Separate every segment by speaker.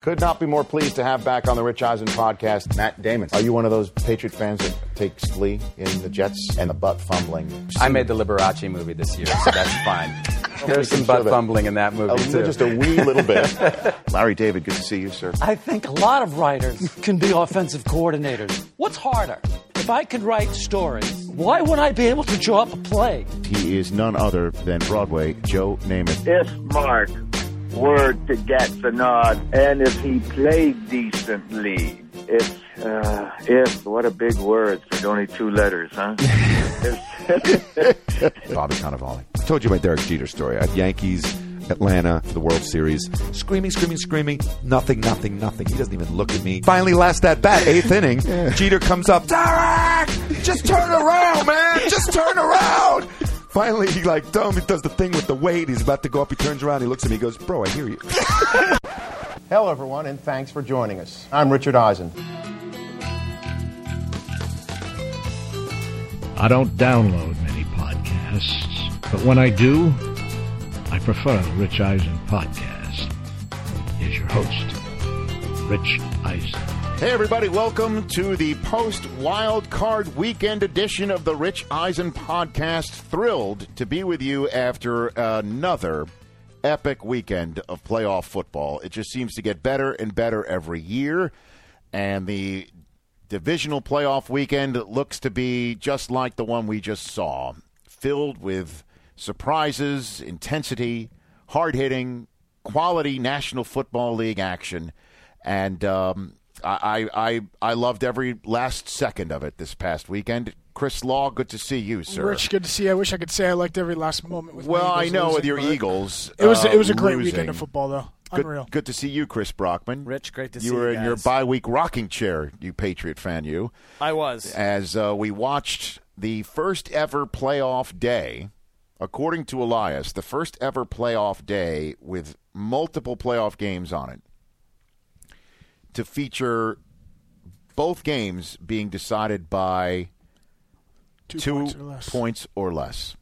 Speaker 1: Could not be more pleased to have back on the Rich Eisen podcast, Matt Damon. Are you one of those Patriot fans that takes glee in the Jets and the butt fumbling?
Speaker 2: I made the Liberace movie this year, so that's fine. There's some butt fumbling in that movie,
Speaker 1: A
Speaker 2: too.
Speaker 1: little, just a wee little bit. Larry David, good to see you, sir.
Speaker 3: I think a lot of writers can be offensive coordinators. What's harder? If I could write stories, why would I be able to draw up a play?
Speaker 1: He is none other than Broadway Joe Namath.
Speaker 4: If Mark were to get the nod, and if he played decently, if uh, if what a big word for only two letters, huh?
Speaker 5: Bobby Cannavale. I told you my Derek Jeter story. At Yankees, Atlanta, the World Series. Screaming, screaming, screaming. Nothing, nothing, nothing. He doesn't even look at me. Finally, last at bat, eighth inning. Jeter comes up. Derek! Just turn around, man! Just turn around! Finally, he like, dumb, he does the thing with the weight. He's about to go up. He turns around. He looks at me. He goes, bro, I hear you.
Speaker 6: Hello, everyone, and thanks for joining us. I'm Richard Eisen.
Speaker 7: I don't download many podcasts, but when I do, I prefer the Rich Eisen podcast. Here's your host, Rich Eisen.
Speaker 1: Hey, everybody, welcome to the post wild card weekend edition of the Rich Eisen podcast. Thrilled to be with you after another epic weekend of playoff football. It just seems to get better and better every year, and the divisional playoff weekend looks to be just like the one we just saw, filled with surprises, intensity, hard hitting, quality National Football League action and um, I, I I I loved every last second of it this past weekend. Chris Law, good to see you, sir.
Speaker 8: Rich, good to see you. I wish I could say I liked every last moment with. my
Speaker 1: well, I
Speaker 8: Eagles
Speaker 1: know
Speaker 8: losing,
Speaker 1: with your
Speaker 8: but
Speaker 1: Eagles,
Speaker 8: It was
Speaker 1: uh,
Speaker 8: it was a great
Speaker 1: losing.
Speaker 8: weekend of football though.
Speaker 1: Good,
Speaker 8: Unreal.
Speaker 1: good to see you, Chris Brockman.
Speaker 2: Rich, great to
Speaker 1: you
Speaker 2: see
Speaker 1: were
Speaker 2: you
Speaker 1: in your
Speaker 2: guys.
Speaker 1: bye week rocking chair, you Patriot fan, you.
Speaker 2: I was.
Speaker 1: As uh, we watched the first ever playoff day, according to Elias, the first ever playoff day with multiple playoff games on it to feature both games being decided by
Speaker 8: Two,
Speaker 1: two
Speaker 8: points or less.
Speaker 1: points or less.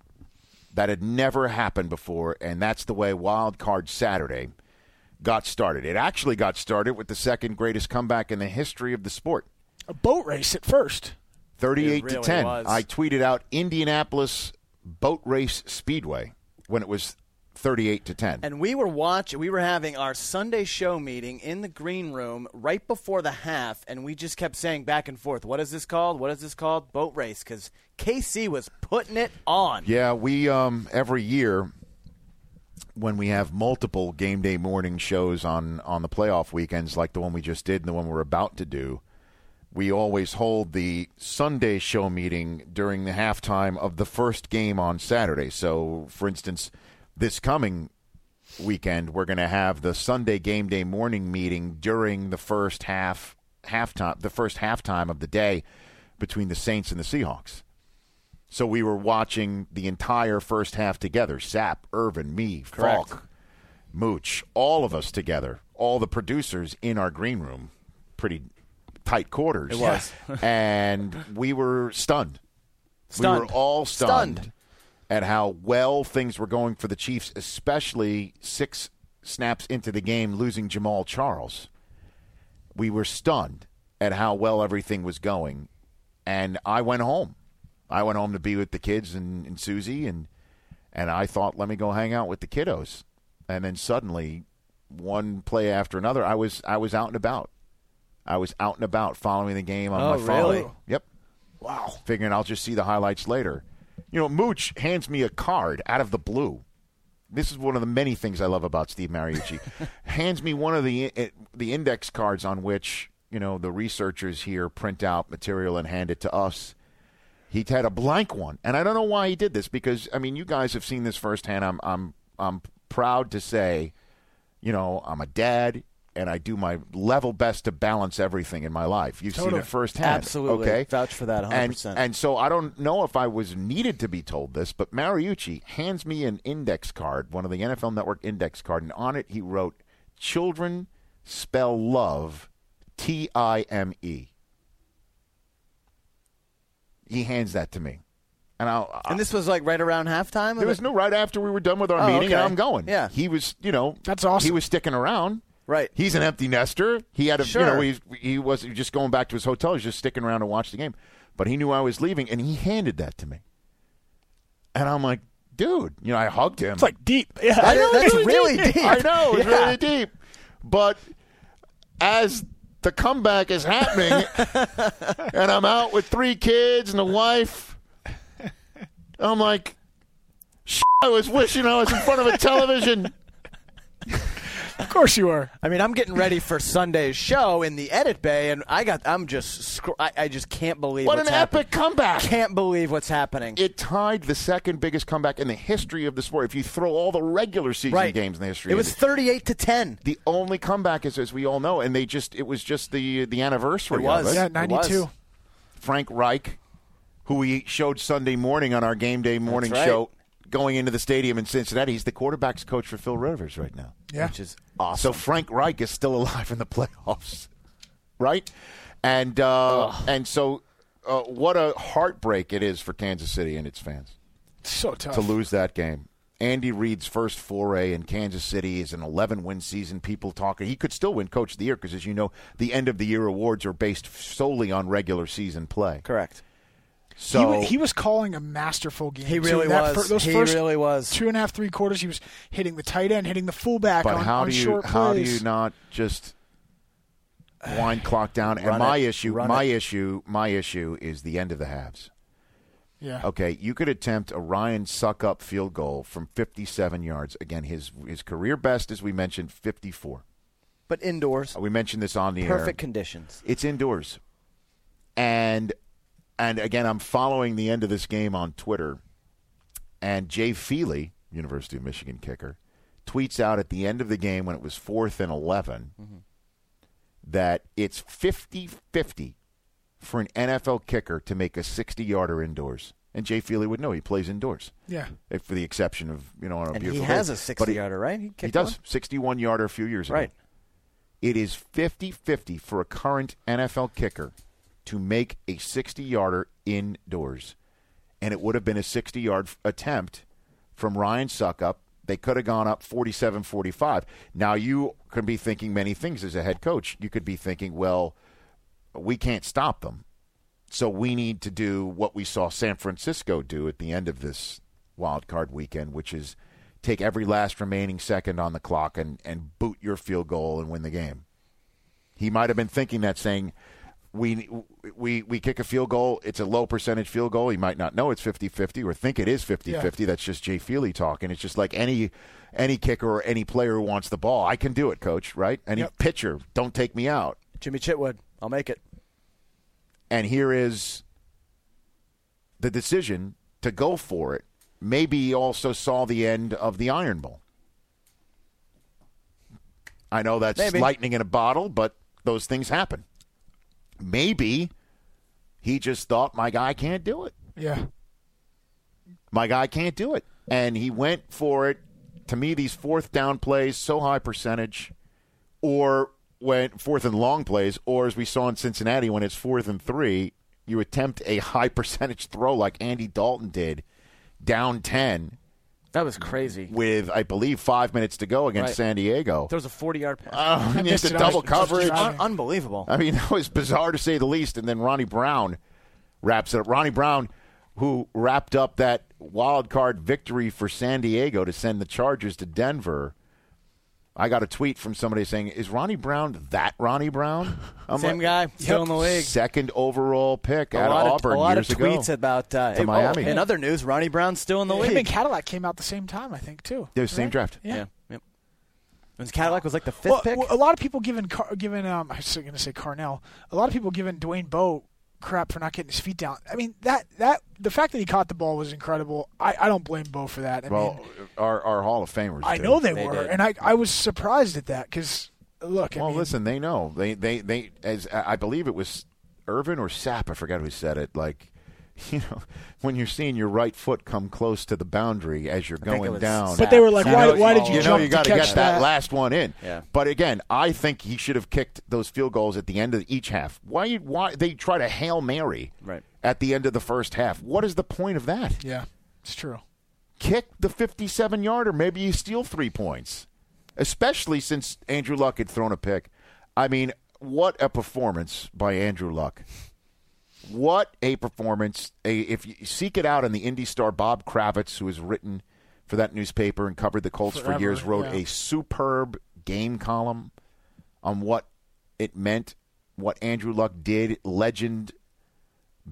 Speaker 1: That had never happened before, and that's the way Wild Card Saturday got started. It actually got started with the second greatest comeback in the history of the sport.
Speaker 8: A boat race at first.
Speaker 1: 38
Speaker 2: It
Speaker 1: to
Speaker 2: really
Speaker 1: 10.
Speaker 2: was.
Speaker 1: I tweeted out Indianapolis Boat Race Speedway when it was 38 to 10.
Speaker 9: And we were watch we were having our Sunday show meeting in the green room right before the half and we just kept saying back and forth, what is this called? What is this called? Boat race cuz KC was putting it on.
Speaker 1: yeah, we um, every year when we have multiple game day morning shows on on the playoff weekends like the one we just did and the one we're about to do, we always hold the Sunday show meeting during the halftime of the first game on Saturday. So, for instance, this coming weekend, we're going to have the Sunday game day morning meeting during the first half halftime, the first halftime of the day between the Saints and the Seahawks. So we were watching the entire first half together. Sap, Irvin, me, Falk, Mooch, all of us together, all the producers in our green room, pretty tight quarters. It was, and we were stunned. We were
Speaker 9: Stunned.
Speaker 1: all stunned,
Speaker 9: Stunned.
Speaker 1: at how well things were going for the Chiefs, especially six snaps into the game, losing Jamal Charles. We were stunned at how well everything was going, and I went home. I went home to be with the kids and, and Susie, and and I thought, let me go hang out with the kiddos. And then suddenly, one play after another, I was I was out and about. I was out and about following the game on
Speaker 9: Oh,
Speaker 1: my phone.
Speaker 9: really?
Speaker 1: Yep. Wow. Figuring I'll just see the highlights later. You know, Mooch hands me a card out of the blue. This is one of the many things I love about Steve Mariucci. hands me one of the eh, the index cards on which you know the researchers here print out material and hand it to us. He had a blank one, and I don't know why he did this because I mean, you guys have seen this firsthand. I'm I'm I'm proud to say, you know, I'm a dad, and I do my level best to balance everything in my life. You've seen
Speaker 8: Totally.
Speaker 1: it firsthand,
Speaker 9: Absolutely.
Speaker 1: Okay,
Speaker 9: Vouch for that
Speaker 1: And
Speaker 9: 100%.
Speaker 1: and so I don't know if I was needed to be told this, but Mariucci hands me an index card, one of the NFL Network index card, and on it he wrote, "Children spell love, T I M E." He hands that to me, and I.
Speaker 9: And this was like right around halftime. of
Speaker 1: There was
Speaker 9: it?
Speaker 1: no right after we were done with our
Speaker 9: Oh,
Speaker 1: meeting, and
Speaker 9: okay.
Speaker 1: I'm going.
Speaker 9: Yeah.
Speaker 1: he was, you know,
Speaker 8: That's awesome.
Speaker 1: He was sticking around,
Speaker 10: Right.
Speaker 1: He's an empty nester. He had a you know
Speaker 10: Sure.
Speaker 1: he's, he was just going back to his hotel. He was just sticking around to watch the game, but he knew I was leaving, and he handed that to me, and I'm like, dude, you know, I hugged him.
Speaker 11: It's like deep. Yeah,
Speaker 10: I know, that's
Speaker 11: It's
Speaker 10: really deep.
Speaker 1: I know it's
Speaker 10: Yeah.
Speaker 1: really deep, but as the comeback is happening, and I'm out with three kids and a wife, I'm like, "Shit, I was wishing I was in front of a television.
Speaker 11: Of course you are.
Speaker 10: I mean, I'm getting ready for Sunday's show in the edit bay, and I got. I'm just. Sc- I, I just can't believe
Speaker 1: What
Speaker 10: what's
Speaker 1: an
Speaker 10: happen-
Speaker 1: epic comeback!
Speaker 10: Can't believe what's happening.
Speaker 1: it tied the second biggest comeback in the history of the sport. If you throw all the regular season games in the history,
Speaker 10: It
Speaker 1: of
Speaker 10: was
Speaker 1: it.
Speaker 10: 38 to 10.
Speaker 1: the only comeback is, as we all know, and they just it was just the the anniversary.
Speaker 10: It was.
Speaker 1: of
Speaker 11: Yeah,
Speaker 10: It was.
Speaker 11: 92.
Speaker 1: Frank Reich, who we showed Sunday morning on our game day morning
Speaker 10: right.
Speaker 1: show, going into the stadium in Cincinnati. He's the quarterbacks coach for Phil Rivers right now.
Speaker 11: Yeah.
Speaker 10: Which is
Speaker 1: So Frank Reich is still alive in the playoffs, right? And uh, and so, uh, what a heartbreak it is for Kansas City and its fans.
Speaker 11: So tough.
Speaker 1: to lose that game. Andy Reid's first foray in Kansas City is an 11 win season. People talking. He could still win Coach of the Year because, as you know, the end of the year awards are based solely on regular season play.
Speaker 10: correct.
Speaker 11: He,
Speaker 1: So
Speaker 11: wa- he was calling a masterful game.
Speaker 10: He
Speaker 11: too.
Speaker 10: really
Speaker 11: That
Speaker 10: was.
Speaker 11: fir- those
Speaker 10: He
Speaker 11: first
Speaker 10: really was.
Speaker 11: Two and a half, three quarters. He was hitting the tight end, hitting the fullback
Speaker 1: but
Speaker 11: on,
Speaker 1: how
Speaker 11: on
Speaker 1: do you
Speaker 11: short
Speaker 1: how do
Speaker 11: plays.
Speaker 1: you not just wind clock down? And
Speaker 10: Run
Speaker 1: my
Speaker 10: it.
Speaker 1: issue,
Speaker 10: Run
Speaker 1: my
Speaker 10: it.
Speaker 1: issue, my issue is the end of the halves.
Speaker 11: Yeah.
Speaker 1: Okay, you could attempt a Ryan suck up field goal from 57 yards. Again, his his career best, as we mentioned, 54.
Speaker 10: But indoors,
Speaker 1: We mentioned this on the air.
Speaker 10: perfect conditions.
Speaker 1: It's indoors. And and again, I'm following the end of this game on Twitter. And Jay Feely, University of Michigan kicker, tweets out at the end of the game when it was fourth and 11
Speaker 10: Mm-hmm.
Speaker 1: that it's 50 50 for an NFL kicker to make a 60 yarder indoors. And Jay Feely would know he plays indoors.
Speaker 11: Yeah.
Speaker 1: If- For the exception of, you know, on a
Speaker 10: And he
Speaker 1: beautiful
Speaker 10: has
Speaker 1: day.
Speaker 10: a
Speaker 1: But
Speaker 10: 60
Speaker 1: he-
Speaker 10: yarder, right? He,
Speaker 1: He
Speaker 10: kicked
Speaker 1: does.
Speaker 10: one?
Speaker 1: 61 yarder a few years ago.
Speaker 10: Right.
Speaker 1: It is 50 50 for a current NFL kicker to make a 60 yarder indoors. And it would have been a 60 yard attempt from Ryan Suckup. They could have gone up 47 45. Now, you can be thinking many things as a head coach. You could be thinking, well, we can't stop them. So we need to do what we saw San Francisco do at the end of this wild card weekend, which is take every last remaining second on the clock and, and boot your field goal and win the game. He might have been thinking that, saying, we, we, we kick a field goal. It's a low percentage field goal. He might not know it's 50 50 or think it is 50 50. That's just Jay Feely talking. It's just like any any kicker or any player who wants the ball. I can do it, coach, right? Any pitcher, don't take me out.
Speaker 10: Jimmy Chitwood. I'll make it.
Speaker 1: And here is the decision to go for it. Maybe he also saw the end of the Iron Bowl. I know that's
Speaker 10: Maybe.
Speaker 1: lightning in a bottle, but those things happen. Maybe he just thought, my guy can't do it.
Speaker 11: Yeah.
Speaker 1: My guy can't do it. And he went for it. To me, these fourth down plays, so high percentage, or went fourth and long plays, or as we saw in Cincinnati when it's fourth and three, you attempt a high percentage throw like Andy Dalton did down 10
Speaker 10: That was crazy.
Speaker 1: with, I believe, five minutes to go against
Speaker 10: Right.
Speaker 1: San Diego.
Speaker 10: There was a 40 yard pass.
Speaker 1: Oh, and
Speaker 11: missed
Speaker 1: into
Speaker 11: it.
Speaker 1: double
Speaker 11: I was just
Speaker 1: coverage.
Speaker 11: driving.
Speaker 10: Un- Uh, unbelievable.
Speaker 1: I mean, that was bizarre to say the least. And then Ronnie Brown wraps it up. Ronnie Brown, who wrapped up that wild card victory for San Diego to send the Chargers to Denver. I got a tweet from somebody saying, "Is Ronnie Brown that Ronnie Brown?" I'm
Speaker 10: Same
Speaker 1: like,
Speaker 10: guy, still in the league.
Speaker 1: Second overall pick
Speaker 10: A
Speaker 1: out
Speaker 10: lot
Speaker 1: of
Speaker 10: of,
Speaker 1: Auburn
Speaker 10: a lot of
Speaker 1: years ago.
Speaker 10: tweets about uh,
Speaker 1: To
Speaker 10: oh,
Speaker 1: Miami.
Speaker 10: In other news, Ronnie Brown's still in the
Speaker 11: Him and
Speaker 10: league.
Speaker 11: Cadillac came out the same time, I think, too.
Speaker 1: They're same
Speaker 11: Right?
Speaker 1: draft.
Speaker 11: Yeah.
Speaker 10: Yep. And Cadillac was like the fifth
Speaker 11: Well,
Speaker 10: pick.
Speaker 11: well, a lot of people giving Car- giving um, I was going to say Carnell. A lot of people giving Dwayne Bowe crap for not getting his feet down. I mean that that the fact that he caught the ball was incredible. I, I don't blame Bowe for that. I
Speaker 1: Well,
Speaker 11: mean,
Speaker 1: our, our Hall of Famers.
Speaker 11: I
Speaker 1: do.
Speaker 11: know they,
Speaker 10: They
Speaker 11: were,
Speaker 10: did.
Speaker 11: and I I was surprised at that because look, I
Speaker 1: Well,
Speaker 11: mean,
Speaker 1: listen, they know. They they they as I I believe it was Irvin or Sapp, I forgot who said it, like you know, when you're seeing your right foot come close to the boundary as you're
Speaker 10: I think it
Speaker 1: going
Speaker 10: was
Speaker 1: down.
Speaker 10: Sapp.
Speaker 11: But they were like,
Speaker 10: You
Speaker 11: why,
Speaker 10: know,
Speaker 11: why did
Speaker 10: you
Speaker 11: you,
Speaker 1: you know
Speaker 11: jump
Speaker 1: you
Speaker 11: to
Speaker 1: got to
Speaker 11: catch
Speaker 1: get that last one in.
Speaker 10: Yeah.
Speaker 1: But again, I think he should have kicked those field goals at the end of each half. Why why they try to hail mary
Speaker 10: Right.
Speaker 1: at the end of the first half? What is the point of that?
Speaker 11: Yeah, it's true.
Speaker 1: Kick the 57 yarder. Maybe you steal three points. especially since Andrew Luck had thrown a pick. I mean, what a performance by Andrew Luck. What a performance. A, if you seek it out on the Indy Star, Bob Kravitz, who has written for that newspaper and covered the Colts for
Speaker 11: Forever,
Speaker 1: years, wrote
Speaker 11: yeah.
Speaker 1: a superb game column on what it meant, what Andrew Luck did, legend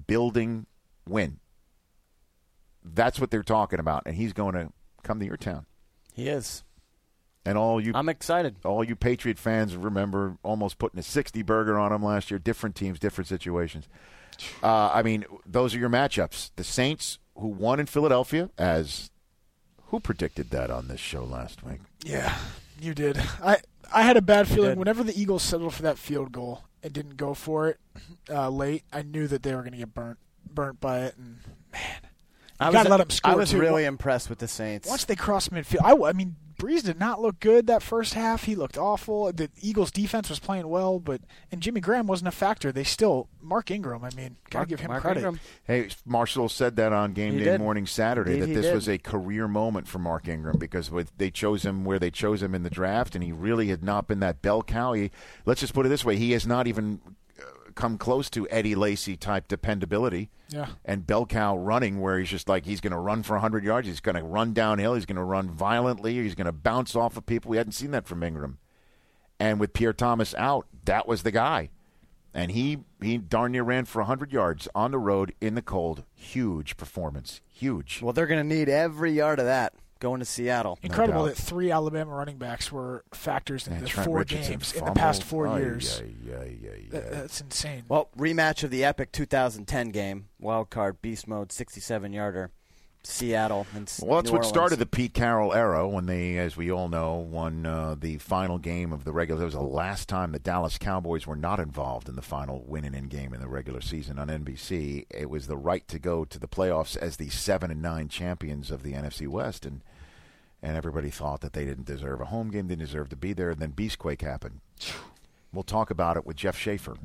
Speaker 1: building win. That's what they're talking about, and he's going to come to your town.
Speaker 10: He is.
Speaker 1: And all you
Speaker 10: I'm excited.
Speaker 1: all oh, you Patriot fans remember almost putting a 60 burger on them last year. Different teams, different situations. Uh, I mean, those are your matchups. The Saints, who won in Philadelphia, as who predicted that on this show last week?
Speaker 11: Yeah, you did. I I had a bad feeling
Speaker 10: did.
Speaker 11: whenever the Eagles settled for that field goal and didn't go for it uh, late. I knew that they were going to get burnt burnt by it. And
Speaker 10: I
Speaker 11: gotta let 'em
Speaker 10: I
Speaker 11: score,
Speaker 10: was
Speaker 11: too.
Speaker 10: really impressed with the Saints.
Speaker 11: once they crossed midfield, I, w- I mean, Breeze did not look good that first half. He looked awful. The Eagles' defense was playing well, but and Jimmy Graham wasn't a factor. They still Mark Ingram. I mean, gotta
Speaker 10: Mark-
Speaker 11: give him
Speaker 10: Mark
Speaker 11: credit.
Speaker 10: Ingram.
Speaker 1: Hey, Marshall said that on game
Speaker 10: He
Speaker 1: day
Speaker 10: did.
Speaker 1: morning Saturday
Speaker 10: Indeed,
Speaker 1: that
Speaker 10: he
Speaker 1: this
Speaker 10: did.
Speaker 1: was a career moment for Mark Ingram because with, they chose him where they chose him in the draft, and he really had not been that bell cow. He, let's just put it this way: he has not even uh, come close to Eddie Lacy type dependability.
Speaker 11: Yeah.
Speaker 1: And bell cow running where he's just like he's going to run for 100 yards, he's going to run downhill, he's going to run violently, he's going to bounce off of people. We hadn't seen that from Ingram. And with Pierre Thomas out, that was the guy. And he, he darn near ran for 100 yards on the road in the cold. Huge performance. Huge.
Speaker 10: well, they're going to need every yard of that going to Seattle.
Speaker 11: Incredible
Speaker 1: doubt.
Speaker 11: that three Alabama running backs were factors in
Speaker 1: And
Speaker 11: the
Speaker 1: Trent
Speaker 11: four
Speaker 1: Richardson
Speaker 11: games in
Speaker 1: fumbled.
Speaker 11: the past four
Speaker 1: Ay,
Speaker 11: years.
Speaker 1: ay, ay, ay,
Speaker 11: That-
Speaker 1: ay.
Speaker 11: that's insane.
Speaker 10: Well, rematch of the epic 2010 game, wild card beast mode 67 yarder, Seattle and S-
Speaker 1: Well, that's
Speaker 10: New
Speaker 1: what
Speaker 10: Orleans.
Speaker 1: started the Pete Carroll era when they, as we all know, won uh, the final game of the regular. It was the last time the Dallas Cowboys were not involved in the final win and end game in the regular season on NBC. It was the right to go to the playoffs as the seven and nine champions of the NFC West, and and everybody thought that they didn't deserve a home game, didn't deserve to be there. And then Beastquake happened. We'll talk about it with Jeff Schaefer.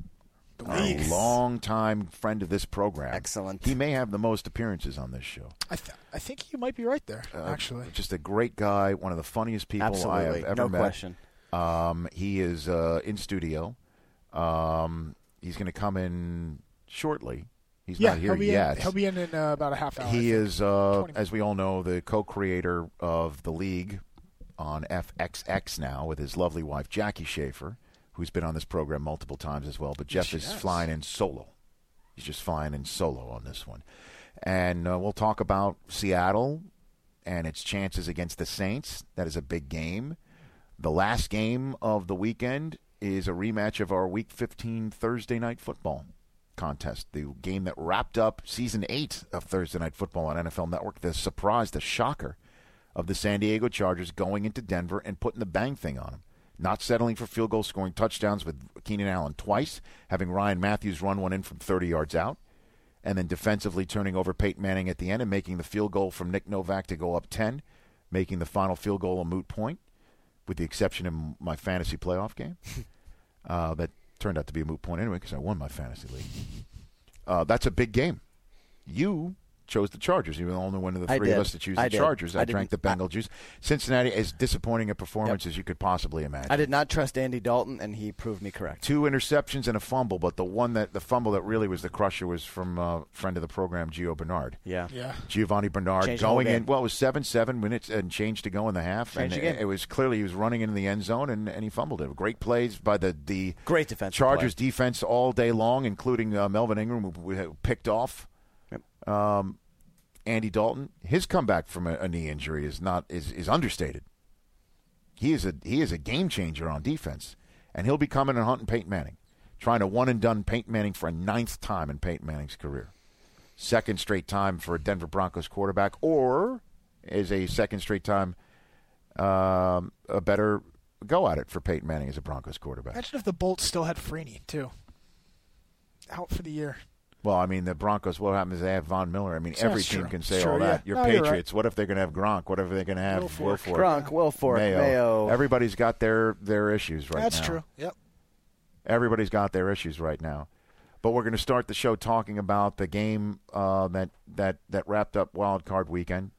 Speaker 1: A long-time friend of this program.
Speaker 10: Excellent.
Speaker 1: He may have the most appearances on this show
Speaker 11: I, th- I think you might be right there, actually.
Speaker 1: Uh, just a great guy, one of the funniest people I have
Speaker 10: Absolutely,
Speaker 1: ever
Speaker 10: no
Speaker 1: met.
Speaker 10: question.
Speaker 1: Um, he is uh, in studio. Um, he's going to come in shortly. He's
Speaker 11: yeah,
Speaker 1: not here
Speaker 11: he'll be
Speaker 1: yet.
Speaker 11: in. He'll be in in uh, about a half hour.
Speaker 1: he is, uh,
Speaker 11: 20
Speaker 1: as we all know, the co-creator of the league on FXX now with his lovely wife Jackie Schaefer, who's been on this program multiple times as well. But Jeff is flying in solo. He's just flying in solo on this one, and uh, we'll talk about Seattle and its chances against the Saints. That is a big game. The last game of the weekend is a rematch of our Week 15 Thursday Night Football contest, the game that wrapped up Season 8 of Thursday Night Football on NFL Network. The surprise, the shocker of the San Diego Chargers going into Denver and putting the bang thing on them. Not settling for field goals, scoring touchdowns with Keenan Allen twice, having Ryan Matthews run one in from 30 yards out and then defensively turning over Peyton Manning at the end and making the field goal from Nick Novak to go up 10, making the final field goal a moot point, with the exception of m- my fantasy playoff game. uh, that turned out to be a moot point anyway because I won my fantasy league. Uh, that's a big game. You chose the Chargers. You were the only one of the
Speaker 10: I
Speaker 1: three
Speaker 10: did.
Speaker 1: of us to choose
Speaker 10: I
Speaker 1: the
Speaker 10: did.
Speaker 1: Chargers. I,
Speaker 10: I
Speaker 1: drank the
Speaker 10: didn't- I-
Speaker 1: Bengal juice. Cincinnati, as disappointing a performance as you could possibly imagine.
Speaker 10: I did not trust Andy Dalton, and he proved me correct.
Speaker 1: Two interceptions and a fumble, but the one that the fumble that really was the crusher was from uh, friend of the program, Gio Bernard.
Speaker 10: Yeah.
Speaker 11: yeah.
Speaker 1: Giovanni Bernard
Speaker 10: Changed the whole
Speaker 1: going in.
Speaker 10: game.
Speaker 1: Well, it was seven seven minutes and change to go in the half,
Speaker 10: Changed
Speaker 1: and
Speaker 10: the game.
Speaker 1: it was clearly he was running into the end zone and, and he fumbled it. Great plays by the the
Speaker 10: Great defensive
Speaker 1: Chargers defense all day long, including uh, Melvin Ingram who, who picked off.
Speaker 10: Yep.
Speaker 1: Um, Andy Dalton, his comeback from a, a knee injury is not is, is understated. He is a he is a game changer on defense, and he'll be coming and hunting Peyton Manning, trying to one and done Peyton Manning for a ninth time in Peyton Manning's career second straight time for a Denver Broncos quarterback, or is a second straight time um, a better go at it for Peyton Manning as a Broncos quarterback?
Speaker 11: Imagine if the Bolts still had Freeney too. Out for the year.
Speaker 1: Well, I mean, the Broncos, what happens is they have Von Miller. I mean, every
Speaker 11: That's
Speaker 1: team
Speaker 11: true.
Speaker 1: can say
Speaker 11: Sure,
Speaker 1: all that.
Speaker 11: yeah.
Speaker 1: Your
Speaker 11: No, you're right.
Speaker 1: Patriots, what if they're going to have Gronk? What if they're going to have Wilfork?
Speaker 10: Gronk, Will Fork, Mayo.
Speaker 1: Everybody's got their, their issues right
Speaker 11: That's
Speaker 1: now.
Speaker 11: true. Yep.
Speaker 1: everybody's got their issues right now. But we're going to start the show talking about the game uh, that that that wrapped up Wild Card Weekend.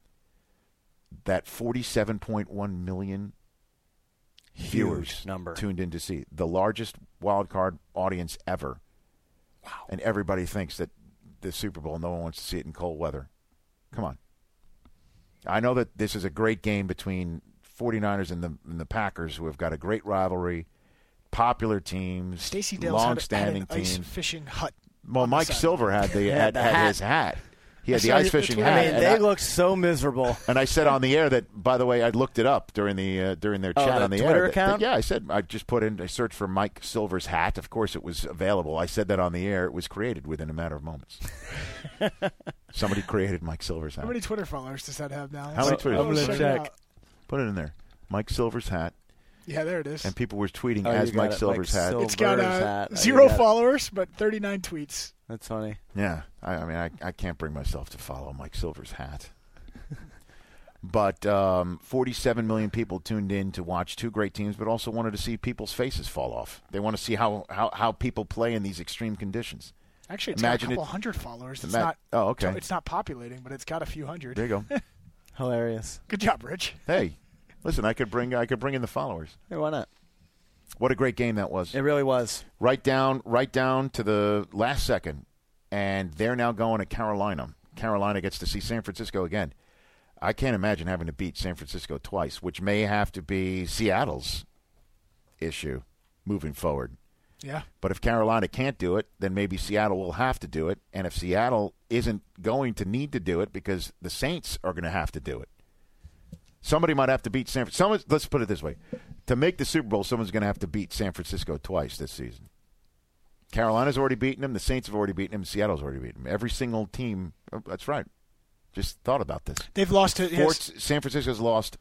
Speaker 1: That forty-seven point one million viewers
Speaker 10: number.
Speaker 1: tuned in to see the largest wild card audience ever. Wow! And everybody thinks that the Super Bowl, no one wants to see it in cold weather. Come on. I know that this is a great game between 49ers and the and the Packers, who have got a great rivalry, popular teams,
Speaker 11: Stacy Dale's had a-
Speaker 1: long-standing
Speaker 11: had an ice
Speaker 1: teams.
Speaker 11: fishing hut.
Speaker 1: Well,
Speaker 11: on the
Speaker 1: Mike
Speaker 11: side.
Speaker 1: Silver had the had,
Speaker 10: the
Speaker 1: had
Speaker 10: hat.
Speaker 1: his hat. He
Speaker 11: I
Speaker 1: had the
Speaker 11: saw
Speaker 1: ice
Speaker 11: your-
Speaker 1: fishing
Speaker 11: I
Speaker 1: hat.
Speaker 11: mean,
Speaker 10: Man,
Speaker 1: and
Speaker 10: they
Speaker 1: I-
Speaker 10: look so miserable.
Speaker 1: and I said on the air that, by the way, I looked it up during the uh, during their
Speaker 10: Oh,
Speaker 1: chat
Speaker 10: the
Speaker 1: on the air.
Speaker 10: Twitter
Speaker 1: that- that-
Speaker 10: account?
Speaker 1: yeah, I said I just put in I searched for Mike Silver's hat. Of course, it was available. I said that on the air. It was created within a matter of moments. Somebody created Mike Silver's hat.
Speaker 11: How many Twitter followers does that have now?
Speaker 1: How many Twitter- I'm
Speaker 11: Oh,
Speaker 1: gonna
Speaker 11: check it
Speaker 1: check.
Speaker 11: out.
Speaker 1: put it in there. Mike Silver's hat,
Speaker 11: Yeah, there it is.
Speaker 1: and people were tweeting
Speaker 10: Oh, you
Speaker 1: as
Speaker 10: got
Speaker 1: Mike
Speaker 10: it,
Speaker 1: Silver's
Speaker 10: Mike
Speaker 1: hat.
Speaker 10: Sil-
Speaker 11: it's got
Speaker 10: Silver's
Speaker 11: uh,
Speaker 10: hat. I
Speaker 11: zero
Speaker 10: got it.
Speaker 11: followers, but 39 tweets.
Speaker 10: That's funny.
Speaker 1: yeah, I, I mean, I, I can't bring myself to follow Mike Silver's hat. But um, 47 million people tuned in to watch two great teams, but also wanted to see people's faces fall off. They want to see how, how, how people play in these extreme conditions.
Speaker 11: Actually, it's
Speaker 1: Imagine
Speaker 11: got a
Speaker 1: it-
Speaker 11: couple hundred followers. It's
Speaker 1: Ima-
Speaker 11: not.
Speaker 1: Oh, okay.
Speaker 11: It's not populating, but it's got a few hundred.
Speaker 1: There you go.
Speaker 10: Hilarious.
Speaker 11: Good job, Rich.
Speaker 1: hey, listen, I could bring I could bring in the followers.
Speaker 10: Hey, why not?
Speaker 1: What a great game that was.
Speaker 10: It really was.
Speaker 1: Right down, right down to the last second, and they're now going to Carolina. Carolina gets to see San Francisco again. I can't imagine having to beat San Francisco twice, which may have to be Seattle's issue moving forward.
Speaker 11: Yeah.
Speaker 1: But if Carolina can't do it, then maybe Seattle will have to do it. And if Seattle isn't going to need to do it because the Saints are going to have to do it, somebody might have to beat San Francisco. Let's put it this way to make the Super Bowl, someone's going to have to beat San Francisco twice this season. Carolina's already beaten them. The Saints have already beaten them. Seattle's already beaten them. Every single team. oh, That's right. Just thought about this.
Speaker 11: They've lost to
Speaker 1: Four,
Speaker 11: yes,
Speaker 1: San Francisco's lost.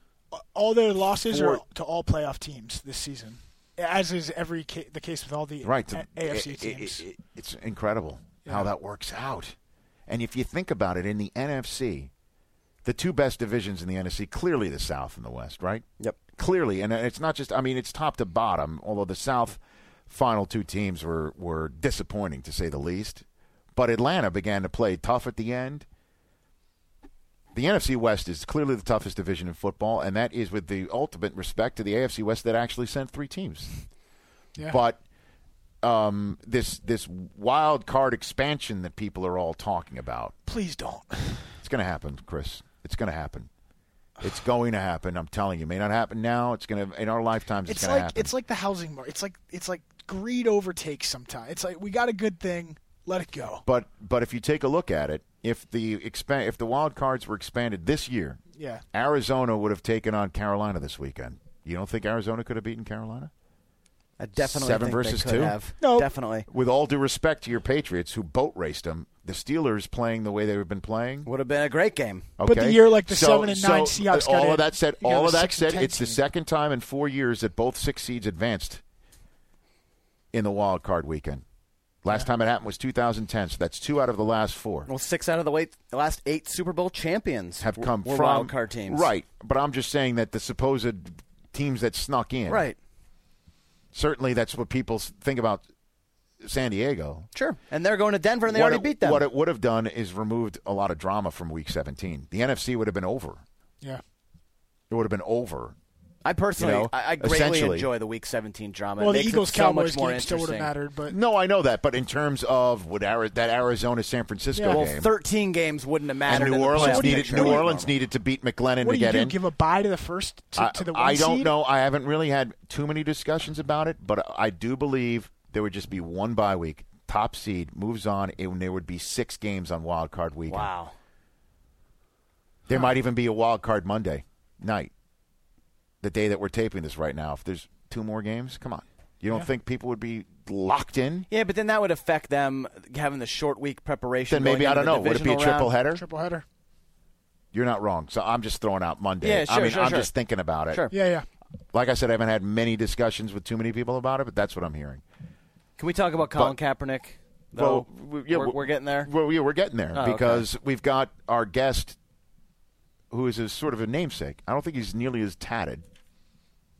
Speaker 11: all their losses are
Speaker 1: four-
Speaker 11: to all playoff teams this season, as is every ca- the case with all the
Speaker 1: Right.
Speaker 11: A- AFC
Speaker 1: It- it-
Speaker 11: teams.
Speaker 1: it- it's incredible how that works out. And if you think about it, in the NFC, the two best divisions in the NFC clearly the South and the West, right?
Speaker 10: Yep.
Speaker 1: Clearly, and it's not just. I mean, it's top to bottom. Although the South final two teams were were disappointing to say the least, but Atlanta began to play tough at the end. The NFC West is clearly the toughest division in football, and that is with the ultimate respect to the AFC West that actually sent three teams.
Speaker 11: Yeah.
Speaker 1: But um, this this wild card expansion that people are all talking about,
Speaker 11: Please don't.
Speaker 1: it's going to happen, Chris. It's going to happen. It's going to happen. I'm telling you, it may not happen now. It's going to in our lifetimes. It's,
Speaker 11: It's
Speaker 1: going
Speaker 11: like
Speaker 1: to happen.
Speaker 11: it's like the housing market. It's like it's like greed overtakes sometimes. It's like we got a good thing, let it go.
Speaker 1: but but if you take a look at it, if the expa- if the wild cards were expanded this year,
Speaker 11: Yeah.
Speaker 1: Arizona would have taken on Carolina this weekend. You don't think Arizona could have beaten Carolina?
Speaker 10: I definitely
Speaker 1: Seven
Speaker 10: think they
Speaker 1: versus
Speaker 10: could
Speaker 1: two?
Speaker 10: Have.
Speaker 11: No.
Speaker 10: definitely
Speaker 1: With all due respect to your Patriots, who boat raced them, the Steelers playing the way they've been playing.
Speaker 10: would have been a great game.
Speaker 1: Okay.
Speaker 11: But the year, like, the
Speaker 1: So-
Speaker 11: seven and nine
Speaker 1: so,
Speaker 11: Seahawks
Speaker 1: uh, All
Speaker 11: got
Speaker 1: of that said,
Speaker 11: in, you got
Speaker 1: all
Speaker 11: a
Speaker 1: of that
Speaker 11: six and
Speaker 1: said,
Speaker 11: ten
Speaker 1: it's the
Speaker 11: team.
Speaker 1: second time in four years that both six seeds advanced in the wild card weekend. Last time it happened was 2010, so that's two out of the last four
Speaker 10: Well, six out of the, wait, the last eight Super Bowl champions
Speaker 1: have
Speaker 10: w-
Speaker 1: come
Speaker 10: were
Speaker 1: from
Speaker 10: wild card teams.
Speaker 1: right? But I'm just saying that the supposed teams that snuck in,
Speaker 10: Right.
Speaker 1: Certainly, that's what people s- think about San Diego.
Speaker 10: Sure. And they're going to Denver, and they
Speaker 1: what
Speaker 10: already
Speaker 1: it,
Speaker 10: beat them.
Speaker 1: What it would have done is removed a lot of drama from Week 17. The NFC would have been over.
Speaker 11: Yeah.
Speaker 1: It would have been over.
Speaker 10: I personally,
Speaker 1: you know,
Speaker 10: I, I greatly
Speaker 1: essentially-
Speaker 10: enjoy the Week 17 drama. It
Speaker 11: Well, the
Speaker 10: makes it
Speaker 11: Eagles
Speaker 10: so much
Speaker 11: Cowboys
Speaker 10: more
Speaker 11: game still would have
Speaker 10: interesting.
Speaker 11: mattered, but
Speaker 1: No, I know that, but in terms of would Ari- that Arizona San Francisco
Speaker 11: Yeah.
Speaker 10: Well,
Speaker 1: game,
Speaker 10: 13 games wouldn't have mattered.
Speaker 1: and New
Speaker 10: in the
Speaker 1: Orleans
Speaker 10: playoff
Speaker 11: do you-
Speaker 1: needed
Speaker 10: picture.
Speaker 1: New Orleans needed to beat McLennan
Speaker 11: what
Speaker 1: to
Speaker 11: do you
Speaker 1: get
Speaker 11: do?
Speaker 1: in.
Speaker 11: Give a bye to the first to,
Speaker 1: I,
Speaker 11: to the one
Speaker 1: I don't
Speaker 11: seed?
Speaker 1: know. I haven't really had too many discussions about it, but I do believe there would just be one bye week. Top seed moves on, and there would be six games on wild card weekend.
Speaker 10: Wow.
Speaker 1: There might even be a wild card Monday night, the day that we're taping this right now. If there's two more games, come on. You don't think people would be locked in?
Speaker 10: Yeah, but then that would affect them having the short week preparation.
Speaker 1: Then maybe
Speaker 10: going
Speaker 1: I don't
Speaker 10: into
Speaker 1: know.
Speaker 10: the
Speaker 1: Would it be a
Speaker 10: divisional
Speaker 1: triple
Speaker 10: round.
Speaker 1: header?
Speaker 11: Triple header.
Speaker 1: You're not wrong. So I'm just throwing out Monday.
Speaker 10: Yeah,
Speaker 1: I
Speaker 10: sure,
Speaker 1: mean,
Speaker 10: sure,
Speaker 1: I'm
Speaker 10: sure.
Speaker 1: just thinking about it.
Speaker 10: Sure.
Speaker 11: Yeah, yeah.
Speaker 1: Like I said, I haven't had many discussions with too many people about it, but that's what I'm hearing.
Speaker 10: Can we talk about Colin Kaepernick? Though?
Speaker 1: w- yeah,
Speaker 10: we're,
Speaker 1: w-
Speaker 10: we're getting there.
Speaker 1: Well, yeah, we're getting there
Speaker 10: Oh, okay.
Speaker 1: because we've got our guest, who is a sort of a namesake. I don't think he's nearly as tatted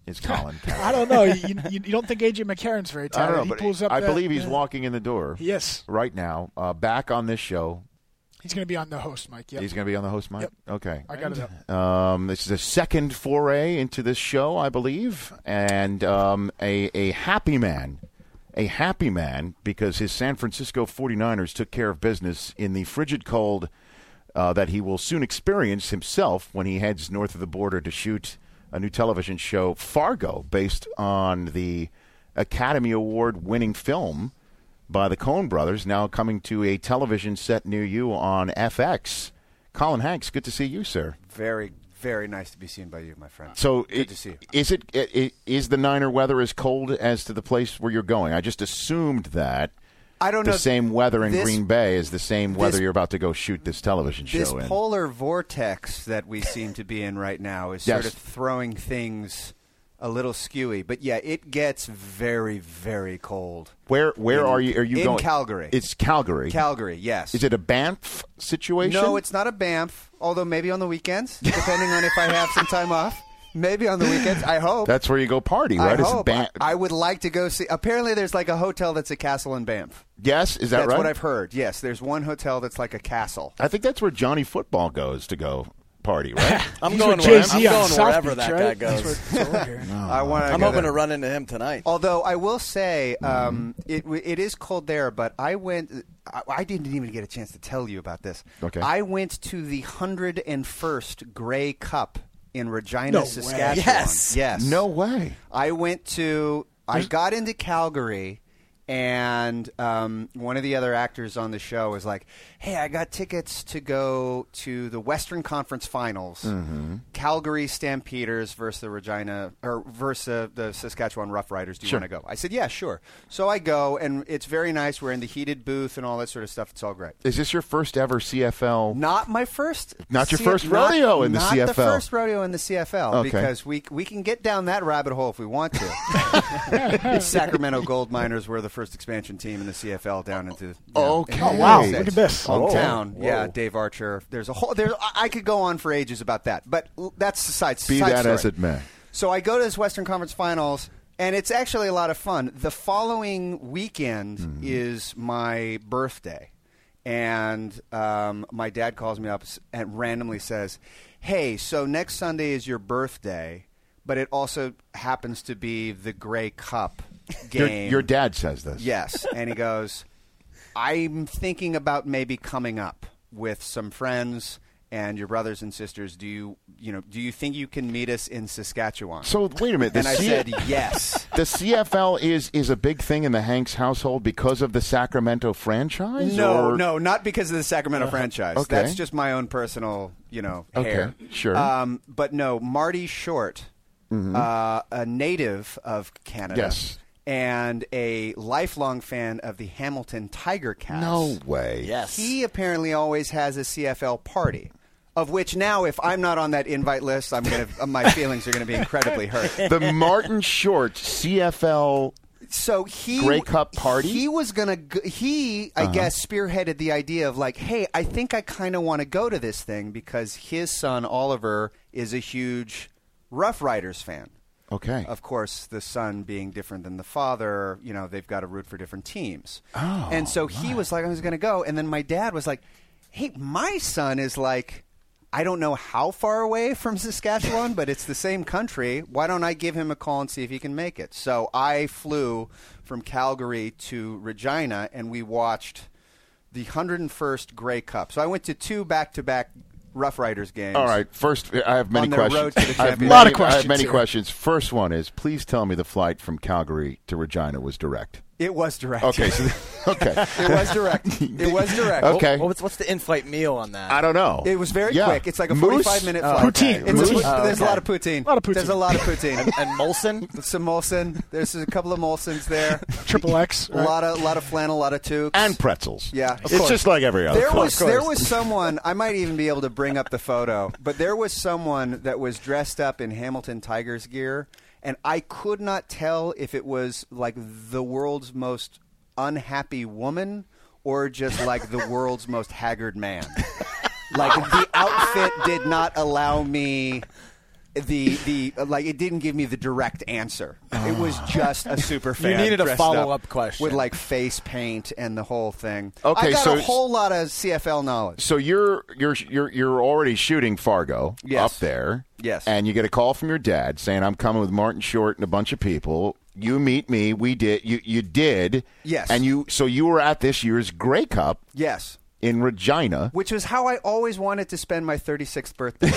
Speaker 1: as Colin. Kaepernick.
Speaker 11: I don't know. You, you, you don't think AJ McCarron's very
Speaker 1: I don't
Speaker 11: talented?
Speaker 1: know,
Speaker 11: he
Speaker 1: but
Speaker 11: pulls up.
Speaker 1: I
Speaker 11: that-
Speaker 1: believe he's
Speaker 11: yeah.
Speaker 1: walking in the door
Speaker 11: Yes.
Speaker 1: right now, uh, back on this show.
Speaker 8: He's going to be on the host, Mike. Yep.
Speaker 1: He's going to be on the host mic.
Speaker 8: Yep.
Speaker 1: Okay.
Speaker 8: I got it up.
Speaker 1: Um, this is a second foray into this show, I believe, and um, a, a happy man, a happy man, because his San Francisco 49ers took care of business in the frigid cold uh, that he will soon experience himself when he heads north of the border to shoot a new television show, Fargo, based on the Academy Award winning film by the Coen brothers, now coming to a television set near you on FX. Colin Hanks, good to see you, sir.
Speaker 10: Very, very nice to be seen by you, my friend.
Speaker 1: So
Speaker 10: good
Speaker 1: it-
Speaker 10: to see you.
Speaker 1: is it i- i- is the Niner weather as cold as to the place where you're going? I just assumed that
Speaker 10: I don't
Speaker 1: the
Speaker 10: know.
Speaker 1: same weather in
Speaker 10: This-
Speaker 1: Green Bay is the same weather
Speaker 10: this-
Speaker 1: you're about to go shoot this television
Speaker 10: This
Speaker 1: show in.
Speaker 10: polar vortex that we seem to be in right now is
Speaker 1: Yes.
Speaker 10: sort of throwing things a little skewy. But yeah, it gets very, very cold.
Speaker 1: where where
Speaker 10: in-
Speaker 1: are you? Are you
Speaker 10: in
Speaker 1: going?
Speaker 10: Calgary.
Speaker 1: It's Calgary.
Speaker 10: Calgary, yes.
Speaker 1: Is it a Banff situation?
Speaker 10: No, it's not a Banff. Although maybe on the weekends, depending on if I have some time off. Maybe on the weekends. I hope.
Speaker 1: That's where you go party,
Speaker 10: I
Speaker 1: right? It's
Speaker 10: hope.
Speaker 1: Ban-
Speaker 10: I would like to go see. Apparently, there's like a hotel that's a castle in Banff.
Speaker 1: yes, is that
Speaker 10: that's
Speaker 1: right?
Speaker 10: what I've heard. Yes, there's one hotel that's like a castle.
Speaker 1: I think that's where Johnny Football goes to go party, right?
Speaker 9: I'm going,
Speaker 8: with
Speaker 9: where,
Speaker 8: Jay-Z
Speaker 9: I'm
Speaker 8: on
Speaker 9: going
Speaker 8: South
Speaker 9: wherever
Speaker 8: Beach,
Speaker 9: that guy
Speaker 8: right?
Speaker 9: goes.
Speaker 8: That's where- that's where we're here.
Speaker 1: Oh.
Speaker 10: I want.
Speaker 9: I'm hoping to run into him tonight.
Speaker 10: Although I will say,
Speaker 1: Mm-hmm.
Speaker 10: um, it w- it is cold there, but I went. I, I didn't even get a chance to tell you about this.
Speaker 1: Okay.
Speaker 10: I went to the hundred and first Grey Cup in Regina,
Speaker 8: No way.
Speaker 10: Saskatchewan.
Speaker 9: Yes.
Speaker 10: Yes.
Speaker 1: no way.
Speaker 10: I went to. I got into Calgary, and um, one of the other actors on the show was like, "Hey, I got tickets to go to the Western Conference Finals, Calgary Stampeders versus the Regina or versus the Saskatchewan Roughriders. Do you want to go?" I said, "Yeah, sure." So I go, and it's very nice. We're in the heated booth and all that sort of stuff. It's all great.
Speaker 1: Is this your first ever CFL?
Speaker 10: Not my first.
Speaker 1: Not your first rodeo in the
Speaker 10: not
Speaker 1: CFL.
Speaker 10: the first rodeo in the CFL
Speaker 1: Okay.
Speaker 10: because we we can get down that rabbit hole if we want to. Sacramento Gold Miners were the first expansion team in the CFL down into. you know,
Speaker 1: Okay.
Speaker 10: into the
Speaker 1: Oh, wow.
Speaker 10: 96.
Speaker 8: Look at this.
Speaker 10: hometown.
Speaker 1: Whoa.
Speaker 10: Yeah,
Speaker 1: Whoa.
Speaker 10: Dave Archer. There's a whole. There's I I could go on for ages about that, but l- that's the side.
Speaker 1: Be
Speaker 10: side
Speaker 1: that
Speaker 10: story.
Speaker 1: as it may.
Speaker 10: So I go to this Western Conference Finals, and it's actually a lot of fun. The following weekend
Speaker 1: Mm-hmm.
Speaker 10: is my birthday, and um, my dad calls me up s- and randomly says, "Hey, so next Sunday is your birthday, but it also happens to be the Grey Cup
Speaker 1: Your,
Speaker 10: game."
Speaker 1: your dad says this.
Speaker 10: Yes. And he goes, I'm thinking about maybe coming up with some friends and your brothers and sisters. Do you, you know, do you think you can meet us in Saskatchewan?
Speaker 1: So wait a minute. The
Speaker 10: and I
Speaker 1: C-
Speaker 10: said, yes.
Speaker 1: the CFL is is a big thing in the Hanks household because of the Sacramento franchise.
Speaker 10: No,
Speaker 1: or-
Speaker 10: no, not because of the Sacramento franchise.
Speaker 1: Uh-huh. okay.
Speaker 10: That's just my own personal, you know,
Speaker 1: Okay,
Speaker 10: hair.
Speaker 1: sure. Mm-hmm.
Speaker 10: Um, but no, Marty Short, uh, a native of Canada,
Speaker 1: Yes.
Speaker 10: and a lifelong fan of the Hamilton Tiger Cats.
Speaker 1: no way.
Speaker 9: Yes.
Speaker 10: He apparently always has a CFL party, of which now, if I'm not on that invite list, I'm gonna my feelings are gonna be incredibly hurt.
Speaker 1: The Martin Short CFL.
Speaker 10: So he
Speaker 1: Grey Cup party? Uh-huh.
Speaker 10: He was gonna. Go, he, I guess, spearheaded the idea of like, hey, I think I kind of want to go to this thing because his son Oliver is a huge Rough Riders fan.
Speaker 1: Okay.
Speaker 10: Of course, the son being different than the father, you know, they've got to root for different teams. Oh, and so he was like, I was going to go. And then my dad was like, hey, my son is like, I don't know how far away from Saskatchewan, but it's the same country. Why don't I give him a call and see if he can make it? So I flew from Calgary to Regina and we watched the 101st Grey Cup. So I went to two back to back Rough Riders games.
Speaker 1: All right. First, I have many
Speaker 10: On the road
Speaker 1: questions.
Speaker 10: to the
Speaker 1: I have
Speaker 10: championship.
Speaker 1: many, I
Speaker 8: of
Speaker 10: Lot
Speaker 1: have
Speaker 8: questions
Speaker 1: many
Speaker 8: here.
Speaker 1: questions. First one is: Please tell me the flight from Calgary to Regina was direct.
Speaker 10: It was direct.
Speaker 1: Okay. So, okay.
Speaker 10: it was direct. It was direct.
Speaker 1: Okay.
Speaker 9: What- What's, what's the in-flight meal on that?
Speaker 1: I don't know.
Speaker 10: It was very
Speaker 1: Yeah.
Speaker 10: quick. It's like a
Speaker 1: Moose?
Speaker 10: 45 minute
Speaker 9: Oh,
Speaker 10: flight.
Speaker 8: okay. Poutine.
Speaker 10: It's a-
Speaker 8: Moose?
Speaker 10: there's a
Speaker 9: Oh,
Speaker 10: lot of poutine.
Speaker 8: A lot of poutine.
Speaker 10: There's a lot of poutine.
Speaker 9: and Molson.
Speaker 10: Some Molson. There's a couple of Molsons there.
Speaker 8: Triple X.
Speaker 10: A lot of lot of flannel, a lot of toques.
Speaker 1: and pretzels.
Speaker 10: Yeah, of
Speaker 1: It's
Speaker 10: course.
Speaker 1: just like every other.
Speaker 10: there
Speaker 1: flight.
Speaker 10: was there was someone I might even be able to bring up the photo, but there was someone that was dressed up in Hamilton Tigers gear, and I could not tell if it was like the world's most unhappy woman or just like the world's most haggard man. Like the outfit did not allow me the the like it didn't give me the direct answer. It was
Speaker 1: Ah.
Speaker 10: just a super fan.
Speaker 9: needed a
Speaker 10: dressed
Speaker 9: follow-up question.
Speaker 10: with like face paint and the whole thing.
Speaker 1: Okay,
Speaker 10: I got
Speaker 1: so-
Speaker 10: a whole lot of CFL knowledge.
Speaker 1: So you're you're you're you're already shooting Fargo
Speaker 10: Yes.
Speaker 1: up there.
Speaker 10: Yes.
Speaker 1: And you get a call from your dad saying I'm coming with Martin Short and a bunch of people. You meet me. We did. You you did.
Speaker 10: Yes.
Speaker 1: And you so you were at this year's Grey Cup
Speaker 10: Yes.
Speaker 1: in Regina.
Speaker 10: Which was how I always wanted to spend my 36th birthday.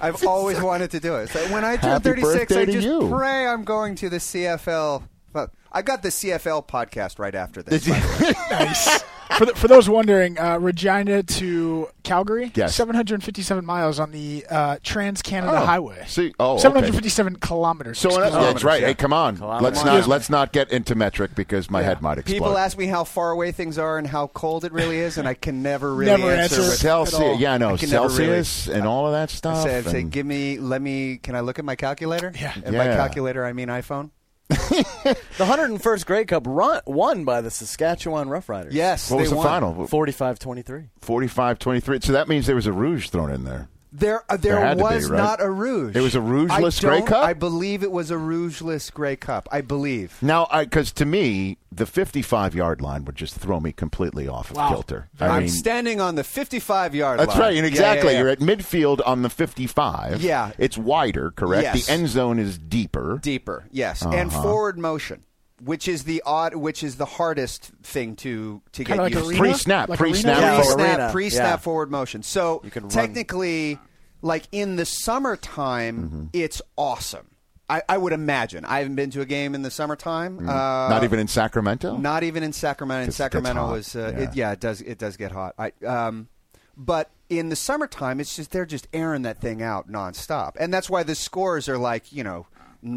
Speaker 10: I've always wanted to do it. So when I turn
Speaker 1: Happy
Speaker 10: 36, I
Speaker 1: birthday to
Speaker 10: just
Speaker 1: you.
Speaker 10: pray I'm going to the CFL. Well, I got the CFL podcast right after this. by the way.
Speaker 8: for, th for those wondering, uh, Regina to Calgary,
Speaker 1: Yes.
Speaker 8: 757 miles on the uh, Trans Canada Highway.
Speaker 1: see- oh, okay.
Speaker 8: 757 kilometers.
Speaker 1: So
Speaker 8: excuse me.
Speaker 1: that's right. Hey, come on. Let's not
Speaker 8: Kilometers.
Speaker 1: let's not get into metric because my head might explode.
Speaker 10: People ask me how far away things are and how cold it really is, and I can never really
Speaker 8: Never
Speaker 10: answer.
Speaker 8: answer.
Speaker 10: with-
Speaker 8: at all.
Speaker 1: Celsius, yeah, no,
Speaker 10: I can never really-
Speaker 1: Celsius and all of that stuff.
Speaker 10: I said, say,
Speaker 1: and-
Speaker 10: give me, let me, can I look at my calculator? Yeah. And by
Speaker 1: oh, Yeah.
Speaker 10: calculator, I mean iPhone.
Speaker 9: The 101st Grey Cup run, won by the Saskatchewan Rough Riders.
Speaker 10: Yes.
Speaker 1: what
Speaker 10: they
Speaker 1: was the
Speaker 10: won.
Speaker 1: final?
Speaker 9: 45-23.
Speaker 1: 45-23. So that means there was a rouge thrown in there.
Speaker 10: There, uh, there,
Speaker 1: There had to be,
Speaker 10: was
Speaker 1: right?
Speaker 10: not a rouge.
Speaker 1: It was a rougeless
Speaker 10: I
Speaker 1: Grey
Speaker 10: don't-
Speaker 1: Cup?
Speaker 10: I believe it was a rougeless gray cup. I believe.
Speaker 1: Now, because to me, the 55 yard line would just throw me completely off of kilter. I
Speaker 10: am
Speaker 1: mean,
Speaker 10: standing on the 55 yard line.
Speaker 1: that's right, and
Speaker 10: Yeah,
Speaker 1: exactly.
Speaker 10: yeah, yeah.
Speaker 1: You're at midfield on the 55.
Speaker 10: Yeah.
Speaker 1: It's wider, correct?
Speaker 10: Yes.
Speaker 1: The end zone is deeper.
Speaker 10: deeper. Yes, and
Speaker 1: Uh-huh.
Speaker 10: forward motion, which is the odd, which is the hardest thing to to get
Speaker 8: Kinda like
Speaker 10: used. to.
Speaker 8: arena?
Speaker 1: Pre snap,
Speaker 8: Like
Speaker 1: pre snap,
Speaker 9: arena?
Speaker 10: pre
Speaker 9: Yeah.
Speaker 1: forward.
Speaker 10: snap,
Speaker 9: Arena,
Speaker 10: pre
Speaker 9: yeah.
Speaker 10: snap forward motion. So
Speaker 9: You can run.
Speaker 10: technically, like in the summertime,
Speaker 1: Mm-hmm.
Speaker 10: it's awesome. I, I would imagine. I haven't been to a game in the summertime. Uh,
Speaker 1: Mm-hmm. Not even in Sacramento?
Speaker 10: not even in Sacramento. In
Speaker 1: Gets- gets
Speaker 10: Sacramento
Speaker 1: hot,
Speaker 10: is uh,
Speaker 1: yeah.
Speaker 10: yeah. It, yeah, it does it does get hot. I, um, but in the summertime, it's just they're just airing that thing out nonstop, and that's why the scores are like you know.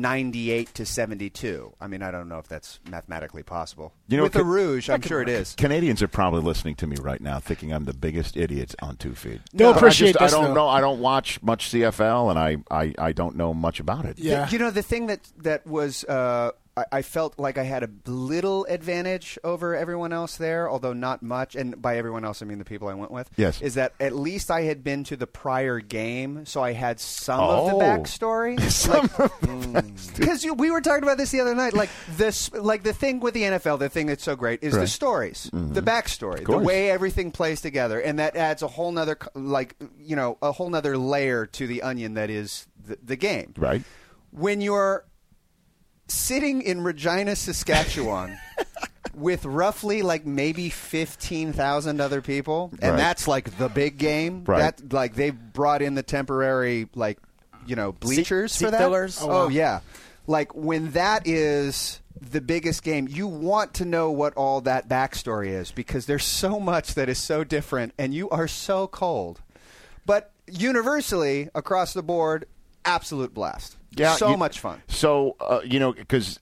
Speaker 10: 98 to 72. I mean, I don't know if that's mathematically possible.
Speaker 1: You know,
Speaker 10: With
Speaker 1: ca-
Speaker 10: the Rouge, I'm sure it is.
Speaker 1: Canadians are probably listening to me right now thinking I'm the biggest idiot on two feet.
Speaker 8: They'll
Speaker 1: But
Speaker 8: appreciate
Speaker 1: I, just,
Speaker 8: this,
Speaker 1: I don't
Speaker 8: though.
Speaker 1: know. I don't watch much CFL, and I, I, I don't know much about it.
Speaker 8: Yeah.
Speaker 10: The- you know, the thing that that was uh, I, I felt like I had a little advantage over everyone else there, although not much. And by everyone else, I mean the people I went with.
Speaker 1: Yes.
Speaker 10: is that at least I had been to the prior game, so I had some of
Speaker 1: Oh.
Speaker 10: the backstory. Because we were talking about this the other night, like this, like the thing with the NFL, the thing that's so great is the
Speaker 1: Right. Mm-hmm.
Speaker 10: stories, the backstory, the
Speaker 1: course.
Speaker 10: way everything plays together, and that adds a whole nother, c- like you know, a whole nother layer to the onion that is the, the game.
Speaker 1: Right?
Speaker 10: When you're sitting in Regina, Saskatchewan. With roughly like maybe fifteen thousand other people, and
Speaker 1: Right.
Speaker 10: that's like the big game.
Speaker 1: Right.
Speaker 10: That like they brought in the temporary like you know bleachers
Speaker 9: seat
Speaker 10: for that.
Speaker 9: fillers?
Speaker 10: Oh, yeah, like when that is the biggest game, you want to know what all that backstory is because there's so much that is so different, and you are so cold. But universally across the board, absolute blast. so
Speaker 1: you-
Speaker 10: much fun.
Speaker 1: So uh, you know, because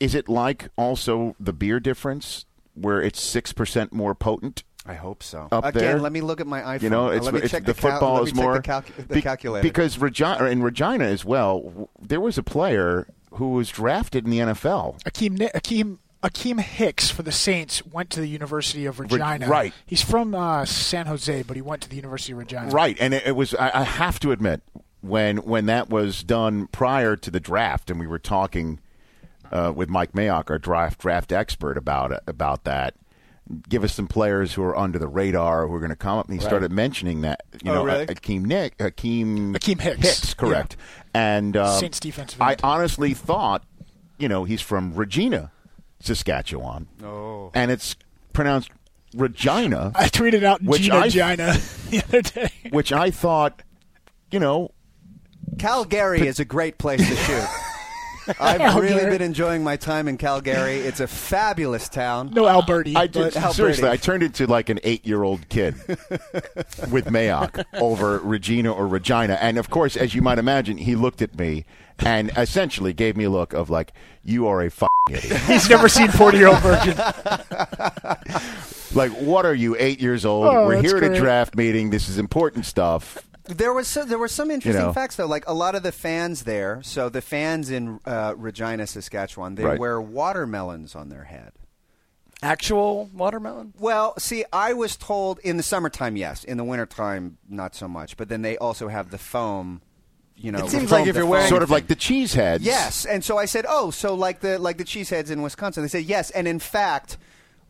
Speaker 1: is it like also the beer difference where it's six percent more potent?
Speaker 10: I hope so.
Speaker 1: Up
Speaker 10: Again,
Speaker 1: there?
Speaker 10: let me look at my iPhone. Uh,
Speaker 1: You know, it's,
Speaker 10: let me
Speaker 1: it's-
Speaker 10: check
Speaker 1: the,
Speaker 10: cal-
Speaker 1: football
Speaker 10: let me
Speaker 1: is
Speaker 10: check
Speaker 1: more
Speaker 10: the, calcu- the
Speaker 1: Be-
Speaker 10: calculator.
Speaker 1: because Regina in Regina as well. w- There was a player who was drafted in the NFL.
Speaker 8: Akeem, Ni- Akeem, Akeem Hicks for the Saints went to the University of Regina.
Speaker 1: right.
Speaker 8: He's from uh, San Jose, but he went to the University of Regina.
Speaker 1: Right, and it, it was. I, I have to admit, when when that was done prior to the draft, and we were talking uh, with Mike Mayock, our draft draft expert, about it- about that. Give us some players who are under the radar who are going to come up. And he started mentioning that you
Speaker 10: Oh,
Speaker 1: know
Speaker 10: really?
Speaker 1: Akeem Nick Akeem
Speaker 8: Akeem Hicks.
Speaker 1: correct. And um,
Speaker 8: Saints defensive
Speaker 1: I
Speaker 8: end.
Speaker 1: honestly thought, you know, he's from Regina, Saskatchewan. Oh, and it's pronounced Regina
Speaker 8: I tweeted out
Speaker 1: Which
Speaker 8: Gina
Speaker 1: I-
Speaker 8: Gina the other day.
Speaker 1: which I thought, you know,
Speaker 10: Calgary is a great place to shoot. I've really
Speaker 8: Calgary.
Speaker 10: been enjoying my time in Calgary. It's a fabulous town.
Speaker 8: No Alberti.
Speaker 1: I did
Speaker 8: but-
Speaker 1: seriously. I turned into like an eight-year-old kid with Mayock over Regina or Regina, and of course, as you might imagine, he looked at me and essentially gave me a look of like, "You are a f- idiot.
Speaker 8: He's never seen 40 year old virgin.
Speaker 1: like, what are you? Eight years old?
Speaker 8: Oh,
Speaker 1: We're
Speaker 8: that's
Speaker 1: here at a
Speaker 8: great.
Speaker 1: draft meeting. This is important stuff."
Speaker 10: There was some, there were some interesting
Speaker 1: know.
Speaker 10: facts though. Like a lot of the fans there, so the fans in uh, Regina, Saskatchewan, they
Speaker 1: Right.
Speaker 10: wear watermelons on their head.
Speaker 9: Actual watermelon?
Speaker 10: Well, see, I was told in the summertime, yes. In the wintertime, not so much. But then they also have the foam you know.
Speaker 9: It seems like if you're wearing-
Speaker 1: sort of like the cheeseheads.
Speaker 10: Yes, and so I said, "Oh, so like the like the cheeseheads in Wisconsin." They said, "Yes," and in fact,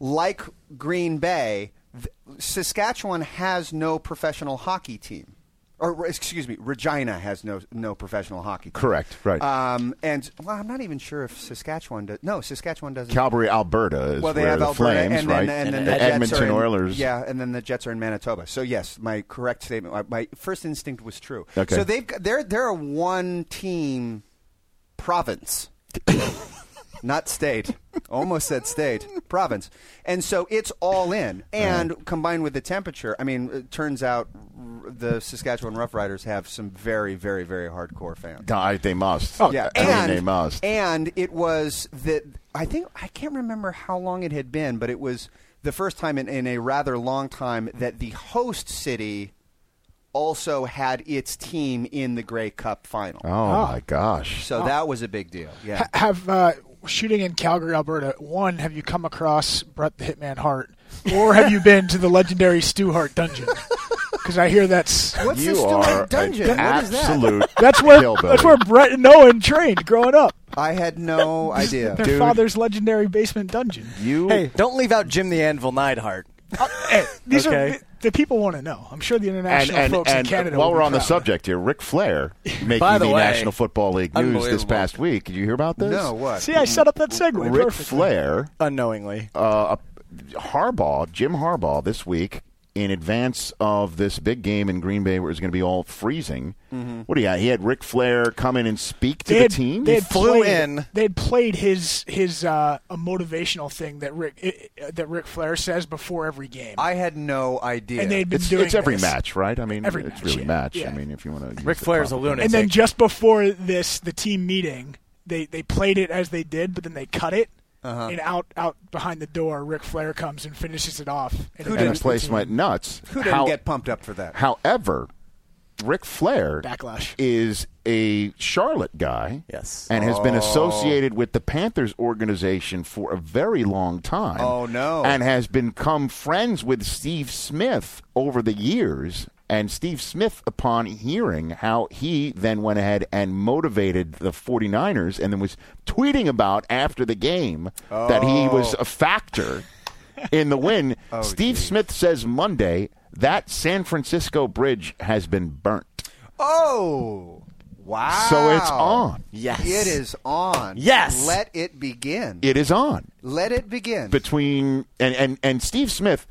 Speaker 10: like Green Bay, th- Saskatchewan has no professional hockey team, or re- excuse me, Regina has no no professional hockey. team.
Speaker 1: Correct, right.
Speaker 10: Um, and well, I'm not even sure if Saskatchewan does. No, Saskatchewan doesn't.
Speaker 1: Calgary, Alberta is
Speaker 10: well, they
Speaker 1: where
Speaker 10: have
Speaker 1: the
Speaker 10: Alberta,
Speaker 1: Flames,
Speaker 10: and then,
Speaker 1: right?
Speaker 10: and then
Speaker 1: the
Speaker 10: the Jets
Speaker 1: Edmonton
Speaker 10: are in-
Speaker 1: Oilers.
Speaker 10: Yeah, and then the Jets are in Manitoba. So yes, my correct statement, my- my first instinct was true.
Speaker 1: Okay.
Speaker 10: So they've got- they're they're a one team province, not state. Almost said state province, and so it's all
Speaker 1: Uh-huh.
Speaker 10: in. And combined with the temperature, I mean, it turns out r- the Saskatchewan Roughriders have some very, very, very hardcore fans.
Speaker 1: I- they must.
Speaker 10: Yeah,
Speaker 1: I mean,
Speaker 10: Oh, and,
Speaker 1: they must.
Speaker 10: And it was the I think I can't remember how long it had been, but it was the first time in, in a rather long time that the host city also had its team in the Grey Cup final.
Speaker 1: oh, my gosh.
Speaker 10: So that was a big deal. Yeah.
Speaker 8: Ha- have uh, shooting in Calgary, Alberta. One, have you come across Brett the Hitman Hart, or have you been to the legendary Stu Hart dungeon? Because I hear that's
Speaker 10: What's
Speaker 1: you
Speaker 10: this
Speaker 1: are
Speaker 10: Stuart dungeon?
Speaker 1: An
Speaker 10: What is that?
Speaker 1: absolute
Speaker 8: that's where
Speaker 1: hillbilly.
Speaker 8: that's where Brett and Owen trained growing up.
Speaker 10: I had no idea.
Speaker 8: Their father's legendary basement dungeon.
Speaker 1: you
Speaker 9: Hey, don't leave out Jim the Anvil Neidhart.
Speaker 8: Uh, hey, these are
Speaker 9: Okay.
Speaker 8: the, the people want to know. I'm sure the
Speaker 1: and,
Speaker 8: international
Speaker 1: and,
Speaker 8: folks
Speaker 1: and
Speaker 8: in Canada.
Speaker 1: while
Speaker 8: will
Speaker 1: we're
Speaker 8: be
Speaker 1: on the
Speaker 8: proud.
Speaker 1: subject here, Ric Flair making
Speaker 9: By
Speaker 1: the,
Speaker 9: the way,
Speaker 1: National Football League news this
Speaker 9: unbelievable.
Speaker 1: past week. Did you hear about this?
Speaker 10: No, what?
Speaker 8: See, I set up that segue.
Speaker 1: Ric
Speaker 8: perfectly.
Speaker 1: Flair,
Speaker 9: Unknowingly.
Speaker 1: uh, Harbaugh, Jim Harbaugh, this week in advance of this big game in Green Bay, where it's going to be all freezing. What do you got? He had Ric Flair come in and speak to
Speaker 8: They
Speaker 1: the
Speaker 8: had,
Speaker 1: team.
Speaker 8: They had
Speaker 9: flew
Speaker 8: played,
Speaker 9: in.
Speaker 8: They had played his his uh, a motivational thing that Rick uh, that Ric Flair says before every game.
Speaker 10: I had no idea.
Speaker 8: and they'd been
Speaker 1: it's,
Speaker 8: doing
Speaker 1: it's every
Speaker 8: this.
Speaker 1: match, right? I mean,
Speaker 8: Every
Speaker 1: it's
Speaker 8: match,
Speaker 1: really
Speaker 8: yeah.
Speaker 1: match.
Speaker 8: Yeah.
Speaker 1: I mean, if you want to.
Speaker 9: Ric Flair's a lunatic.
Speaker 8: And then just before this, the team meeting, they they played it as they did, but then they cut it.
Speaker 1: Uh-huh.
Speaker 8: And out out behind the door, Ric Flair comes and finishes it off. And
Speaker 1: And
Speaker 8: it
Speaker 1: the place went nuts.
Speaker 10: Who didn't
Speaker 1: How-
Speaker 10: get pumped up for that?
Speaker 1: However, Ric Flair
Speaker 8: Backlash.
Speaker 1: is a Charlotte guy.
Speaker 9: Yes.
Speaker 1: And has been associated with the Panthers organization for a very long time.
Speaker 10: Oh, no.
Speaker 1: And has become friends with Steve Smith over the years. And Steve Smith, upon hearing how he then went ahead and motivated the 49ers and then was tweeting about after the game that he
Speaker 10: Oh.
Speaker 1: was a factor in the win. Steve
Speaker 10: Oh,
Speaker 1: Smith says Monday that San Francisco bridge has been burnt.
Speaker 10: Oh. Wow.
Speaker 1: So it's on.
Speaker 9: Yes.
Speaker 10: It is on.
Speaker 9: Yes.
Speaker 10: Let it begin.
Speaker 1: It is on.
Speaker 10: Let it begin.
Speaker 1: Between and, and, and Steve Smith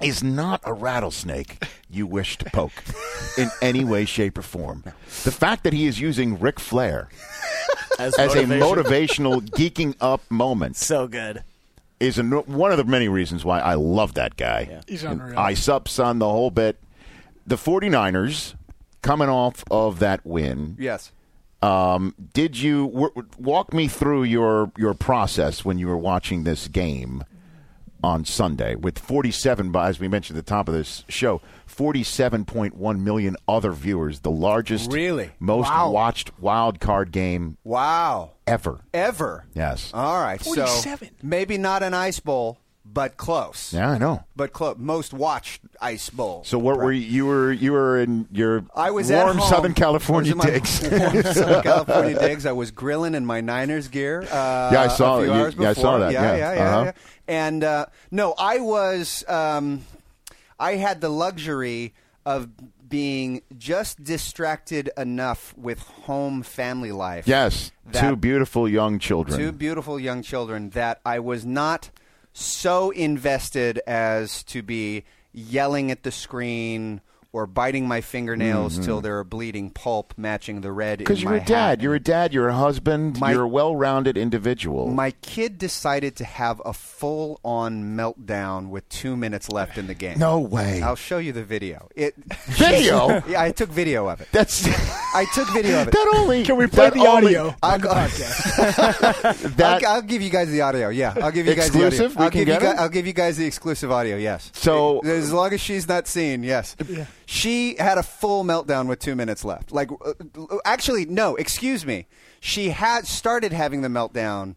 Speaker 1: is not a rattlesnake you wish to poke in any way, shape, or form. The fact that he is using Ric Flair as a motivational geeking up moment
Speaker 9: So good.
Speaker 1: is an, one of the many reasons why I love that guy.
Speaker 8: He's unreal.
Speaker 1: I sub son the whole bit. The 49ers coming off of that win.
Speaker 10: yes.
Speaker 1: Um, did you w- w- walk me through your your process when you were watching this game on Sunday with 47 by as we mentioned at the top of this show 47.1 million other viewers the largest
Speaker 10: Really?
Speaker 1: most
Speaker 10: Wow.
Speaker 1: watched wild card game
Speaker 10: Wow.
Speaker 1: ever
Speaker 10: Ever.
Speaker 1: yes
Speaker 10: All right. So
Speaker 8: 47.
Speaker 10: maybe not an ice bowl, but close.
Speaker 1: yeah I know
Speaker 10: But close. Most watched ice bowl.
Speaker 1: so what were you, you were you were in your
Speaker 10: I was at
Speaker 1: warm
Speaker 10: home.
Speaker 1: Southern California
Speaker 10: I was in my
Speaker 1: digs
Speaker 10: warm Southern California digs. I was grilling in my Niners gear. Uh,
Speaker 1: Yeah, I saw
Speaker 10: a few
Speaker 1: it. You-
Speaker 10: hours
Speaker 1: yeah, I saw
Speaker 10: before.
Speaker 1: that.
Speaker 10: Yeah,
Speaker 1: Yeah.
Speaker 10: yeah, yeah,
Speaker 1: Uh-huh.
Speaker 10: yeah. And uh, no, I was. Um, I had the luxury of being just distracted enough with home family life.
Speaker 1: yes
Speaker 10: That-
Speaker 1: two beautiful young children
Speaker 10: Two beautiful young children that I was not so invested as to be yelling at the screen or biting my fingernails till they're a bleeding pulp matching the red.
Speaker 1: Because
Speaker 10: Because
Speaker 1: Mm-hmm. you're a dad, you're a dad, you're a husband,
Speaker 10: My-
Speaker 1: you're a well-rounded individual.
Speaker 10: My kid decided to have a full on meltdown with two minutes left in the game.
Speaker 1: No way.
Speaker 10: I'll show you the video. It
Speaker 1: Video?
Speaker 10: yeah, I took video of it.
Speaker 1: That's
Speaker 10: I took video of it.
Speaker 1: that only.
Speaker 8: Can we play
Speaker 1: that
Speaker 8: the
Speaker 1: only-
Speaker 8: audio?
Speaker 10: I'll, go-
Speaker 1: That
Speaker 10: I'll, I'll give you guys the audio. Yeah, I'll give you guys the audio.
Speaker 1: Exclusive? We
Speaker 10: I'll
Speaker 1: can
Speaker 10: give you
Speaker 1: get
Speaker 10: guy-
Speaker 1: it?
Speaker 10: I'll give you guys the exclusive audio. Yes.
Speaker 1: So-
Speaker 10: It- as long as she's not seen, yes. She had a full meltdown with two minutes left. Like, uh, uh, actually, no. Excuse me. She had started having the meltdown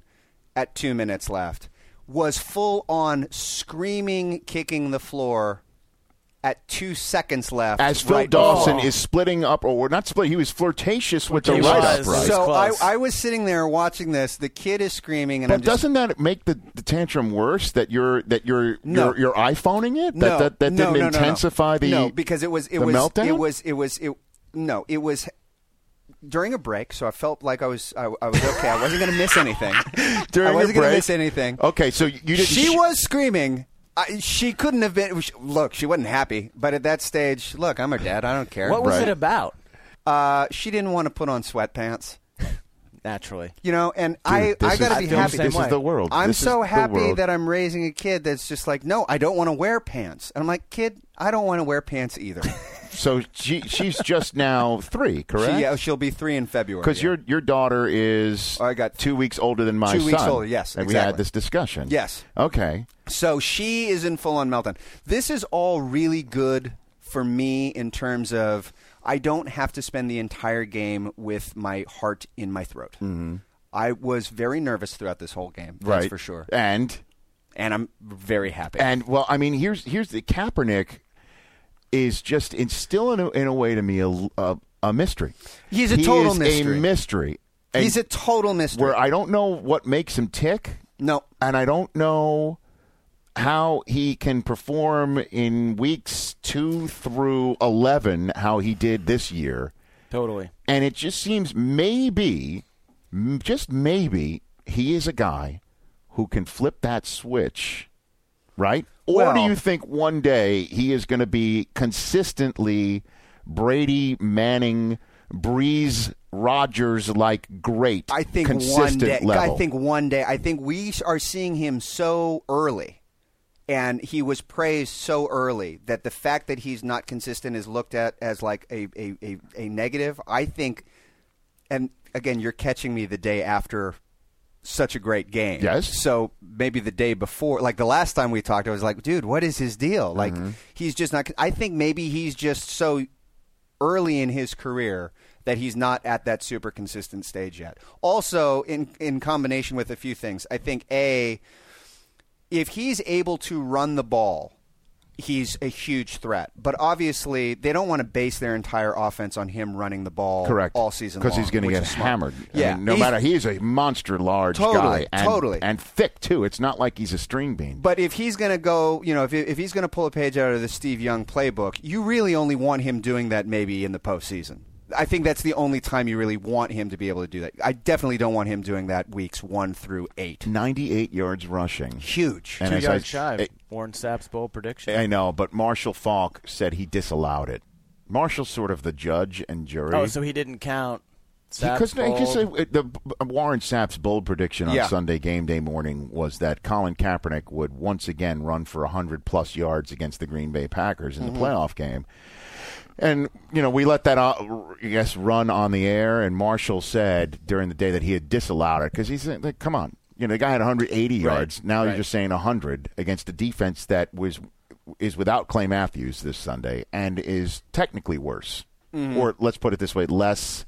Speaker 10: at two minutes left. Was full on screaming, kicking the floor at two seconds left.
Speaker 1: As Phil
Speaker 10: right Oh.
Speaker 1: Dawson
Speaker 10: before-
Speaker 1: is splitting up, or not splitting, he was flirtatious with the
Speaker 9: He
Speaker 1: right up,
Speaker 9: was.
Speaker 1: right?
Speaker 9: So-
Speaker 10: So I,
Speaker 9: Close.
Speaker 10: I was sitting there watching this. The kid is screaming, and
Speaker 1: but
Speaker 10: I'm just
Speaker 1: doesn't that make the, the tantrum worse that you're that you're
Speaker 10: No.
Speaker 1: you're, you're iPhoning it? That
Speaker 10: no,
Speaker 1: that, that
Speaker 10: no,
Speaker 1: didn't
Speaker 10: no, no, no.
Speaker 1: intensify the
Speaker 10: no because it was it
Speaker 1: the
Speaker 10: was
Speaker 1: meltdown?
Speaker 10: it was it was it no it was during a break. So I felt like I was I, I was okay. I wasn't going to miss anything.
Speaker 1: during
Speaker 10: I wasn't
Speaker 1: your
Speaker 10: gonna
Speaker 1: break.
Speaker 10: miss anything.
Speaker 1: Okay, so you didn't.
Speaker 10: she
Speaker 1: sh-
Speaker 10: was screaming. I, she couldn't have been. she- Look, she wasn't happy. But at that stage, look, I'm her dad. I don't care.
Speaker 9: What was
Speaker 1: Right.
Speaker 9: it about?
Speaker 10: Uh, she didn't want to put on sweatpants.
Speaker 9: Naturally.
Speaker 10: You know, and I,
Speaker 1: Dude, this
Speaker 10: I
Speaker 1: is-
Speaker 10: got
Speaker 1: I
Speaker 10: to be
Speaker 1: feel the
Speaker 10: happy.
Speaker 1: same This is way. the world.
Speaker 10: I'm
Speaker 1: This is
Speaker 10: so
Speaker 1: the
Speaker 10: happy
Speaker 1: world.
Speaker 10: that I'm raising a kid that's just like, no, I don't want to wear pants. And I'm like, kid, I don't want to wear pants either.
Speaker 1: So she she's just now three, correct?
Speaker 10: she, yeah, she'll be three in February.
Speaker 1: Because
Speaker 10: yeah. Oh,
Speaker 1: your your daughter is
Speaker 10: I got
Speaker 1: two weeks older than my
Speaker 10: two
Speaker 1: son.
Speaker 10: weeks older, yes,
Speaker 1: and we had
Speaker 10: exactly.
Speaker 1: this discussion.
Speaker 10: Yes.
Speaker 1: Okay.
Speaker 10: So she is in full on meltdown. This is all really good for me in terms of I don't have to spend the entire game with my heart in my throat. Mm-hmm. I was very nervous throughout this whole game, that's
Speaker 1: right.
Speaker 10: for sure.
Speaker 1: And
Speaker 10: And I'm very happy.
Speaker 1: and well, I mean, here's here's the Kaepernick is just instilling in a, in a way to me a, a, a mystery.
Speaker 10: He's a
Speaker 1: He
Speaker 10: total
Speaker 1: is
Speaker 10: mystery.
Speaker 1: A mystery. And
Speaker 10: He's a total mystery.
Speaker 1: where I don't know what makes him tick.
Speaker 10: No.
Speaker 1: and I don't know how he can perform in weeks two through eleven how he did this year.
Speaker 9: Totally.
Speaker 1: And it just seems maybe, m- just maybe, he is a guy who can flip that switch, right? Or do
Speaker 10: Well-
Speaker 1: you think one day he is going to be consistently Brady Manning, Breeze Rogers like great?
Speaker 10: I think one
Speaker 1: consistent
Speaker 10: day.
Speaker 1: Level?
Speaker 10: I think one day. I think we are seeing him so early, and he was praised so early that the fact that he's not consistent is looked at as like a a, a, a negative. I think, and again, you're catching me the day after such a great game.
Speaker 1: Yes.
Speaker 10: So maybe the day before, like the last time we talked, I was like, dude, what is his deal? Like he's just not. I think maybe he's just so early in his career that he's not at that super consistent stage yet. Also, in in combination with a few things, I think a if he's able to run the ball, he's a huge threat. But obviously, they don't want to base their entire offense on him running the ball
Speaker 1: Correct.
Speaker 10: all season
Speaker 1: because he's
Speaker 10: going to
Speaker 1: get hammered. I
Speaker 10: Yeah,
Speaker 1: mean, no
Speaker 10: He's-
Speaker 1: matter he is a monster large
Speaker 10: Totally,
Speaker 1: guy, and,
Speaker 10: totally.
Speaker 1: and thick too. It's not like he's a string bean.
Speaker 10: But if he's going to go, you know, if, if he's going to pull a page out of the Steve Young playbook, you really only want him doing that maybe in the postseason. I think that's the only time you really want him to be able to do that. I definitely don't want him doing that weeks one through eight.
Speaker 1: Mm. Ninety-eight yards rushing.
Speaker 10: Huge.
Speaker 1: And
Speaker 9: Two
Speaker 1: as
Speaker 9: yards
Speaker 1: I-
Speaker 9: shy of
Speaker 1: I-
Speaker 9: Warren Sapp's bowl prediction.
Speaker 1: I know, but Marshall Falk said he disallowed it. Marshall's sort of the judge and jury.
Speaker 9: oh, so he didn't count.
Speaker 1: Because
Speaker 9: Sapp's bowl.
Speaker 1: the uh, Warren Sapp's bold prediction on
Speaker 10: Yeah.
Speaker 1: Sunday game day morning was that Colin Kaepernick would once again run for 100 plus yards against the Green Bay Packers in
Speaker 9: Mm-hmm.
Speaker 1: the playoff game. And, you know, we let that, uh, r- I guess, run on the air. And Marshall said during the day that he had disallowed it because he said, like, come on. You know, the guy had 180 yards. Now you're just saying 100 against a defense that was is without Clay Matthews this Sunday and is technically worse. Or let's put it this way less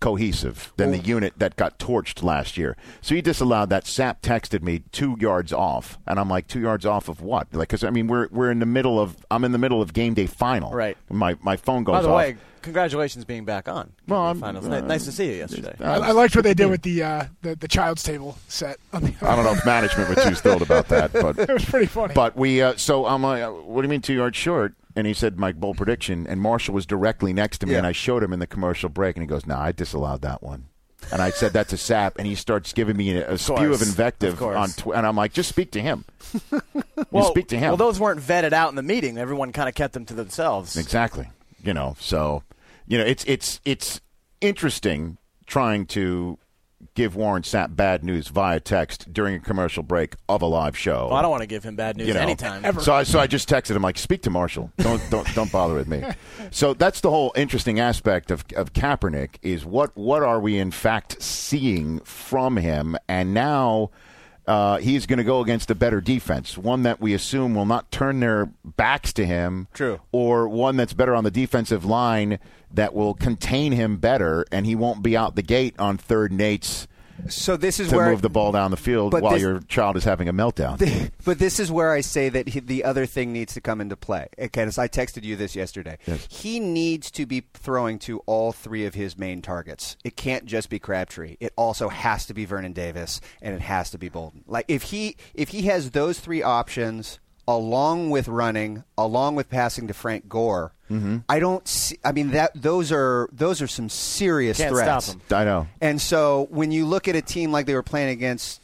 Speaker 1: cohesive than the unit that got torched last year. So he disallowed that. Sap texted me two yards off, and I'm like, two yards off of what? Like, because I mean, we're we're in the middle of I'm in the middle of game day final.
Speaker 9: Right.
Speaker 1: My my phone goes
Speaker 9: By the
Speaker 1: off.
Speaker 9: way, congratulations being back on.
Speaker 1: Well, I'm-
Speaker 9: Finals. Ni-
Speaker 1: uh,
Speaker 9: nice to see you yesterday.
Speaker 1: Uh,
Speaker 8: I, I liked what they did with the uh, the, the child's table set. I mean,
Speaker 1: I don't know if management was too thrilled about that, but
Speaker 8: it was pretty funny.
Speaker 1: But we, uh, so I'm like, what do you mean two yards short? And he said, my bold prediction. And Marshall was directly next to me,
Speaker 10: Yeah.
Speaker 1: and I showed him in the commercial break, and he goes, nah, I disallowed that one. And I said that to Sap, and he starts giving me a, a spew of
Speaker 9: course.
Speaker 1: invective
Speaker 9: Of course.
Speaker 1: on Twitter. And I'm like, just speak to him.
Speaker 9: well,
Speaker 1: you speak to him.
Speaker 9: Well, those weren't vetted out in the meeting. Everyone kind of kept them to themselves.
Speaker 1: Exactly. You know, so you know, it's it's it's interesting trying to give Warren Sapp bad news via text during a commercial break of a live show.
Speaker 9: Well, I don't want to give him bad news
Speaker 1: you know,
Speaker 9: anytime.
Speaker 1: So I so I just texted him like, speak to Marshall. Don't don't don't bother with me. So that's the whole interesting aspect of of Kaepernick is what what are we in fact seeing from him, and now. Uh, he's going to go against a better defense, one that we assume will not turn their backs to him,
Speaker 10: True.
Speaker 1: or one that's better on the defensive line that will contain him better, and he won't be out the gate on third and eights
Speaker 10: So this is
Speaker 1: to
Speaker 10: where
Speaker 1: move the ball down the field
Speaker 10: But
Speaker 1: while
Speaker 10: this-
Speaker 1: your child is having a meltdown.
Speaker 10: but this is where I say that he, the other thing needs to come into play. Kenneth, I texted you this yesterday. He needs to be throwing to all three of his main targets. It can't just be Crabtree. It also has to be Vernon Davis, and it has to be Bolden. Like if he if he has those three options along with running, along with passing to Frank Gore, I don't. See, I mean that those are those are some serious
Speaker 9: Can't stop
Speaker 10: threats.
Speaker 9: him.
Speaker 1: I know.
Speaker 10: And so when you look at a team like they were playing against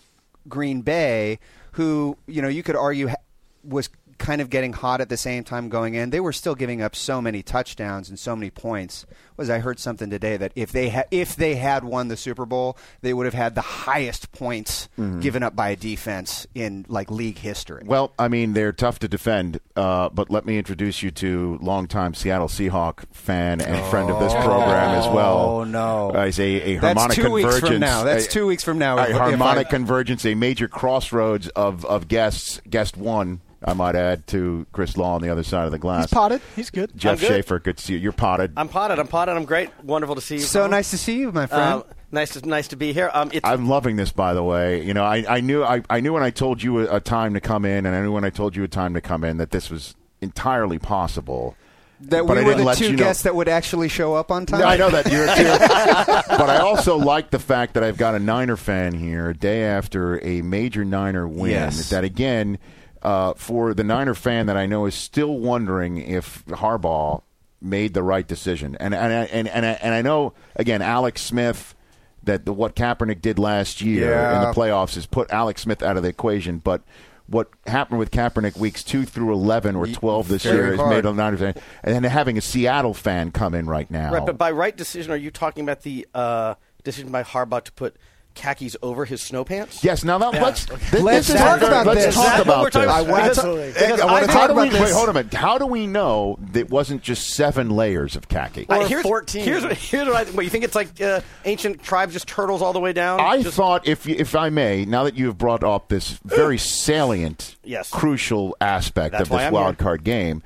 Speaker 10: Green Bay, who, you know, you could argue ha- was kind of getting hot at the same time going in, they were still giving up so many touchdowns and so many points. Was I heard something today that if they ha- if they had won the Super Bowl, they would have had the highest points
Speaker 1: Mm-hmm.
Speaker 10: given up by a defense in like league history.
Speaker 1: Well, I mean, they're tough to defend, uh, but let me introduce you to longtime Seattle Seahawk fan and friend of this program as well.
Speaker 10: Oh, no.
Speaker 1: Uh, he's a, a
Speaker 10: That's
Speaker 1: harmonic
Speaker 10: two weeks
Speaker 1: convergence.
Speaker 10: from now. That's
Speaker 1: a-
Speaker 10: two weeks from now
Speaker 1: A
Speaker 10: if- if
Speaker 1: harmonic
Speaker 10: I-
Speaker 1: convergence, a major crossroads of, of guests. Guest one, I might add, to Chris Law on the other side of the glass.
Speaker 8: He's potted. He's good.
Speaker 1: Jeff
Speaker 11: I'm good.
Speaker 1: Schaefer, good to see you. You're potted.
Speaker 11: I'm potted. I'm potted. I'm great. Wonderful to see you.
Speaker 10: So
Speaker 11: Paul.
Speaker 10: nice to see you, my friend.
Speaker 11: Um, nice to nice to be here. Um, it's
Speaker 1: I'm loving this, by the way. You know, I, I knew I, I knew when I told you a, a time to come in, and I knew when I told you a time to come in that this was entirely possible.
Speaker 10: that
Speaker 1: but I
Speaker 10: we were
Speaker 1: didn't
Speaker 10: the
Speaker 1: let
Speaker 10: two
Speaker 1: you know-
Speaker 10: guests that would actually show up on time.
Speaker 1: No, I know that you're, you're- but I also like the fact that I've got a Niner fan here a day after a major Niner win.
Speaker 10: Yes.
Speaker 1: That again, uh, for the Niner fan that I know is still wondering if Harbaugh made the right decision, and and I- and and I, and I know again Alex Smith. That the, what Kaepernick did last year in the playoffs is put Alex Smith out of the equation, but what happened with Kaepernick weeks two through eleven or twelve this
Speaker 10: Very
Speaker 1: year is
Speaker 10: hard.
Speaker 1: made a Niners fan, and then having a Seattle fan come in right now.
Speaker 11: right, but by right decision, are you talking about the uh, decision by Harbaugh to put khakis over his snow pants?
Speaker 1: Yes. Now that, let's this,
Speaker 10: Let's
Speaker 1: this is
Speaker 10: talk
Speaker 1: our-
Speaker 10: about
Speaker 1: let's
Speaker 10: this.
Speaker 1: talk
Speaker 11: Is that what
Speaker 1: about
Speaker 11: we're
Speaker 1: this.
Speaker 11: talking about? I want-
Speaker 1: Because-
Speaker 11: Absolutely.
Speaker 1: because
Speaker 11: I
Speaker 1: how
Speaker 11: wanna talk
Speaker 1: do we-
Speaker 11: about this.
Speaker 1: Wait, hold a minute. How do we know that wasn't just seven layers of khaki?
Speaker 11: I-
Speaker 1: I,
Speaker 11: here's,
Speaker 9: 14.
Speaker 11: Here's what, here's what I what, you think it's like uh, ancient tribes just turtles all the way down? Just-
Speaker 1: thought, if you, if I may, now that you have brought up this very salient,
Speaker 11: Yes.
Speaker 1: crucial aspect
Speaker 11: That's
Speaker 1: of
Speaker 11: why
Speaker 1: this
Speaker 11: I'm
Speaker 1: wild
Speaker 11: here.
Speaker 1: card game.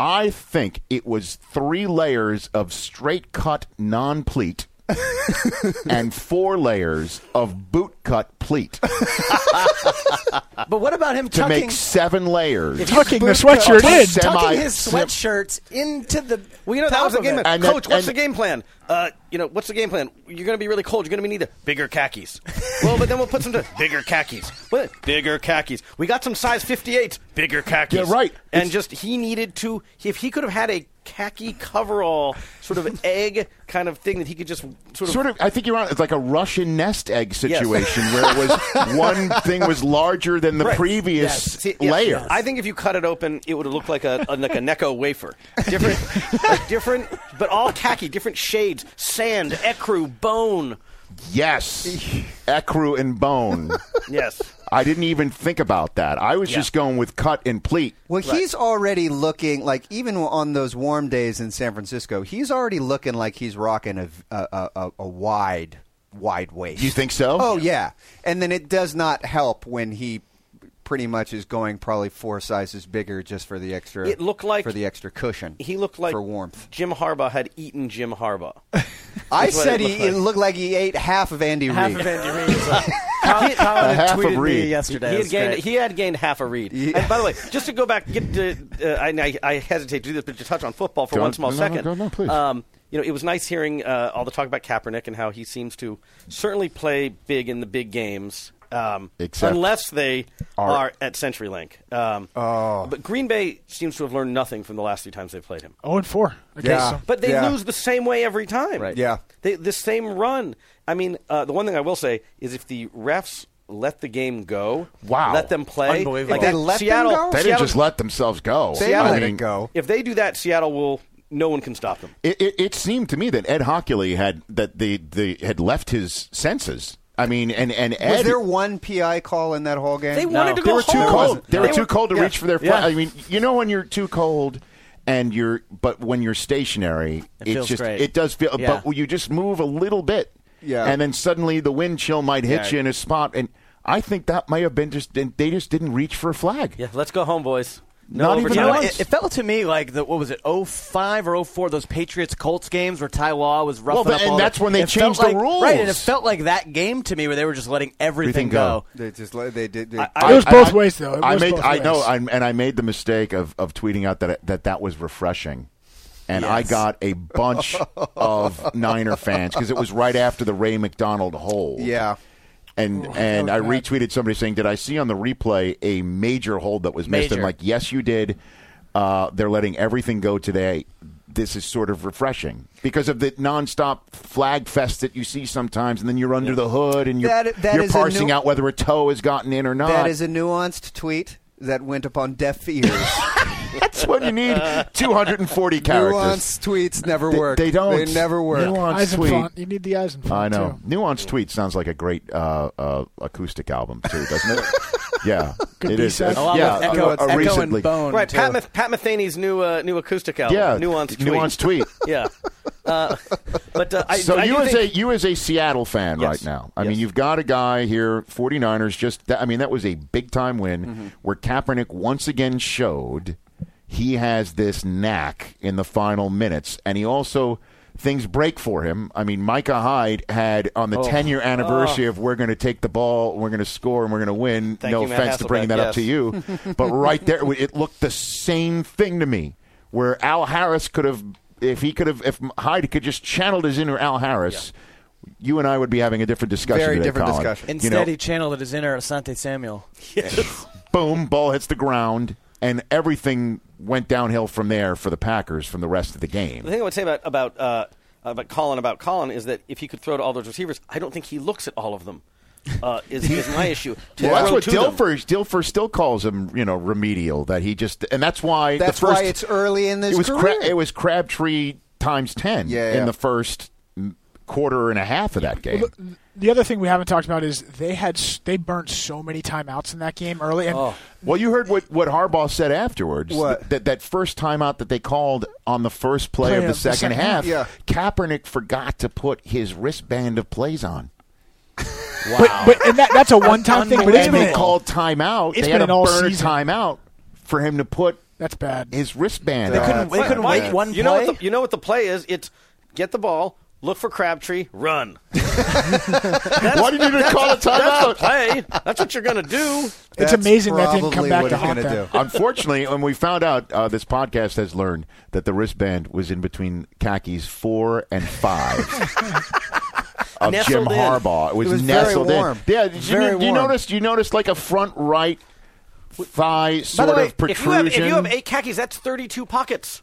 Speaker 1: I think it was three layers of straight cut non pleat and four layers of boot cut pleat
Speaker 9: But what about him
Speaker 1: to
Speaker 9: tucking,
Speaker 1: make seven layers.
Speaker 8: Tucking the sweatshirt in.
Speaker 1: Semi-
Speaker 9: tucking his
Speaker 1: semi-
Speaker 9: sweatshirts into the?
Speaker 11: Well, you know that was the
Speaker 9: top of
Speaker 11: game.
Speaker 9: it?
Speaker 1: And
Speaker 11: Coach,
Speaker 1: that-
Speaker 11: what's
Speaker 1: and-
Speaker 11: the game plan? Uh, you know, what's the game plan? You're going to be really cold. You're going to need the bigger khakis. well, but then we'll put some bigger khakis. What? Bigger khakis. We got some size 58s. Bigger khakis.
Speaker 1: Yeah, right.
Speaker 11: And
Speaker 1: It's-
Speaker 11: just he needed to. If he could have had a khaki coverall, sort of egg kind of thing that he could just sort of.
Speaker 1: sort of i think you're on it's like a russian nest egg situation where it was one thing was larger than the
Speaker 11: Right.
Speaker 1: previous
Speaker 11: Yes. See, yeah,
Speaker 1: layer
Speaker 11: I think if you cut it open, it would have looked like a, a- like a Necco wafer. Different, like different, but all khaki, different shades, sand, ecru, bone.
Speaker 1: yes ecru and bone
Speaker 11: Yes.
Speaker 1: i didn't even think about that i was
Speaker 11: Yeah.
Speaker 1: just going with cut and pleat
Speaker 10: Well, he's already looking like even on those warm days in San Francisco, he's already looking like he's rocking a a, a- a, a wide wide waist.
Speaker 1: You think so?
Speaker 10: Oh yeah, and then it does not help when he pretty much is going probably four sizes bigger just for the extra.
Speaker 11: It looked like-
Speaker 10: for the extra cushion.
Speaker 11: He looked like
Speaker 10: for warmth.
Speaker 11: Jim Harbaugh had eaten Jim Harbaugh.
Speaker 10: I
Speaker 11: what
Speaker 10: said
Speaker 11: it
Speaker 10: he
Speaker 11: looked like.
Speaker 10: it looked like he ate half of Andy
Speaker 9: Half
Speaker 10: Reid.
Speaker 9: of Andy Reid. is like- Colin, Colin
Speaker 1: half of
Speaker 9: tweeted
Speaker 1: Reid.
Speaker 9: me yesterday.
Speaker 11: He
Speaker 9: It
Speaker 11: had
Speaker 9: was
Speaker 11: gained.
Speaker 9: great.
Speaker 11: He had gained half a read. And by the way, just to go back, get to, uh, I, I- I hesitate to do this, but to touch on football for
Speaker 1: Don't-
Speaker 11: one small
Speaker 1: no, no,
Speaker 11: second.
Speaker 1: no, no, please.
Speaker 11: Um, you know, it was nice hearing uh, all the talk about Kaepernick and how he seems to certainly play big in the big games. Um,
Speaker 1: Except-
Speaker 11: unless they
Speaker 1: Are-
Speaker 11: are, at CenturyLink. Um, oh. But Green Bay seems to have learned nothing from the last three times they've played him.
Speaker 8: Oh and four.
Speaker 10: Yeah.
Speaker 8: Against
Speaker 11: But they
Speaker 10: Yeah.
Speaker 11: lose the same way every time.
Speaker 10: Right. Yeah.
Speaker 11: They, the same run. I mean, uh, the one thing I will say is if the refs let the game go,
Speaker 1: Wow.
Speaker 11: let them play.
Speaker 9: Unbelievable.
Speaker 11: Like
Speaker 10: They
Speaker 11: that,
Speaker 10: let them
Speaker 11: Seattle,
Speaker 10: go?
Speaker 1: they didn't
Speaker 11: Seattle-
Speaker 1: just let themselves go
Speaker 10: They
Speaker 1: I
Speaker 10: let
Speaker 1: mean,
Speaker 10: it go.
Speaker 11: If they do that, Seattle will. No one can stop them.
Speaker 1: It, it, it seemed to me that Ed Hockley had that the, the had left his senses. I mean, and and Ed
Speaker 10: Was there one PI call in that whole game?
Speaker 11: They wanted to
Speaker 1: they
Speaker 11: go
Speaker 1: were too
Speaker 11: home.
Speaker 1: cold. They were
Speaker 11: They
Speaker 1: too
Speaker 11: were-
Speaker 1: cold to
Speaker 11: yeah.
Speaker 1: reach for their. Flag.
Speaker 11: Yeah.
Speaker 1: I mean, you know when you're too cold and you're, but when you're stationary, it,
Speaker 9: feels
Speaker 1: just
Speaker 9: great.
Speaker 1: it does feel.
Speaker 9: Yeah.
Speaker 1: But you just move a little bit,
Speaker 10: Yeah.
Speaker 1: and then suddenly the wind chill might hit
Speaker 11: Yeah.
Speaker 1: you in a spot, and I think that may have been just they just didn't reach for a flag.
Speaker 11: Yeah, let's go home, boys.
Speaker 1: Not even
Speaker 9: You know what?
Speaker 1: once.
Speaker 9: It, it felt to me like the what was it, 05 or 04, those Patriots Colts games where Ty Law was roughing
Speaker 1: Well, but-
Speaker 9: up
Speaker 1: and
Speaker 9: all
Speaker 1: that's when they
Speaker 9: it felt
Speaker 1: changed the
Speaker 9: like- right? And it
Speaker 1: rules.
Speaker 9: felt like that game to me where they were just letting everything, go.
Speaker 10: They just let- they did. They,
Speaker 1: I- I- I- I
Speaker 9: was
Speaker 1: made,
Speaker 9: both
Speaker 1: I know,
Speaker 9: ways.
Speaker 1: I, and I made the mistake of, of tweeting out that that that was refreshing, and I
Speaker 10: Yes.
Speaker 1: got a bunch of Niner fans because it was right after the Ray McDonald hold.
Speaker 10: Yeah. Oh,
Speaker 1: And and I retweeted somebody saying, "Did I see on the replay a major hold that was missed?" And
Speaker 9: Major.
Speaker 1: like, yes, you did. Uh, they're letting everything go today. This is sort of refreshing because of the nonstop flag fest that you see sometimes, and then you're under the hood and you're,
Speaker 10: That- that
Speaker 1: you're
Speaker 10: is a
Speaker 1: parsing
Speaker 10: new-
Speaker 1: out whether a toe has gotten in or not.
Speaker 10: That is a nuanced tweet that went upon deaf ears.
Speaker 1: That's what you need. 240 characters.
Speaker 10: Nuanced tweets never
Speaker 1: They-
Speaker 10: work.
Speaker 1: They don't.
Speaker 10: They never work.
Speaker 1: Nuanced
Speaker 8: Eisenfont.
Speaker 1: tweet.
Speaker 8: You need the Eisenfont.
Speaker 1: I know. Nuanced tweet sounds like a great uh, uh, acoustic album too, doesn't it? yeah,
Speaker 11: Good
Speaker 1: it is.
Speaker 11: B-side.
Speaker 1: It's-
Speaker 11: Along
Speaker 1: yeah,
Speaker 11: with Echo-
Speaker 1: uh,
Speaker 11: Echo and
Speaker 1: recently.
Speaker 11: right, Pat, Meth- Pat Metheny's new uh, new acoustic album.
Speaker 1: Yeah,
Speaker 11: nuanced tweet.
Speaker 1: nuanced tweet.
Speaker 11: yeah, uh, but uh, I,
Speaker 1: so
Speaker 11: I
Speaker 1: you
Speaker 11: do
Speaker 1: as
Speaker 11: think,
Speaker 1: a you as a Seattle fan right now. I mean, you've got a guy here, 49ers. Just that, I mean, that was a big time win
Speaker 11: Mm-hmm.
Speaker 1: where Kaepernick once again showed he has this knack in the final minutes, and he also things break for him. I mean, Micah Hyde had on the
Speaker 12: Oh.
Speaker 1: 10 year anniversary of we're going to take the ball, we're going to score, and we're going to win.
Speaker 12: Thank
Speaker 1: no
Speaker 12: you, Matt
Speaker 1: offense to
Speaker 12: Hasselbeck,
Speaker 1: bringing that up to
Speaker 12: yes.
Speaker 1: you, but right there, it looked the same thing to me. Where Al Harris could have, if he could have, if Hyde could just channeled his inner Al Harris, you and I would be having a different discussion.
Speaker 10: Very
Speaker 1: today,
Speaker 10: different
Speaker 1: Colin.
Speaker 10: discussion.
Speaker 1: You
Speaker 9: Instead,
Speaker 1: know,
Speaker 9: he channeled his inner Asante Samuel.
Speaker 1: boom, ball hits the ground, and everything went downhill from there for the Packers from the rest of the game.
Speaker 11: the thing I would say about about uh, about Colin about Colin is that if he could throw to all those receivers, I don't think he looks at all of them. Uh, is, is my issue. To
Speaker 1: Well, that's
Speaker 11: throw
Speaker 1: what
Speaker 11: to them-
Speaker 1: Dilfer Dilfer still calls him, you know, remedial. That he just, and that's why
Speaker 10: That's
Speaker 1: the first,
Speaker 10: why it's early in this
Speaker 1: It was
Speaker 10: career.
Speaker 1: it was Crabtree times ten
Speaker 10: Yeah,
Speaker 1: in
Speaker 10: yeah.
Speaker 1: the first mm, quarter and a half of that game.
Speaker 8: Well, the, the other thing we haven't talked about is they had s- they burnt so many timeouts in that game early,
Speaker 1: Oh,
Speaker 8: and
Speaker 1: Well, you heard what, what Harbaugh said afterwards.
Speaker 8: What?
Speaker 1: That that first timeout that they called on the first play,
Speaker 8: Play
Speaker 1: of the
Speaker 8: of the
Speaker 1: second,
Speaker 8: second
Speaker 1: half,
Speaker 8: half, yeah.
Speaker 1: Kaepernick forgot to put his wristband of plays on. Wow.
Speaker 8: but, but and that, that's a one time thing. But it's been
Speaker 1: they called timeout.
Speaker 8: It's
Speaker 1: they had
Speaker 8: been an
Speaker 1: a
Speaker 8: all
Speaker 1: burner
Speaker 8: season.
Speaker 1: timeout for him to put
Speaker 8: that's bad.
Speaker 1: his wristband.
Speaker 11: They
Speaker 1: on.
Speaker 11: couldn't. They couldn't
Speaker 1: Why-
Speaker 11: wait one. You know what? The, you know what the play is? It's get the ball, look for Crabtree, run.
Speaker 1: Why did you even call a
Speaker 11: That's the
Speaker 1: timeout?
Speaker 11: play. That's what you're gonna do.
Speaker 8: It's amazing that didn't come back to haunt them.
Speaker 1: Unfortunately, when we found out, uh, this podcast has learned that the wristband was in between khakis four and five of
Speaker 11: Nestled
Speaker 1: Jim
Speaker 11: in.
Speaker 1: Harbaugh. It was,
Speaker 11: It was very
Speaker 1: nestled
Speaker 11: warm.
Speaker 1: in. Yeah, did you,
Speaker 11: Very
Speaker 1: do you
Speaker 11: warm.
Speaker 1: notice? You noticed like a front right thigh
Speaker 11: By
Speaker 1: sort
Speaker 11: the way,
Speaker 1: of protrusion.
Speaker 11: If you, have, if you have eight khakis, that's 32 pockets.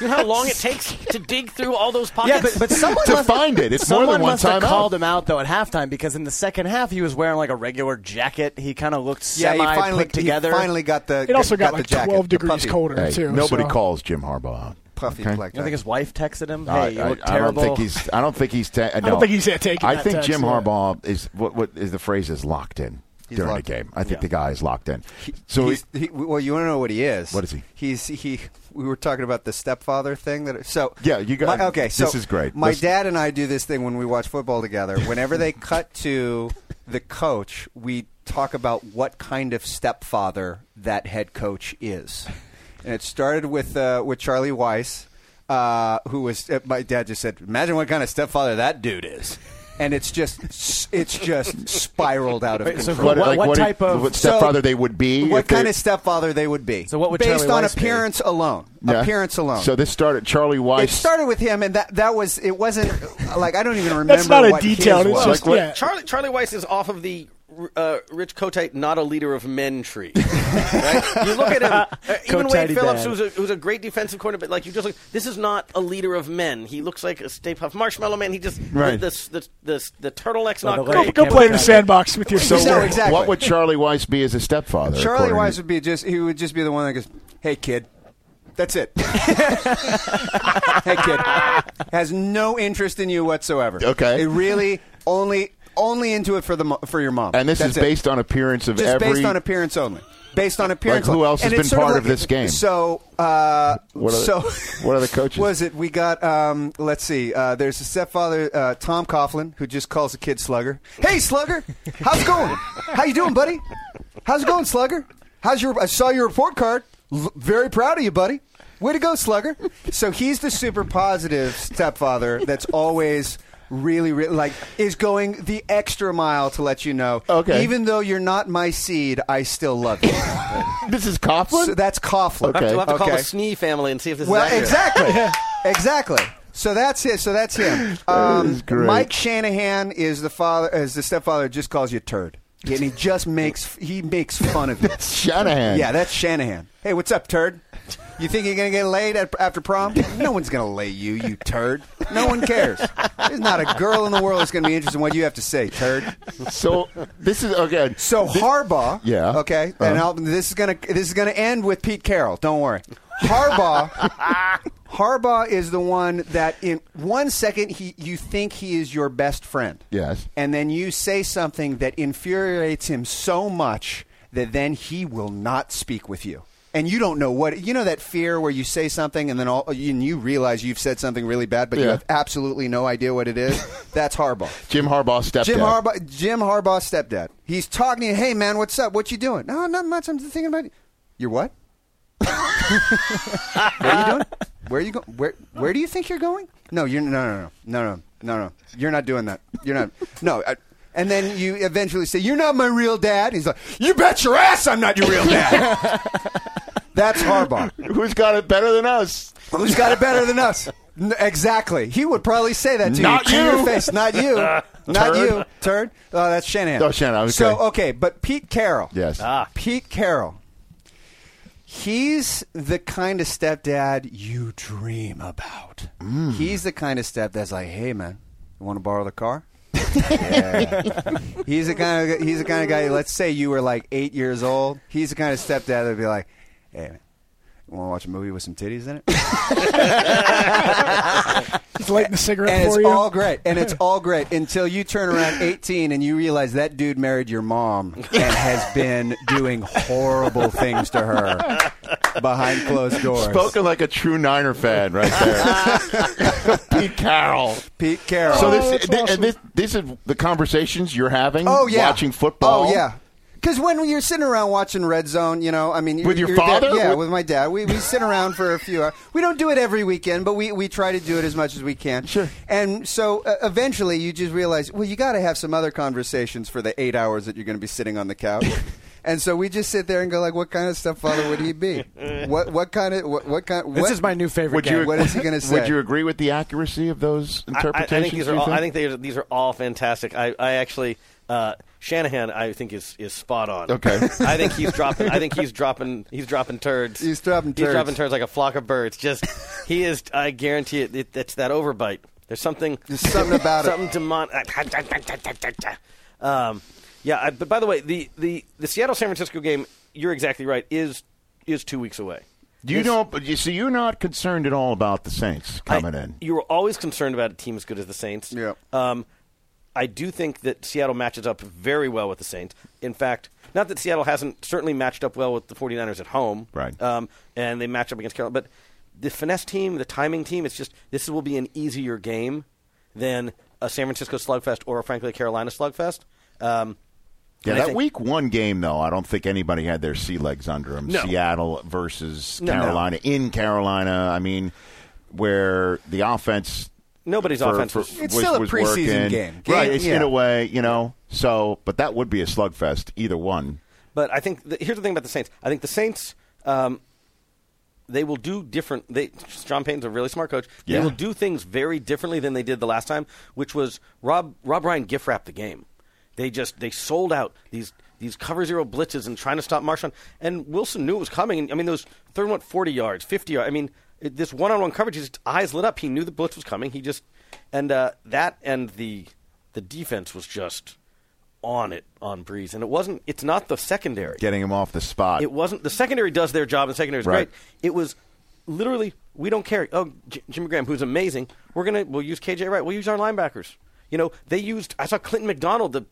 Speaker 11: you know how long it takes to dig through all those pockets?
Speaker 9: someone must have called him out though at halftime because in the second half he was wearing like a regular jacket. He kind of looked
Speaker 10: Yeah,
Speaker 9: semi
Speaker 10: he finally-
Speaker 9: put together.
Speaker 10: he finally got the-
Speaker 8: It also got,
Speaker 10: the
Speaker 8: like
Speaker 10: jacket,
Speaker 8: 12
Speaker 10: the
Speaker 8: degrees
Speaker 10: puffy.
Speaker 8: colder
Speaker 1: Hey,
Speaker 8: too.
Speaker 1: nobody
Speaker 8: so.
Speaker 1: calls Jim Harbaugh. out,
Speaker 10: Puffy
Speaker 1: okay?
Speaker 10: black
Speaker 9: You don't think his wife texted him? Hey,
Speaker 1: I,
Speaker 9: you
Speaker 1: I-
Speaker 9: look
Speaker 1: I don't
Speaker 9: terrible.
Speaker 1: think he's. I don't think he's. Ta-
Speaker 8: I don't think he's uh, taking
Speaker 1: I
Speaker 8: that
Speaker 1: think
Speaker 8: text,
Speaker 1: Jim
Speaker 8: yeah.
Speaker 1: Harbaugh is what. What is the phrase? Is locked in
Speaker 10: He's
Speaker 1: during the
Speaker 10: locked in.
Speaker 1: game. I think
Speaker 10: Yeah.
Speaker 1: the guy is locked in. So
Speaker 10: He's- he, well, you want to know what he is?
Speaker 1: What is he?
Speaker 10: He's he. We were talking about the stepfather thing. That so
Speaker 1: Yeah, you got-
Speaker 10: my- okay.
Speaker 1: this
Speaker 10: So
Speaker 1: is great.
Speaker 10: My
Speaker 1: Let's-
Speaker 10: dad and I do this thing when we watch football together. Whenever they cut to the coach, we talk about what kind of stepfather that head coach is, and it started with uh, with Charlie Weiss, uh, who was uh, my dad just said, "Imagine what kind of stepfather that dude is." And it's just it's just spiraled out of
Speaker 9: Wait, so
Speaker 10: control.
Speaker 9: what- What- what what type of-
Speaker 1: what stepfather they would be
Speaker 10: What
Speaker 1: if they-
Speaker 10: kind of stepfather they would be? So
Speaker 9: what would
Speaker 10: based
Speaker 9: Charlie
Speaker 10: on
Speaker 9: Weiss be?
Speaker 10: appearance alone?
Speaker 1: Yeah.
Speaker 10: Appearance alone.
Speaker 1: So this started Charlie
Speaker 10: it
Speaker 1: Weiss.
Speaker 10: started with him, and that that was it. Wasn't like I don't even remember.
Speaker 1: That's not a
Speaker 10: what his
Speaker 1: detail, it's
Speaker 10: was.
Speaker 1: just- Like, what- yeah.
Speaker 11: Charlie, Charlie Weiss is off of the uh, Rich Kotite, not a leader of men tree. right? You look at him, uh, even Wade
Speaker 9: Kotite
Speaker 11: Phillips,
Speaker 9: bad.
Speaker 11: who's a, who's a great defensive corner, but like you just look, this is not a leader of men. He looks like a Stay Puft Marshmallow Man. He just
Speaker 1: Right.
Speaker 11: the, the, the, the, the turtleneck's
Speaker 9: By
Speaker 11: not
Speaker 9: the way,
Speaker 11: great.
Speaker 8: Go play in the sandbox with your
Speaker 1: so
Speaker 8: sister.
Speaker 1: what- What would Charlie Weiss be as a stepfather?
Speaker 10: Charlie
Speaker 1: according
Speaker 10: Weiss
Speaker 1: to-
Speaker 10: would be just he would just be the one that goes, "Hey kid, that's it. hey kid, has no interest in you whatsoever.
Speaker 1: Okay.
Speaker 10: it really only only into it for the mo- for your mom.
Speaker 1: and this
Speaker 10: That's
Speaker 1: is
Speaker 10: it.
Speaker 1: based on appearance of
Speaker 10: just
Speaker 1: every.
Speaker 10: based on appearance only. Based on appearance.
Speaker 1: who
Speaker 10: only.
Speaker 1: else has
Speaker 10: And it's
Speaker 1: been
Speaker 10: sort
Speaker 1: part
Speaker 10: like-
Speaker 1: of this game?
Speaker 10: So, uh,
Speaker 1: What are the-
Speaker 10: so
Speaker 1: what are the coaches?
Speaker 10: Was it we got? Um, let's see. Uh, there's a stepfather, uh, Tom Coughlin, who just calls a kid Slugger. Hey, Slugger, how's it going? How you doing, buddy? How's it going, Slugger? How's your? I saw your report card. L- very proud of you, buddy. Way to go, slugger. So he's the super positive stepfather that's always really, really like is going the extra mile to let you know.
Speaker 12: Okay.
Speaker 10: Even though you're not my seed, I still love you.
Speaker 12: this is Coughlin.
Speaker 10: So that's
Speaker 11: We'll
Speaker 10: Coughlin.
Speaker 11: have to, we'll have to call
Speaker 10: Okay.
Speaker 11: the Snee family and see if this
Speaker 10: Well,
Speaker 11: is accurate.
Speaker 10: exactly, exactly. So that's it. So that's him. Um, Mike Shanahan is the father, is the stepfather. that Just calls you turd, and he just makes he makes fun of you. that's
Speaker 1: Shanahan.
Speaker 10: Yeah, that's Shanahan. Hey, what's up, turd? You think you're gonna get laid at, after prom? No one's gonna lay you, you turd. No one cares. There's not a girl in the world that's gonna be interested in what you have to say, turd.
Speaker 12: So this is okay.
Speaker 10: So Harbaugh.
Speaker 12: Yeah.
Speaker 10: Okay.
Speaker 1: uh-huh.
Speaker 10: And I'll, this is gonna this is gonna end with Pete Carroll. Don't worry. Harbaugh. Harbaugh is the one that in one second he you think he is your best friend.
Speaker 1: Yes.
Speaker 10: And then you say something that infuriates him so much that then he will not speak with you. And you don't know what you know that fear where you say something and then all and you realize you've said something really bad, but you
Speaker 1: Yeah.
Speaker 10: have absolutely no idea what it is. That's Harbaugh.
Speaker 1: Jim Harbaugh's stepdad.
Speaker 10: Jim Harbaugh. Jim Harbaugh's stepdad. He's talking to you. Hey man, what's up? What you doing? No, not much. I'm just thinking about you. You're what? what are you doing? Where are you going? Where Where do you think you're going? No, you're no no no no no no no. You're not doing that. You're not. No. I, and then you eventually say, "You're not my real dad." He's like, "You bet your ass, I'm not your real dad." That's Harbaugh.
Speaker 1: Who's got it better than us?
Speaker 10: Who's got it better than us? N- exactly. He would probably say that to
Speaker 1: Not
Speaker 10: you,
Speaker 1: you.
Speaker 10: to your face. Not you. not
Speaker 1: Turd.
Speaker 10: you. Turd. Oh, that's Shanahan.
Speaker 1: Oh, Shanahan, okay.
Speaker 10: So okay, but Pete Carroll.
Speaker 1: Yes.
Speaker 10: Ah. Pete Carroll. He's the kind of stepdad you dream about.
Speaker 1: Mm.
Speaker 10: He's the kind of stepdad's like, hey man, you want to borrow the car? He's the kind of he's the kind of guy. Let's say you were like eight years old. He's the kind of stepdad that'd be like, "Hey, man, you want to watch a movie with some titties in it?"
Speaker 8: He's lighting the cigarette
Speaker 10: and it's
Speaker 8: for you.
Speaker 10: all great. And it's all great until you turn around eighteen and you realize that dude married your mom and has been doing horrible things to her behind closed doors.
Speaker 1: Spoken like a true Niner fan, right there. Pete Carroll.
Speaker 10: Pete Carroll.
Speaker 1: So this, thi- and this, this is the conversations you're having.
Speaker 10: Oh yeah,
Speaker 1: watching football.
Speaker 10: Oh yeah, because when you're sitting around watching Red Zone, you know, I mean,
Speaker 1: With your
Speaker 10: you're there-
Speaker 1: father?
Speaker 10: yeah,
Speaker 1: With-
Speaker 10: with my dad, we, we sit around for a few hours. We don't do it every weekend, but we, we try to do it as much as we can. Sure. And so uh, eventually, you just realize, well, you got to have some other conversations for the eight hours that you're going to be sitting on the couch. And so we just sit there and go like, "What kind of stepfather would he be? What what kind of what, what kind?
Speaker 8: This
Speaker 10: what-
Speaker 8: is my new favorite
Speaker 1: Would you?
Speaker 10: What is he going to say?
Speaker 1: Would you agree with the accuracy of those
Speaker 11: I,
Speaker 1: interpretations?
Speaker 11: I think these are
Speaker 1: you
Speaker 11: all, I think these are, these are all fantastic. I, I actually uh, Shanahan I think is is spot on.
Speaker 1: Okay.
Speaker 11: I think he's dropping I think he's dropping he's dropping turds.
Speaker 10: He's dropping
Speaker 11: He's
Speaker 10: turds.
Speaker 11: dropping turds like a flock of birds. Just he is I guarantee it, it it's that overbite. There's something
Speaker 10: There's something about it.
Speaker 11: something demon um, yeah, I, but by the way, the, the, the Seattle San Francisco game, you're exactly right, is is 2 weeks away.
Speaker 1: You don't. but You see, you're not concerned at all about the Saints coming in.
Speaker 11: You were always concerned about a team as good as the Saints.
Speaker 10: Yeah.
Speaker 11: Um, I do think that Seattle matches up very well with the Saints. In fact, not that Seattle hasn't certainly matched up well with the 49ers at home.
Speaker 1: Right.
Speaker 11: Um, and they match up against Carolina. But the finesse team, the timing team, it's just this will be an easier game than a San Francisco slugfest or, frankly, a Carolina slugfest. Um,
Speaker 1: Yeah,
Speaker 11: and I
Speaker 1: that
Speaker 11: think-
Speaker 1: week one game though, I don't think anybody had their sea legs under them.
Speaker 11: No.
Speaker 1: Seattle versus
Speaker 11: No, no.
Speaker 1: Carolina in Carolina. I mean, where the offense.
Speaker 11: Nobody's offense was-
Speaker 10: It's still a preseason
Speaker 1: working.
Speaker 10: game.
Speaker 1: right?
Speaker 10: Game-
Speaker 1: It's
Speaker 10: yeah.
Speaker 1: in a way, you know. So, but that would be a slugfest, either one.
Speaker 11: But I think the, here's the thing about the Saints. I think the Saints, um, they will do different. They, John Payton's a really smart coach. They
Speaker 1: Yeah.
Speaker 11: will do things very differently than they did the last time, which was Rob Rob Ryan gift wrapped the game. They just they sold out these these cover zero blitzes and trying to stop Marshawn. And Wilson knew it was coming. I mean, those third one went 40 yards, 50 yards. I mean, it, this one on one coverage, his eyes lit up. He knew the blitz was coming. He just and uh, that and the the defense was just on it on Breeze, and it wasn't. It's not the secondary.
Speaker 1: Getting him off the spot.
Speaker 11: It wasn't the secondary does their job, and the secondary is
Speaker 1: Right.
Speaker 11: great. It was literally we don't care. Oh, J- Jimmy Graham, who's amazing. We're gonna we'll use KJ Wright. We'll use our linebackers. You know, they used. I saw Clinton McDonald, the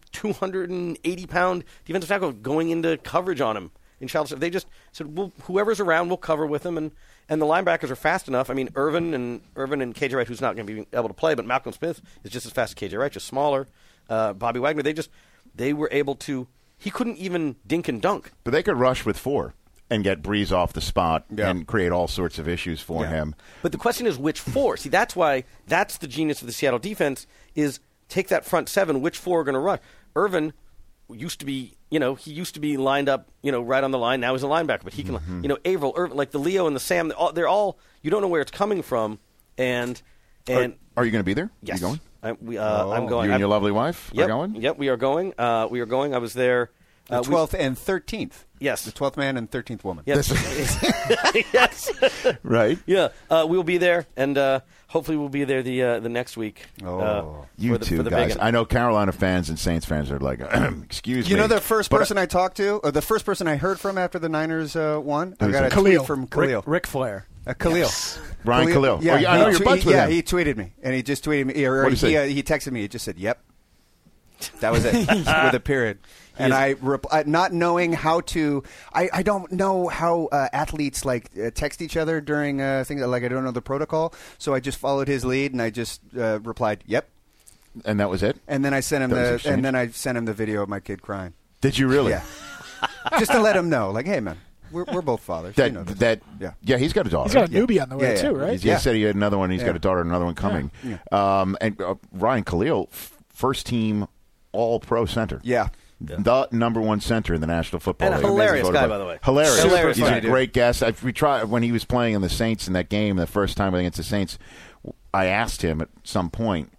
Speaker 11: 280 pound defensive tackle, going into coverage on him in Charles. They just said, well, whoever's around, we'll cover with them, and and the linebackers are fast enough. I mean, Irvin and Irvin and KJ Wright, who's not going to be able to play, but Malcolm Smith is just as fast as KJ Wright, just smaller. Uh, Bobby Wagner, they just they were able to. He couldn't even dink and dunk.
Speaker 1: But they could rush with four. and get Breeze off the spot and create all sorts of issues for
Speaker 11: Yeah.
Speaker 1: him.
Speaker 11: But the question is which four. See, that's why that's the genius of the Seattle defense is take that front seven. Which four are going to run? Irvin used to be, you know, he used to be lined up, you know, right on the line. Now he's a linebacker, but he can,
Speaker 1: Mm-hmm.
Speaker 13: Mhm.
Speaker 11: you know, Averill, Irvin, like the Leo and the Sam. They're all, they're all you don't know where it's coming from, and and
Speaker 1: Are, are you going to be there?
Speaker 11: Yes.
Speaker 1: You going?
Speaker 11: I, we, uh,
Speaker 1: Oh.
Speaker 11: I'm going.
Speaker 1: You and your
Speaker 11: I'm-
Speaker 1: lovely wife are
Speaker 11: yep,
Speaker 1: going?
Speaker 11: Yep, we are going. Uh, we are going. I was there.
Speaker 10: The
Speaker 11: uh, we-
Speaker 10: 12th and 13th.
Speaker 11: Yes.
Speaker 10: The 12th man and 13th woman.
Speaker 11: Yes. yes.
Speaker 1: Right.
Speaker 11: Yeah. Uh, we'll be there, and uh, hopefully we'll be there the uh, the next week. Oh,
Speaker 1: You two guys. I know Carolina fans and Saints fans are like, excuse
Speaker 10: You
Speaker 1: me.
Speaker 10: know the first
Speaker 1: but- uh,
Speaker 10: person I, talked to, or the first person I heard from after the Niners uh, won? I
Speaker 1: Who's
Speaker 10: got a
Speaker 1: that?
Speaker 10: tweet
Speaker 1: Khalil.
Speaker 10: from
Speaker 1: Rick-
Speaker 10: Khalil.
Speaker 9: Rick Flair.
Speaker 10: Uh, Khalil.
Speaker 1: Yes. Ryan Khalil. Oh, yeah, I
Speaker 10: he
Speaker 1: know you're
Speaker 10: tweet-
Speaker 1: buds with
Speaker 10: yeah,
Speaker 1: him.
Speaker 10: he tweeted me, and he just tweeted me. Or
Speaker 1: What'd he
Speaker 10: he,
Speaker 1: say?
Speaker 10: uh, he texted me. He just said, "Yep." That was it with a period. And I, rep- I not knowing how to, I, I don't know how uh, athletes like uh, text each other during uh, things like I don't know the protocol. So I just followed his lead and I just uh, replied, "Yep."
Speaker 1: And that was it.
Speaker 10: And then I sent him
Speaker 1: That was
Speaker 10: the,
Speaker 1: exchange?
Speaker 10: and then I sent him the video of my kid crying.
Speaker 1: Did you really?
Speaker 10: Yeah. just to let him know, like, hey man, we're, we're both fathers.
Speaker 1: That
Speaker 10: you know this.
Speaker 1: that yeah.
Speaker 10: Yeah.
Speaker 1: he's got a daughter.
Speaker 10: He's got a
Speaker 1: Yeah.
Speaker 10: newbie on the way,
Speaker 1: Yeah,
Speaker 10: too,
Speaker 1: yeah.
Speaker 10: right?
Speaker 1: He's- He
Speaker 10: Yeah.
Speaker 1: said he had another one. He's
Speaker 10: Yeah.
Speaker 1: got a daughter, and another one coming.
Speaker 10: Yeah.
Speaker 1: Um, and uh, Ryan Khalil, f- first team All Pro center.
Speaker 10: Yeah.
Speaker 1: The number one center in the National Football
Speaker 11: And a
Speaker 1: League.
Speaker 11: hilarious
Speaker 1: Voted
Speaker 11: guy, by the way.
Speaker 1: Hilarious.
Speaker 11: Super Hilarious
Speaker 1: He's
Speaker 11: funny
Speaker 1: a
Speaker 11: dude.
Speaker 1: great guest. I, we tried when he was playing in the Saints in that game the first time against the Saints. I asked him at some point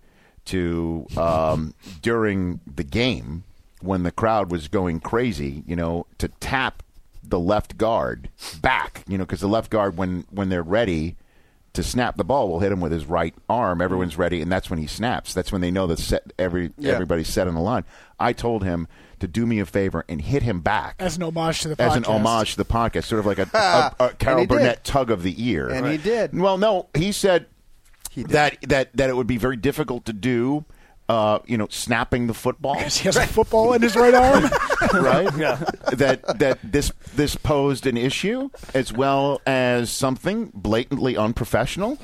Speaker 1: to um, during the game when the crowd was going crazy, you know, to tap the left guard back, you know, because the left guard when when they're ready to snap the ball will hit him with his right arm. Everyone's ready, and that's when he snaps. That's when they know that set every
Speaker 8: Yeah.
Speaker 1: everybody's set on the line. I told him to do me a favor and hit him back
Speaker 8: As an homage to the
Speaker 1: as
Speaker 8: podcast.
Speaker 1: an homage to the podcast, sort of like a, a, a Carol
Speaker 8: And he did.
Speaker 1: Burnett tug of the ear.
Speaker 8: And he Right.
Speaker 1: did. Well, no, he said that that that it would be very difficult to do. Uh, you know, snapping the football,
Speaker 8: Because he has a football in his right arm.
Speaker 1: right? yeah. That that this this posed an issue, as well as something blatantly unprofessional,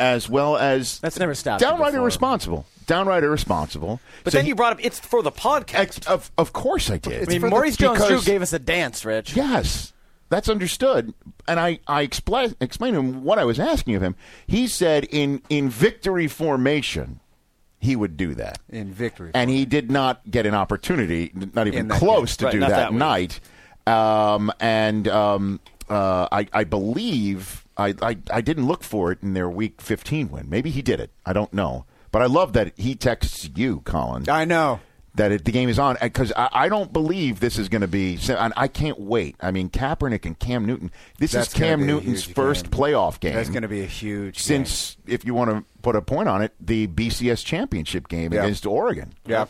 Speaker 1: as well as
Speaker 9: that's never stopped. you
Speaker 1: downright
Speaker 9: before.
Speaker 1: irresponsible, downright irresponsible.
Speaker 11: But
Speaker 1: So
Speaker 11: then
Speaker 1: he-
Speaker 11: you brought up it's for the podcast.
Speaker 1: of of course I did.
Speaker 9: I mean, Maurice Jones-Drew gave us a dance, Rich.
Speaker 1: Yes, that's understood. And I, I expla explained to him what I was asking of him. He said in, in victory formation, he would do that.
Speaker 10: In victory.
Speaker 1: And he did not get an opportunity, not even
Speaker 10: In that
Speaker 1: close
Speaker 10: game.
Speaker 1: to
Speaker 10: Right,
Speaker 1: do
Speaker 10: not
Speaker 1: that,
Speaker 10: that week.
Speaker 1: night. Um, and um, uh, I, I believe I, I, I didn't look for it in their week 15 win. Maybe he did it. I don't know. But I love that he texts you, Colin.
Speaker 10: I know.
Speaker 1: That it, the game is on because I, I don't believe this is going to be. so- And I can't wait. I mean, Kaepernick and Cam Newton. This
Speaker 10: That's
Speaker 1: is
Speaker 10: gonna
Speaker 1: Cam
Speaker 10: be a
Speaker 1: Newton's
Speaker 10: huge
Speaker 1: first
Speaker 10: game.
Speaker 1: playoff game.
Speaker 10: That's going to be a huge
Speaker 1: since, if you want to put a point on it, the BCS championship game
Speaker 10: Yeah.
Speaker 1: against Oregon.
Speaker 10: Yeah.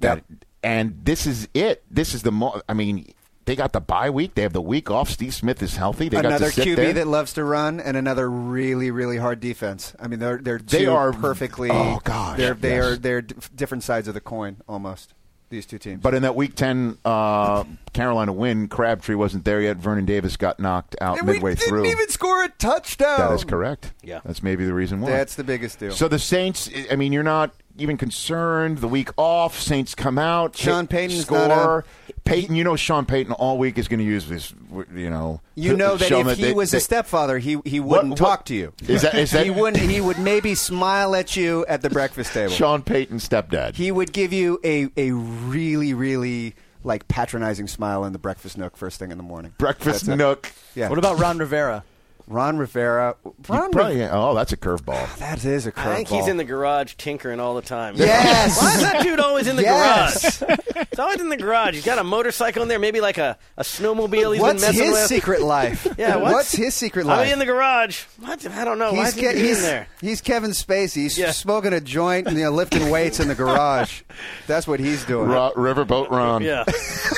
Speaker 1: That and this is it. This is the mo- I mean, they got the bye week. They have the week off. Steve Smith is healthy. They got
Speaker 10: another
Speaker 1: to sit
Speaker 10: QB
Speaker 1: there.
Speaker 10: that loves to run and another really really hard defense. I mean, they're they're
Speaker 1: They
Speaker 10: two
Speaker 1: are-
Speaker 10: perfectly.
Speaker 1: oh, gosh,
Speaker 10: they're, they
Speaker 1: yes.
Speaker 10: are they're d- different sides of the coin almost. These two teams.
Speaker 1: But in that Week Ten uh, Carolina win, Crabtree wasn't there yet. Vernon Davis got knocked out
Speaker 10: And we
Speaker 1: midway
Speaker 10: didn't
Speaker 1: through.
Speaker 10: even score a touchdown.
Speaker 1: That is correct.
Speaker 10: Yeah.
Speaker 1: that's maybe the reason why.
Speaker 10: Oh. That's the biggest deal.
Speaker 1: So the Saints. I- I mean, you're not even concerned. The week off, Saints come out.
Speaker 10: Sean
Speaker 1: hit-
Speaker 10: Payton's
Speaker 1: score.
Speaker 10: not
Speaker 1: Payton, you know, Sean Payton all week is going to use this. You know,
Speaker 10: You know that
Speaker 1: show
Speaker 10: if he
Speaker 1: they-
Speaker 10: was
Speaker 1: they-
Speaker 10: a stepfather, he he wouldn't
Speaker 1: what-
Speaker 10: talk to you.
Speaker 1: Is that- is that-
Speaker 10: he wouldn't? He would maybe smile at you at the breakfast table.
Speaker 1: Sean Payton stepdad.
Speaker 10: He would give you a a really really like patronizing smile in the breakfast nook first thing in the morning.
Speaker 1: Breakfast
Speaker 10: That's it.
Speaker 1: nook.
Speaker 10: Yeah.
Speaker 9: What about Ron Rivera?
Speaker 10: Ron Rivera? Ron
Speaker 1: Probably- oh, that's a curveball.
Speaker 10: That is a curveball.
Speaker 11: I think he's in the garage tinkering all the time.
Speaker 10: Yes.
Speaker 11: Why is that dude always in the
Speaker 10: Yes.
Speaker 11: garage? He's always in the garage. He's got a motorcycle in there, maybe like a, a snowmobile. He's
Speaker 10: What's
Speaker 11: been messing
Speaker 10: his
Speaker 11: with.
Speaker 10: secret life?
Speaker 11: Yeah,
Speaker 10: what's,
Speaker 11: what's,
Speaker 10: his secret
Speaker 11: I'll
Speaker 10: life?
Speaker 11: be in the garage. What? I don't know. Why is
Speaker 10: Ke-
Speaker 11: he in there?
Speaker 10: he's Kevin Spacey. He's
Speaker 11: Yeah.
Speaker 10: smoking a joint and you know, lifting weights in the garage. That's what he's doing.
Speaker 1: Ro- Riverboat Ron.
Speaker 11: Yeah.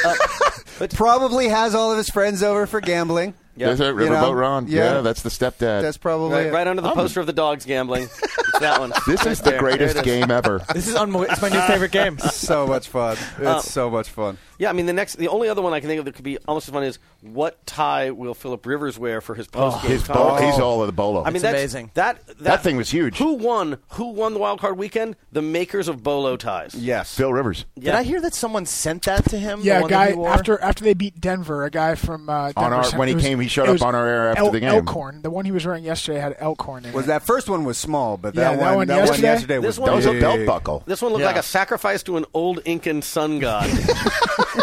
Speaker 10: Uh, Probably has all of his friends over for gambling.
Speaker 1: Is it
Speaker 10: You
Speaker 1: Riverboat
Speaker 10: know?
Speaker 1: Ron? Yeah. that's the stepdad.
Speaker 10: That's probably
Speaker 11: Right,
Speaker 10: it.
Speaker 11: right under the
Speaker 10: I'm-
Speaker 11: poster of the dogs gambling. It's that one.
Speaker 1: This
Speaker 11: Right
Speaker 1: is the
Speaker 11: there.
Speaker 1: greatest
Speaker 11: There it is.
Speaker 1: game ever.
Speaker 9: This is unbelievable. It's my new favorite game.
Speaker 11: Um,
Speaker 10: so much fun. It's so much fun.
Speaker 11: Yeah, I mean the next, the only other one I can think of that could be almost as fun is what tie will Philip Rivers wear for his post game?
Speaker 1: his bo- he's all of the bolo.
Speaker 11: Oh. I mean, that's amazing. That, that
Speaker 1: That thing was huge.
Speaker 11: Who won? Who won the wild card weekend? The makers of bolo ties.
Speaker 10: Yes,
Speaker 1: Phil Rivers.
Speaker 9: Did I hear that someone sent that to him?
Speaker 8: Yeah,
Speaker 9: the
Speaker 8: a
Speaker 9: one
Speaker 8: guy
Speaker 9: that he wore?
Speaker 8: after after they beat Denver, a guy from uh, Denver
Speaker 1: On our-
Speaker 8: sent-
Speaker 1: when he
Speaker 8: it was-
Speaker 1: came, he showed
Speaker 8: it
Speaker 1: up
Speaker 8: was
Speaker 1: on our air after
Speaker 8: elk-
Speaker 1: the game.
Speaker 8: Elk horn. The one he was wearing yesterday had elk horn in
Speaker 10: Was
Speaker 8: it.
Speaker 10: that first one was small, but
Speaker 8: Yeah,
Speaker 10: that,
Speaker 8: that one yesterday-
Speaker 10: yesterday was
Speaker 8: This one- That was a belt
Speaker 10: big.
Speaker 1: buckle.
Speaker 11: This one looked like a sacrifice to an old Incan sun god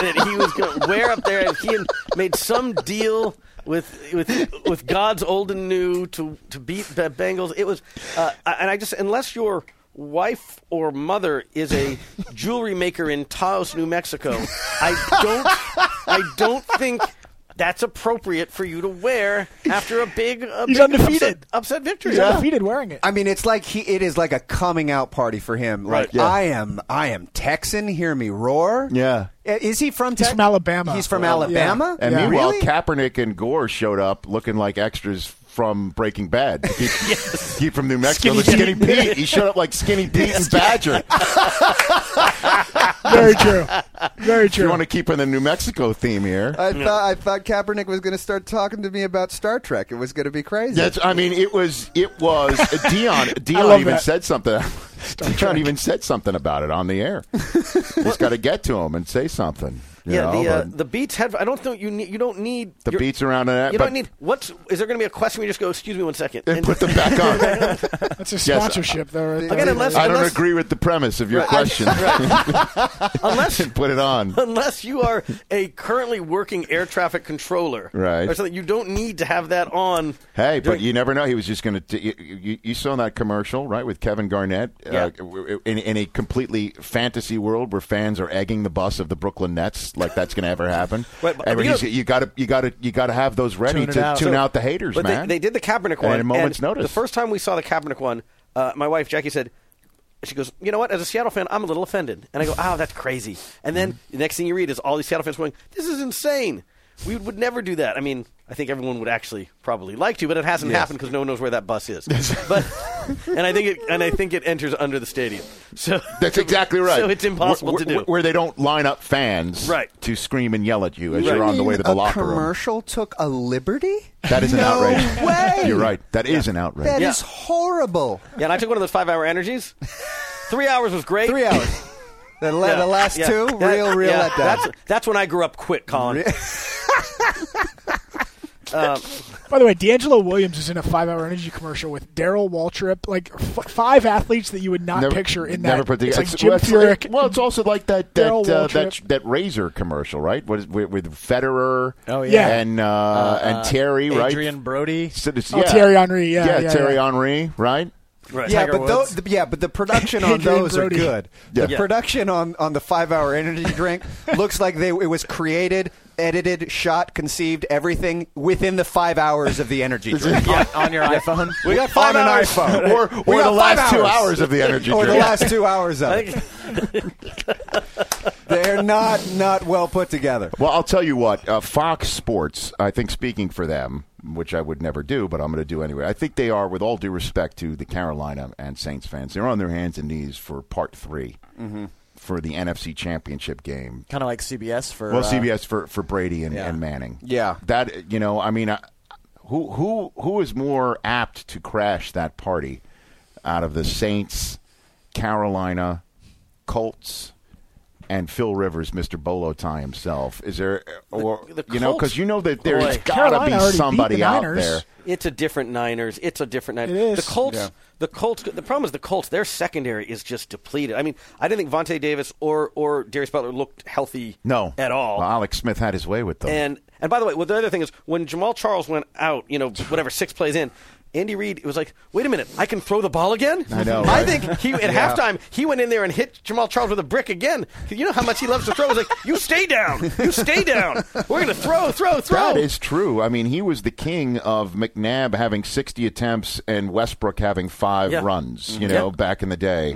Speaker 11: that he was going to wear up there. And he had made some deal with with with gods old and new to to beat the Bengals. It was, uh, and I just unless your Wife or mother is a jewelry maker in Taos, New Mexico. I don't, I don't think that's appropriate for you to wear after a big, a
Speaker 8: He's
Speaker 11: big upset-
Speaker 8: undefeated.
Speaker 11: upset, victory.
Speaker 8: He's undefeated wearing it.
Speaker 10: I mean, it's like he. It is like a coming out party for him. Like
Speaker 11: Right. Yeah.
Speaker 10: I am, I am Texan. Hear me roar.
Speaker 1: Yeah.
Speaker 10: I- Is he from?
Speaker 8: He's
Speaker 10: Tex-
Speaker 8: from Alabama.
Speaker 10: He's from Alabama.
Speaker 1: And meanwhile,
Speaker 10: Really?
Speaker 1: Kaepernick and Gore showed up looking like extras from Breaking Bad. To keep, keep from New Mexico.
Speaker 8: Skinny
Speaker 1: Skinny,
Speaker 8: Pete.
Speaker 1: Pete. He showed up like Skinny Pete and Badger.
Speaker 8: Very true. Very
Speaker 1: If you
Speaker 8: true.
Speaker 1: want to keep in the New Mexico theme here.
Speaker 11: Uh,
Speaker 10: I thought I thought Kaepernick was going to start talking to me about Star Trek. It was going to be crazy.
Speaker 1: That's. I mean, it was. It was. uh, Dion.
Speaker 8: love
Speaker 1: Dion even
Speaker 8: that.
Speaker 1: said something. Dion even said something about it on the air. He's got to get to him and say something. you
Speaker 11: Yeah,
Speaker 1: know,
Speaker 11: the, uh,
Speaker 1: but
Speaker 11: the Beats head. I don't think you need. You don't need
Speaker 1: the
Speaker 11: your-
Speaker 1: beats around that.
Speaker 11: You
Speaker 1: but
Speaker 11: don't need. What's is there going to be a question? where you just go. Excuse me, one second.
Speaker 1: Then put them back on.
Speaker 8: That's a
Speaker 1: Yes,
Speaker 11: uh,
Speaker 8: sponsorship, though. Right
Speaker 11: Again,
Speaker 8: there.
Speaker 11: unless
Speaker 1: I don't
Speaker 11: unless,
Speaker 1: agree with the premise of your
Speaker 11: Right.
Speaker 1: question.
Speaker 11: unless
Speaker 1: Put it on.
Speaker 11: unless you are a currently working air traffic controller,
Speaker 1: Right.
Speaker 11: Or something, you don't need to have that on.
Speaker 1: Hey,
Speaker 11: during-
Speaker 1: but you never know. He was just going to. You, you, you saw that commercial, right, with Kevin Garnett
Speaker 11: Yeah.
Speaker 1: uh, w- w- in, in a completely fantasy world where fans are egging the bus of the Brooklyn Nets, like that's going to ever happen.
Speaker 11: Wait, but-
Speaker 1: and
Speaker 11: but
Speaker 1: he's-
Speaker 11: you know-
Speaker 1: you got to you got to you got to have those ready
Speaker 9: Tune it
Speaker 1: to
Speaker 9: out.
Speaker 1: tune
Speaker 11: So-
Speaker 1: out the haters,
Speaker 11: but they-
Speaker 1: man.
Speaker 11: They, did the Kaepernick one
Speaker 1: at a moment's
Speaker 11: and
Speaker 1: notice.
Speaker 11: The first time we saw the Kaepernick one, uh, my wife Jackie said, "She goes, you know what? As a Seattle fan, I'm a little offended." And I go, "Oh, that's crazy." And then
Speaker 1: Mm-hmm.
Speaker 11: the next thing you read is all these Seattle fans going, "This is insane. We would never do that." I mean, I think everyone would actually probably like to, but it hasn't happened because no one knows where that bus is. but and I think it and I think it enters under the stadium. So
Speaker 1: That's exactly right.
Speaker 11: So it's impossible
Speaker 1: Where-
Speaker 11: to do.
Speaker 1: where- Where they don't line up fans
Speaker 11: Right.
Speaker 1: to scream and yell at you as
Speaker 10: You
Speaker 1: you're on the way
Speaker 10: mean
Speaker 1: to the
Speaker 10: a
Speaker 1: locker room.
Speaker 10: commercial took a liberty.
Speaker 1: That is an
Speaker 10: No
Speaker 1: outrage.
Speaker 10: way.
Speaker 1: You're right. That is an outrage.
Speaker 10: That is
Speaker 11: Yeah.
Speaker 10: horrible.
Speaker 11: yeah, and I took one of those five-hour energies. Three hours was great.
Speaker 10: Three hours. The, la-
Speaker 11: Yeah,
Speaker 10: the last
Speaker 11: yeah.
Speaker 10: two,
Speaker 11: That-
Speaker 10: real, real
Speaker 11: yeah,
Speaker 10: letdown.
Speaker 11: That's, that's when I grew up quick, Colin. Um,
Speaker 8: By the way, D'Angelo Williams is in a five-hour energy commercial with Daryl Waltrip, like f- five athletes that you would not picture in that.
Speaker 1: Never put
Speaker 8: it's
Speaker 1: together.
Speaker 8: like Jim
Speaker 1: well,
Speaker 8: Furyk.
Speaker 1: it's, well, it's also like that that
Speaker 8: Darryl
Speaker 1: uh, that
Speaker 8: Waltrip.
Speaker 1: that razor commercial, right? What is with, with Federer?
Speaker 9: Oh, yeah.
Speaker 8: Yeah.
Speaker 1: and uh, and Terry, right?
Speaker 9: Adrian Brody.
Speaker 1: So it's-
Speaker 8: Oh, Terry Henry, yeah, yeah,
Speaker 1: Terry
Speaker 8: yeah.
Speaker 1: Henry, right?
Speaker 11: right.
Speaker 10: yeah,
Speaker 9: Tiger
Speaker 10: but those,
Speaker 9: Woods.
Speaker 10: the, yeah, but the production on
Speaker 8: Adrian
Speaker 10: those
Speaker 8: Brody.
Speaker 10: are good. The
Speaker 1: Yeah.
Speaker 10: production on, on the five hour energy drink looks like they it was created, edited, shot, conceived, everything within the five hours of the energy drink.
Speaker 9: on your iPhone.
Speaker 10: We got five on
Speaker 11: hours.
Speaker 10: an iPhone,
Speaker 1: Or
Speaker 10: We
Speaker 1: or
Speaker 10: got
Speaker 1: the last
Speaker 10: five
Speaker 1: two hours of the energy
Speaker 10: or
Speaker 1: drink.
Speaker 10: the last two hours of it. They're not not well put together.
Speaker 1: Well, I'll tell you what. Uh, Fox Sports, I think, speaking for them, which I would never do, but I'm going to do anyway. I think they are, with all due respect to the Carolina and Saints fans, they're on their hands and knees for Part 3 for the NFC Championship game
Speaker 9: Kind of like CBS for.
Speaker 1: Well,
Speaker 9: uh,
Speaker 1: CBS for, for Brady and,
Speaker 9: yeah.
Speaker 1: and Manning.
Speaker 10: Yeah.
Speaker 1: that you know, I mean, I, who who who is more apt to crash that party out of the Saints, Carolina, Colts, and Phil Rivers, Mister Bolo Tie himself? Is there or
Speaker 11: The- the
Speaker 1: you know
Speaker 11: Colts-
Speaker 1: because you know that there's
Speaker 11: Boy.
Speaker 1: got to
Speaker 8: Carolina already beat
Speaker 1: be
Speaker 8: the
Speaker 1: somebody out
Speaker 8: Niners.
Speaker 1: there.
Speaker 11: It's a different Niners. It's a different Niners.
Speaker 8: It is.
Speaker 11: The Colts.
Speaker 10: Yeah.
Speaker 11: The Colts. The problem is the Colts. Their secondary is just depleted. I mean, I didn't think Vontae Davis or or Darius Butler looked healthy.
Speaker 1: No,
Speaker 11: at all.
Speaker 1: Well, Alex Smith had his way with them.
Speaker 11: And and by the way, well, the other thing is when Jamal Charles went out, you know, whatever six plays in, Andy Reid was like, "Wait a minute, I can throw the ball again."
Speaker 1: I know,
Speaker 11: I
Speaker 1: right?
Speaker 11: think he at halftime he went in there and hit Jamal Charles with a brick again. You know how much he loves to throw. He's like, "You stay down, you stay down. We're gonna throw, throw, throw."
Speaker 1: That is true. I mean, he was the king of McNabb having 60 attempts and Westbrook having five
Speaker 11: Yeah.
Speaker 1: runs,
Speaker 9: Mm-hmm.
Speaker 1: you know,
Speaker 11: Yeah.
Speaker 1: back in the day.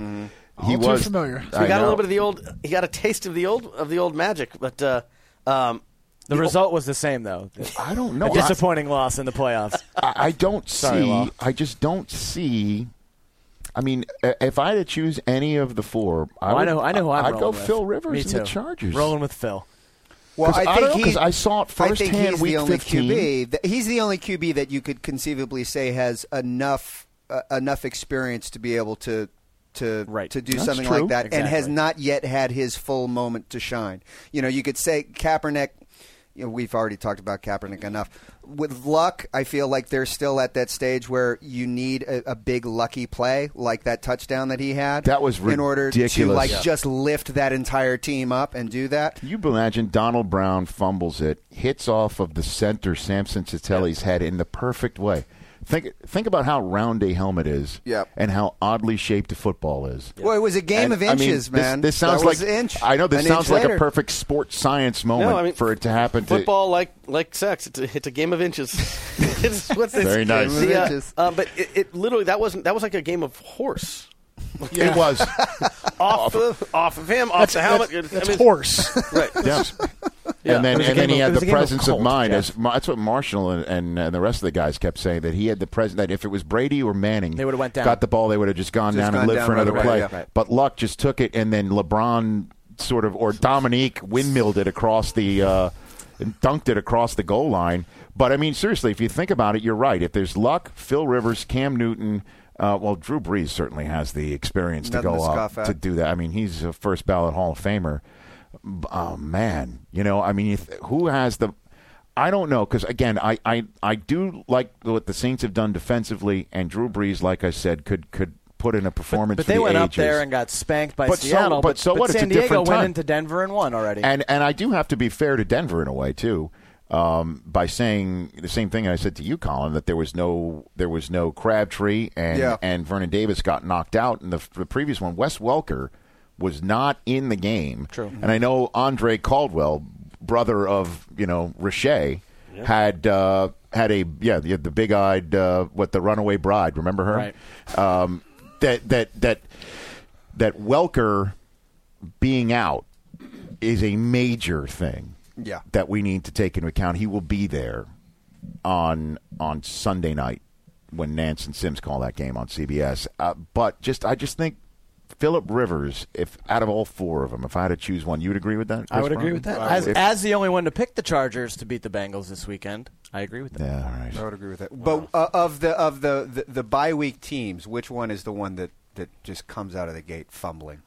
Speaker 1: He
Speaker 8: All too
Speaker 1: was
Speaker 8: familiar.
Speaker 11: So he
Speaker 1: I
Speaker 11: got a
Speaker 1: know.
Speaker 11: little bit of the old. He got a taste of the old uh, of the old magic, but uh, um,
Speaker 9: the result was the same though.
Speaker 1: I don't know.
Speaker 9: A disappointing loss in the playoffs.
Speaker 1: I, I don't
Speaker 9: Sorry,
Speaker 1: see.
Speaker 9: Lal.
Speaker 1: I just don't see. I mean, uh, if I had to choose any of the four, I,
Speaker 9: I
Speaker 1: would-
Speaker 9: know. Oh, I know who I'm
Speaker 1: I'd
Speaker 9: rolling
Speaker 1: go
Speaker 9: with.
Speaker 1: Phil Rivers
Speaker 9: Me
Speaker 1: and
Speaker 9: too.
Speaker 1: the Chargers.
Speaker 9: Rolling with Phil.
Speaker 10: Well,
Speaker 1: 'Cause
Speaker 10: I
Speaker 1: I
Speaker 10: think
Speaker 1: don't know,
Speaker 10: he-
Speaker 1: 'cause I saw it
Speaker 10: I think
Speaker 1: firsthand
Speaker 10: he's
Speaker 1: week
Speaker 10: the only
Speaker 1: 15.
Speaker 10: QB. That, he's the only QB that you could conceivably say has enough uh, enough experience to be able to to to do
Speaker 9: That's
Speaker 10: something
Speaker 9: true.
Speaker 10: like that, and has
Speaker 9: Exactly.
Speaker 10: not yet had his full moment to shine. You know, you could say Kaepernick. You know, we've already talked about Kaepernick enough. With luck, I feel like they're still at that stage where you need a, a big lucky play, like that touchdown that he had. That
Speaker 1: was
Speaker 10: in order to
Speaker 1: ridiculous.
Speaker 10: like
Speaker 1: Yeah.
Speaker 10: just lift that entire team up and do that.
Speaker 1: Can you imagine Donald Brown fumbles it, hits off of the center Samson Citelli's head in the perfect way? Think think about how round a helmet is,
Speaker 10: Yep.
Speaker 1: and how oddly shaped a football is.
Speaker 10: Well, it was a game
Speaker 1: And,
Speaker 10: of
Speaker 1: I mean,
Speaker 10: inches,
Speaker 1: this-
Speaker 10: man.
Speaker 1: This, sounds
Speaker 10: That was
Speaker 1: like
Speaker 10: inch.
Speaker 1: I know this
Speaker 10: An
Speaker 1: sounds
Speaker 10: inch
Speaker 1: like
Speaker 10: later.
Speaker 1: a perfect sports science moment
Speaker 11: I mean,
Speaker 1: for it to happen.
Speaker 11: Football, like like sex, it's a, it's a game of inches. it's, what's this?
Speaker 1: Very nice. Game of
Speaker 11: The, uh,
Speaker 1: inches.
Speaker 11: uh, but it, it literally that wasn't that was like a game of horse.
Speaker 1: To, It was
Speaker 11: off of, off of him, off
Speaker 8: That's-
Speaker 11: the helmet.
Speaker 8: that's-
Speaker 11: I
Speaker 8: that's
Speaker 11: mean-
Speaker 8: horse.
Speaker 11: right?
Speaker 1: Yeah.
Speaker 11: Yeah.
Speaker 1: And
Speaker 11: It
Speaker 1: then,
Speaker 11: was a
Speaker 1: and then
Speaker 11: game
Speaker 1: he
Speaker 11: of-
Speaker 1: had
Speaker 11: it was
Speaker 1: the
Speaker 11: a game of
Speaker 1: presence
Speaker 11: cult,
Speaker 1: of mind.
Speaker 11: yeah.
Speaker 1: As, Ma- that's what Marshall and, and, and the rest of the guys kept saying that he had the presence that if it was Brady or Manning, they would have
Speaker 9: went down.
Speaker 1: got the ball, they would have just gone
Speaker 9: Just
Speaker 1: down
Speaker 9: gone
Speaker 1: and lived
Speaker 9: down
Speaker 1: for
Speaker 9: right
Speaker 1: another
Speaker 9: away,
Speaker 1: play.
Speaker 9: yeah. Right.
Speaker 1: But Luck just took it, and then LeBron sort of or Dominique windmilled it across the. Uh, and dunked it across the goal line. But I mean, seriously, if you think about it, you're right. If there's luck, Phil Rivers, Cam Newton, uh, well, Drew Brees certainly has the experience to
Speaker 10: Nothing
Speaker 1: go
Speaker 10: to
Speaker 1: up
Speaker 10: scoff at.
Speaker 1: to do that. I mean, he's a first ballot Hall of Famer. B- Oh man, you know, I mean, you th- who has the? I don't know because again, I, I I do like what the Saints have done defensively, and Drew Brees, like I said, could could put in a performance.
Speaker 9: But
Speaker 1: for
Speaker 9: they
Speaker 1: the
Speaker 9: went up
Speaker 1: ages.
Speaker 9: there and got spanked by
Speaker 1: But so-
Speaker 9: Seattle.
Speaker 1: but so what? It's a
Speaker 9: San Diego
Speaker 1: different
Speaker 9: went
Speaker 1: time.
Speaker 9: into Denver and won already.
Speaker 1: And and I do have to be fair to Denver in a way too, um, by saying the same thing I said to you, Colin, that there was no there was no Crabtree and
Speaker 10: Yeah.
Speaker 1: and Vernon Davis got knocked out in the, the previous one. Wes Welker was not in the game. True. And I know Andre Caldwell, brother of you know Richey,
Speaker 13: Yeah.
Speaker 1: had. Uh, had a yeah the, the big eyed uh, what the runaway bride remember her right. um, that that that that Welker being out is a major thing
Speaker 10: Yeah.
Speaker 1: that we need to take into account. He will be there on on Sunday night when Nance and Sims call that game on CBS. Uh, but just I just think Philip Rivers, if out of all four of them, if I had to choose one, you would agree with that?
Speaker 9: I
Speaker 1: Chris
Speaker 9: would agree
Speaker 1: Brown?
Speaker 9: with that. As,
Speaker 1: If-
Speaker 9: as the only one to pick the Chargers to beat the Bengals this weekend, I agree with that.
Speaker 1: Yeah, all right.
Speaker 10: I would agree with that. But uh, of the of the, the the bye week teams, which one is the one that that just comes out of the gate fumbling,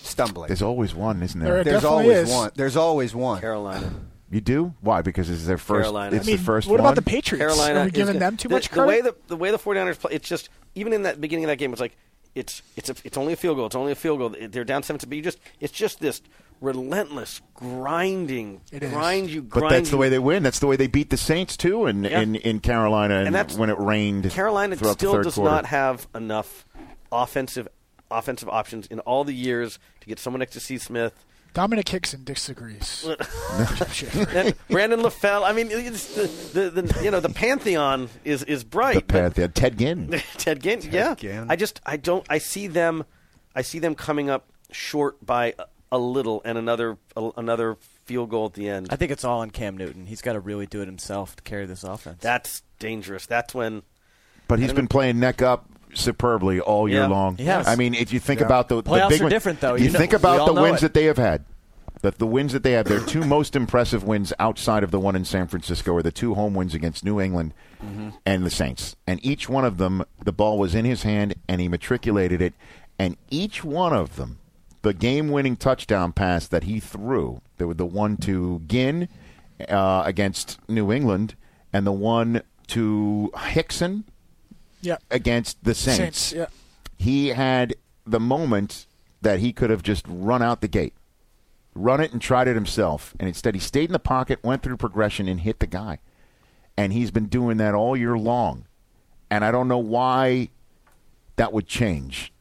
Speaker 10: stumbling?
Speaker 1: there's always one, isn't there?
Speaker 10: There's always one. There's always one.
Speaker 11: Carolina.
Speaker 1: You do? Why? Because it's their first.
Speaker 11: Carolina.
Speaker 1: It's the first. one?
Speaker 11: Carolina is
Speaker 8: giving
Speaker 11: gonna-
Speaker 8: them too
Speaker 11: the-
Speaker 8: much
Speaker 11: The way
Speaker 8: credit?
Speaker 11: the, the way the 49ers play, it's just even in that beginning of that game, it's like it's it's a, it's only a field goal. It's only a field goal. They're down seven, but you just it's just this relentless grinding, grind you, grind.
Speaker 1: But that's the
Speaker 11: you.
Speaker 1: way they win. That's the way they beat the Saints too, in
Speaker 11: Yeah.
Speaker 1: in, in Carolina, and,
Speaker 11: And that's-
Speaker 1: when it rained.
Speaker 11: Carolina
Speaker 1: throughout the
Speaker 11: still
Speaker 1: third
Speaker 11: does
Speaker 1: quarter.
Speaker 11: not have enough offensive offensive options in all the years to get someone next to C. Smith.
Speaker 8: Dominic Hickson disagrees.
Speaker 11: and Uh, Brandon LaFell. I mean, it's the, the, the you know the pantheon is is bright.
Speaker 1: the Pantheon. Ted Ginn.
Speaker 11: Ted Ginn. yeah.
Speaker 1: Ginn.
Speaker 11: I just I don't I see them I see them coming up short by a, a little and another a, another field goal at the end.
Speaker 9: I think it's all on Cam Newton. He's got to really do it himself to carry this offense.
Speaker 11: That's dangerous. That's when
Speaker 1: But
Speaker 11: I
Speaker 1: he's
Speaker 11: don't
Speaker 1: been
Speaker 11: know.
Speaker 1: playing neck up superbly all year
Speaker 11: Yeah.
Speaker 1: long.
Speaker 11: He has.
Speaker 1: I mean, if you think
Speaker 11: Yeah.
Speaker 1: about the, the
Speaker 11: Playoffs
Speaker 1: big
Speaker 11: are
Speaker 1: win-
Speaker 11: different, though.
Speaker 1: You,
Speaker 11: You know-
Speaker 1: think
Speaker 11: we
Speaker 1: about
Speaker 11: all
Speaker 1: the
Speaker 11: know
Speaker 1: wins
Speaker 11: it.
Speaker 1: that they have had. That the wins that they have, their two most impressive wins outside of the one in San Francisco are the two home wins against New England
Speaker 11: Mm-hmm.
Speaker 13: Mhm.
Speaker 1: and the Saints. And each one of them, the ball was in his hand and he matriculated it. And each one of them, the game winning touchdown pass that he threw, there were the one to Ginn uh, against New England and the one to Hickson
Speaker 8: yeah.
Speaker 1: against the Saints.
Speaker 8: Saints, yeah.
Speaker 1: He had the moment that he could have just run out the gate, run it and tried it himself. And instead, he stayed in the pocket, went through progression, and hit the guy. And he's been doing that all year long. And I don't know why that would change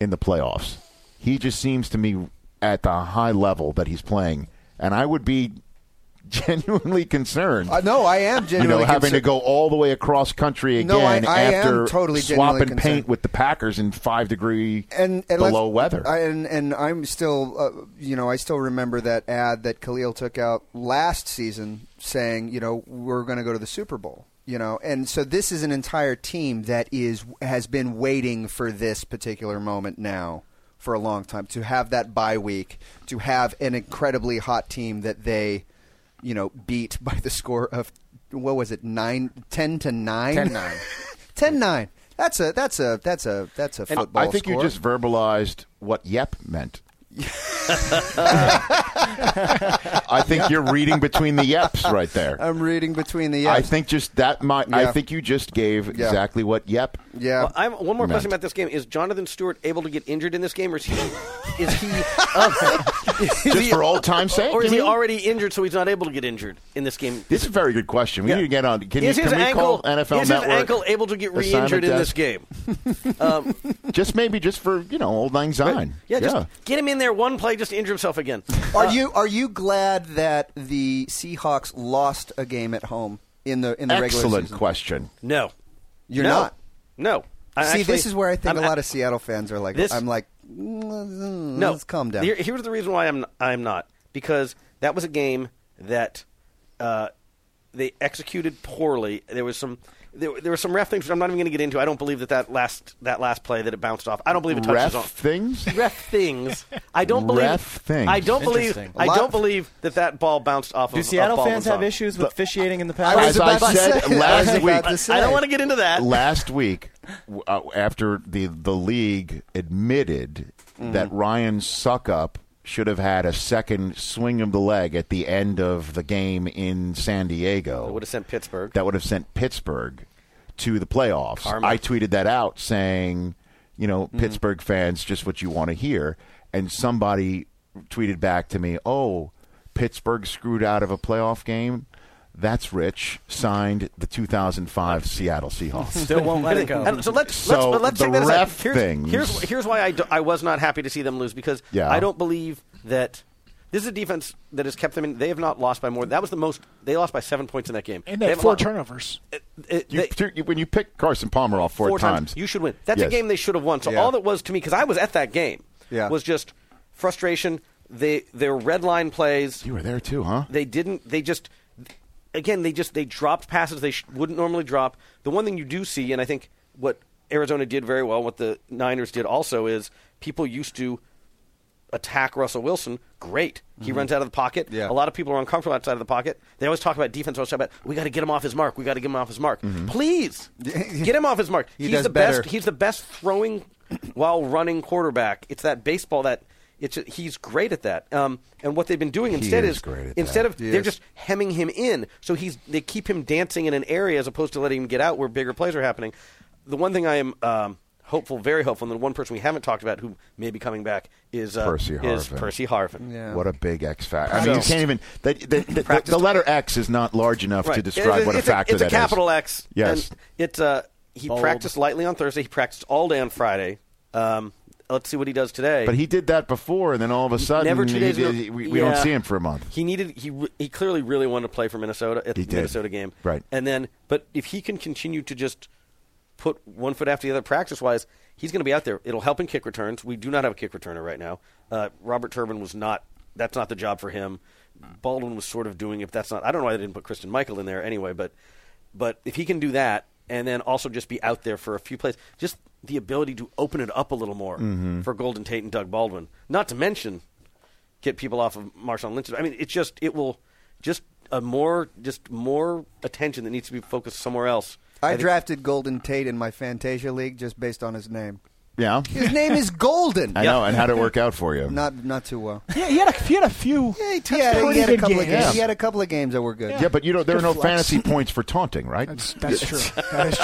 Speaker 1: in the playoffs. He just seems to me at the high level that he's playing. And I would be genuinely concerned
Speaker 10: Uh, no, I am genuinely
Speaker 1: you know, having to
Speaker 10: concerned.
Speaker 1: go all the way across country again
Speaker 10: No, I- I am
Speaker 1: after
Speaker 10: totally genuinely
Speaker 1: swapping
Speaker 10: concerned.
Speaker 1: paint with the Packers in five degree
Speaker 10: and, and
Speaker 1: below
Speaker 10: let's-
Speaker 1: weather.
Speaker 10: I, and and I'm still, uh, you know, I still remember that ad that Khalil took out last season, saying, you know, we're going to go to the Super Bowl. You know, and so this is an entire team that is has been waiting for this particular moment now for a long time to have that bye week, to have an incredibly hot team that they you know, beat by the score of what was it, nine, ten to nine,
Speaker 1: 10-9.
Speaker 10: 10-9. That's a that's a that's a that's a football.
Speaker 1: I think
Speaker 10: score.
Speaker 1: you just verbalized what "yep" meant. I think you're reading between the "yeps" right there.
Speaker 10: I'm reading between the.
Speaker 1: I
Speaker 10: yeps.
Speaker 1: think just that. My, I
Speaker 10: Uh, Yeah.
Speaker 1: think you just gave
Speaker 10: Yeah.
Speaker 1: exactly what "yep."
Speaker 10: Yeah.
Speaker 11: Well, I have one more
Speaker 1: meant.
Speaker 11: question about this game. Is Jonathan Stewart able to get injured in this game, or is he? Is he?
Speaker 1: Just for old time's sake,
Speaker 11: Or is
Speaker 1: you
Speaker 11: he
Speaker 1: mean?
Speaker 11: already injured, so he's not able to get injured in this game?
Speaker 1: This is a very good question. We
Speaker 11: Yeah.
Speaker 1: need to get on. Can,
Speaker 11: is
Speaker 1: you,
Speaker 11: his
Speaker 1: can we
Speaker 11: ankle,
Speaker 1: call NFL
Speaker 11: is
Speaker 1: Network?
Speaker 11: his ankle able to get
Speaker 1: assignment
Speaker 11: re-injured in this
Speaker 1: desk?
Speaker 11: game?
Speaker 1: Just maybe, just for you know, old lang syne.
Speaker 11: Yeah, just get him in there one play, just to injure himself again.
Speaker 10: Are you are you glad that the Seahawks lost a game at home in the in the regular
Speaker 1: Excellent
Speaker 10: season?
Speaker 1: question.
Speaker 11: No,
Speaker 10: You're
Speaker 11: No.
Speaker 10: not.
Speaker 11: No. I
Speaker 10: See,
Speaker 11: actually-
Speaker 10: this is where I think
Speaker 11: I'm
Speaker 10: a lot of Seattle fans are like.
Speaker 11: This-
Speaker 10: I'm like, mm,
Speaker 11: no,
Speaker 10: let's calm down.
Speaker 11: Here- here's the reason why I'm I'm not because that was a game that uh, they executed poorly. There was some there, there were some ref things which I'm not even going to get into. I don't believe that that last that last play that it bounced off. I don't believe it
Speaker 1: Ref
Speaker 11: touches on
Speaker 1: things.
Speaker 11: ref things. I don't believe
Speaker 1: Ref things.
Speaker 11: I don't believe
Speaker 9: Interesting.
Speaker 11: I
Speaker 9: A lot
Speaker 11: don't
Speaker 9: of-
Speaker 11: believe that that ball bounced off.
Speaker 9: Do
Speaker 11: of,
Speaker 9: Seattle
Speaker 11: of ball
Speaker 9: fans
Speaker 11: and
Speaker 9: have
Speaker 11: on.
Speaker 9: issues with officiating in the past?
Speaker 1: As I said last week,
Speaker 11: I don't want to get into that.
Speaker 1: last week, w- uh, after the the league admitted
Speaker 11: Mm.
Speaker 1: that Ryan Suckup should have had a second swing of the leg at the end of the game in San Diego,
Speaker 11: Would have sent Pittsburgh.
Speaker 1: that would have sent Pittsburgh to the playoffs.
Speaker 11: Karma.
Speaker 1: I tweeted that out saying, you know,
Speaker 9: Mm-hmm.
Speaker 1: Pittsburgh fans, just what you want to hear. And somebody tweeted back to me, oh, Pittsburgh screwed out of a playoff game. That's rich. Signed the 2005 Seattle Seahawks.
Speaker 9: Still won't let it
Speaker 11: I
Speaker 9: go.
Speaker 11: don't- So let's
Speaker 1: So
Speaker 11: let's, let's
Speaker 1: the
Speaker 11: take that aside.
Speaker 1: ref
Speaker 11: here's,
Speaker 1: things-
Speaker 11: Here's here's why I, do- I was not happy to see them lose because
Speaker 1: Yeah.
Speaker 11: I don't believe that this is a defense that has kept them in. They have not lost by more. That was the most they lost by seven points in that game.
Speaker 8: And they had
Speaker 11: haven't
Speaker 8: four
Speaker 11: lost-
Speaker 8: turnovers.
Speaker 11: It- it-
Speaker 1: You,
Speaker 11: they-
Speaker 1: you- when you pick Carson Palmer off four,
Speaker 11: You should win. That's
Speaker 1: Yes.
Speaker 11: a game they should have won. So
Speaker 10: Yeah.
Speaker 11: all that was to me, because I was at that game,
Speaker 10: Yeah.
Speaker 11: was just frustration. They their red line plays.
Speaker 1: You were there too, huh?
Speaker 11: They didn't. They just again they just they dropped passes they sh- wouldn't normally drop. The one thing you do see, and I think what Arizona did very well, what the Niners did also is people used to attack Russell Wilson. Great, he runs out of the pocket.
Speaker 10: Yeah.
Speaker 11: A lot of people are uncomfortable outside of the pocket. They always talk about defense. Always talk about we got to get him off his mark. We got to get him off his mark. Please get him off his mark.
Speaker 10: He
Speaker 11: he's
Speaker 10: does
Speaker 11: the
Speaker 10: better.
Speaker 11: best. He's the best throwing while running quarterback. It's that baseball that. It's he's great at that, um, and what they've been doing instead
Speaker 1: is
Speaker 11: is,
Speaker 1: great at
Speaker 11: instead
Speaker 1: that.
Speaker 11: of they're just hemming him in. So he's they keep him dancing in an area as opposed to letting him get out where bigger plays are happening. The one thing I am um, hopeful, very hopeful, and the one person we haven't talked about who may be coming back is uh,
Speaker 1: Percy
Speaker 11: is
Speaker 1: Harvin.
Speaker 11: Percy Harvin.
Speaker 1: What a big X factor! I mean, you
Speaker 11: Practiced.
Speaker 1: can't even. The, the, the, the,
Speaker 11: Practiced.
Speaker 1: letter X is not large enough to
Speaker 11: Right.
Speaker 1: describe
Speaker 11: It's
Speaker 1: what a
Speaker 11: it's
Speaker 1: factor
Speaker 11: It's a
Speaker 1: that is.
Speaker 11: capital X.
Speaker 1: Yes.
Speaker 11: And it's uh, he
Speaker 9: Bold.
Speaker 11: practiced lightly on Thursday. He practiced all day on Friday. Um, let's see what he does today.
Speaker 1: But he did that before, and then all of a sudden,
Speaker 11: Never two
Speaker 1: he
Speaker 11: days.
Speaker 1: did-
Speaker 11: in a-
Speaker 1: we, we don't
Speaker 11: Yeah.
Speaker 1: see him for a month.
Speaker 11: He needed. He re- he clearly really wanted to play for Minnesota at
Speaker 1: He
Speaker 11: the
Speaker 1: did.
Speaker 11: Minnesota game.
Speaker 1: Right.
Speaker 11: And then, but if he can continue to just put one foot after the other practice wise, he's going to be out there. It'll help in kick returns. We do not have a kick returner right now. Uh, Robert Turbin was not. That's not the job for him. Baldwin was sort of doing it. but That's not. I don't know why they didn't put Kristen Michael in there anyway. But but if he can do that. And then also just be out there for a few plays. Just the ability to open it up a little more for Golden Tate and Doug Baldwin. Not to mention get people off of Marshawn Lynch. I mean, it's just it will just a more just more attention that needs to be focused somewhere else.
Speaker 10: I
Speaker 11: think-
Speaker 10: drafted Golden Tate in my Fantasia league just based on his name.
Speaker 1: Yeah,
Speaker 10: His name is Golden.
Speaker 1: I know. And how'd it work out for you?
Speaker 10: Not not too well.
Speaker 8: Yeah, he had a, he had a few.
Speaker 10: Yeah, he,
Speaker 8: touched
Speaker 10: had,
Speaker 8: pretty
Speaker 10: he had a
Speaker 8: good
Speaker 10: couple of
Speaker 8: games.
Speaker 10: games. He had a couple of games that were good.
Speaker 1: yeah, but you know there are no
Speaker 8: flex.
Speaker 1: fantasy points for taunting, right?
Speaker 8: That's, that's true. That is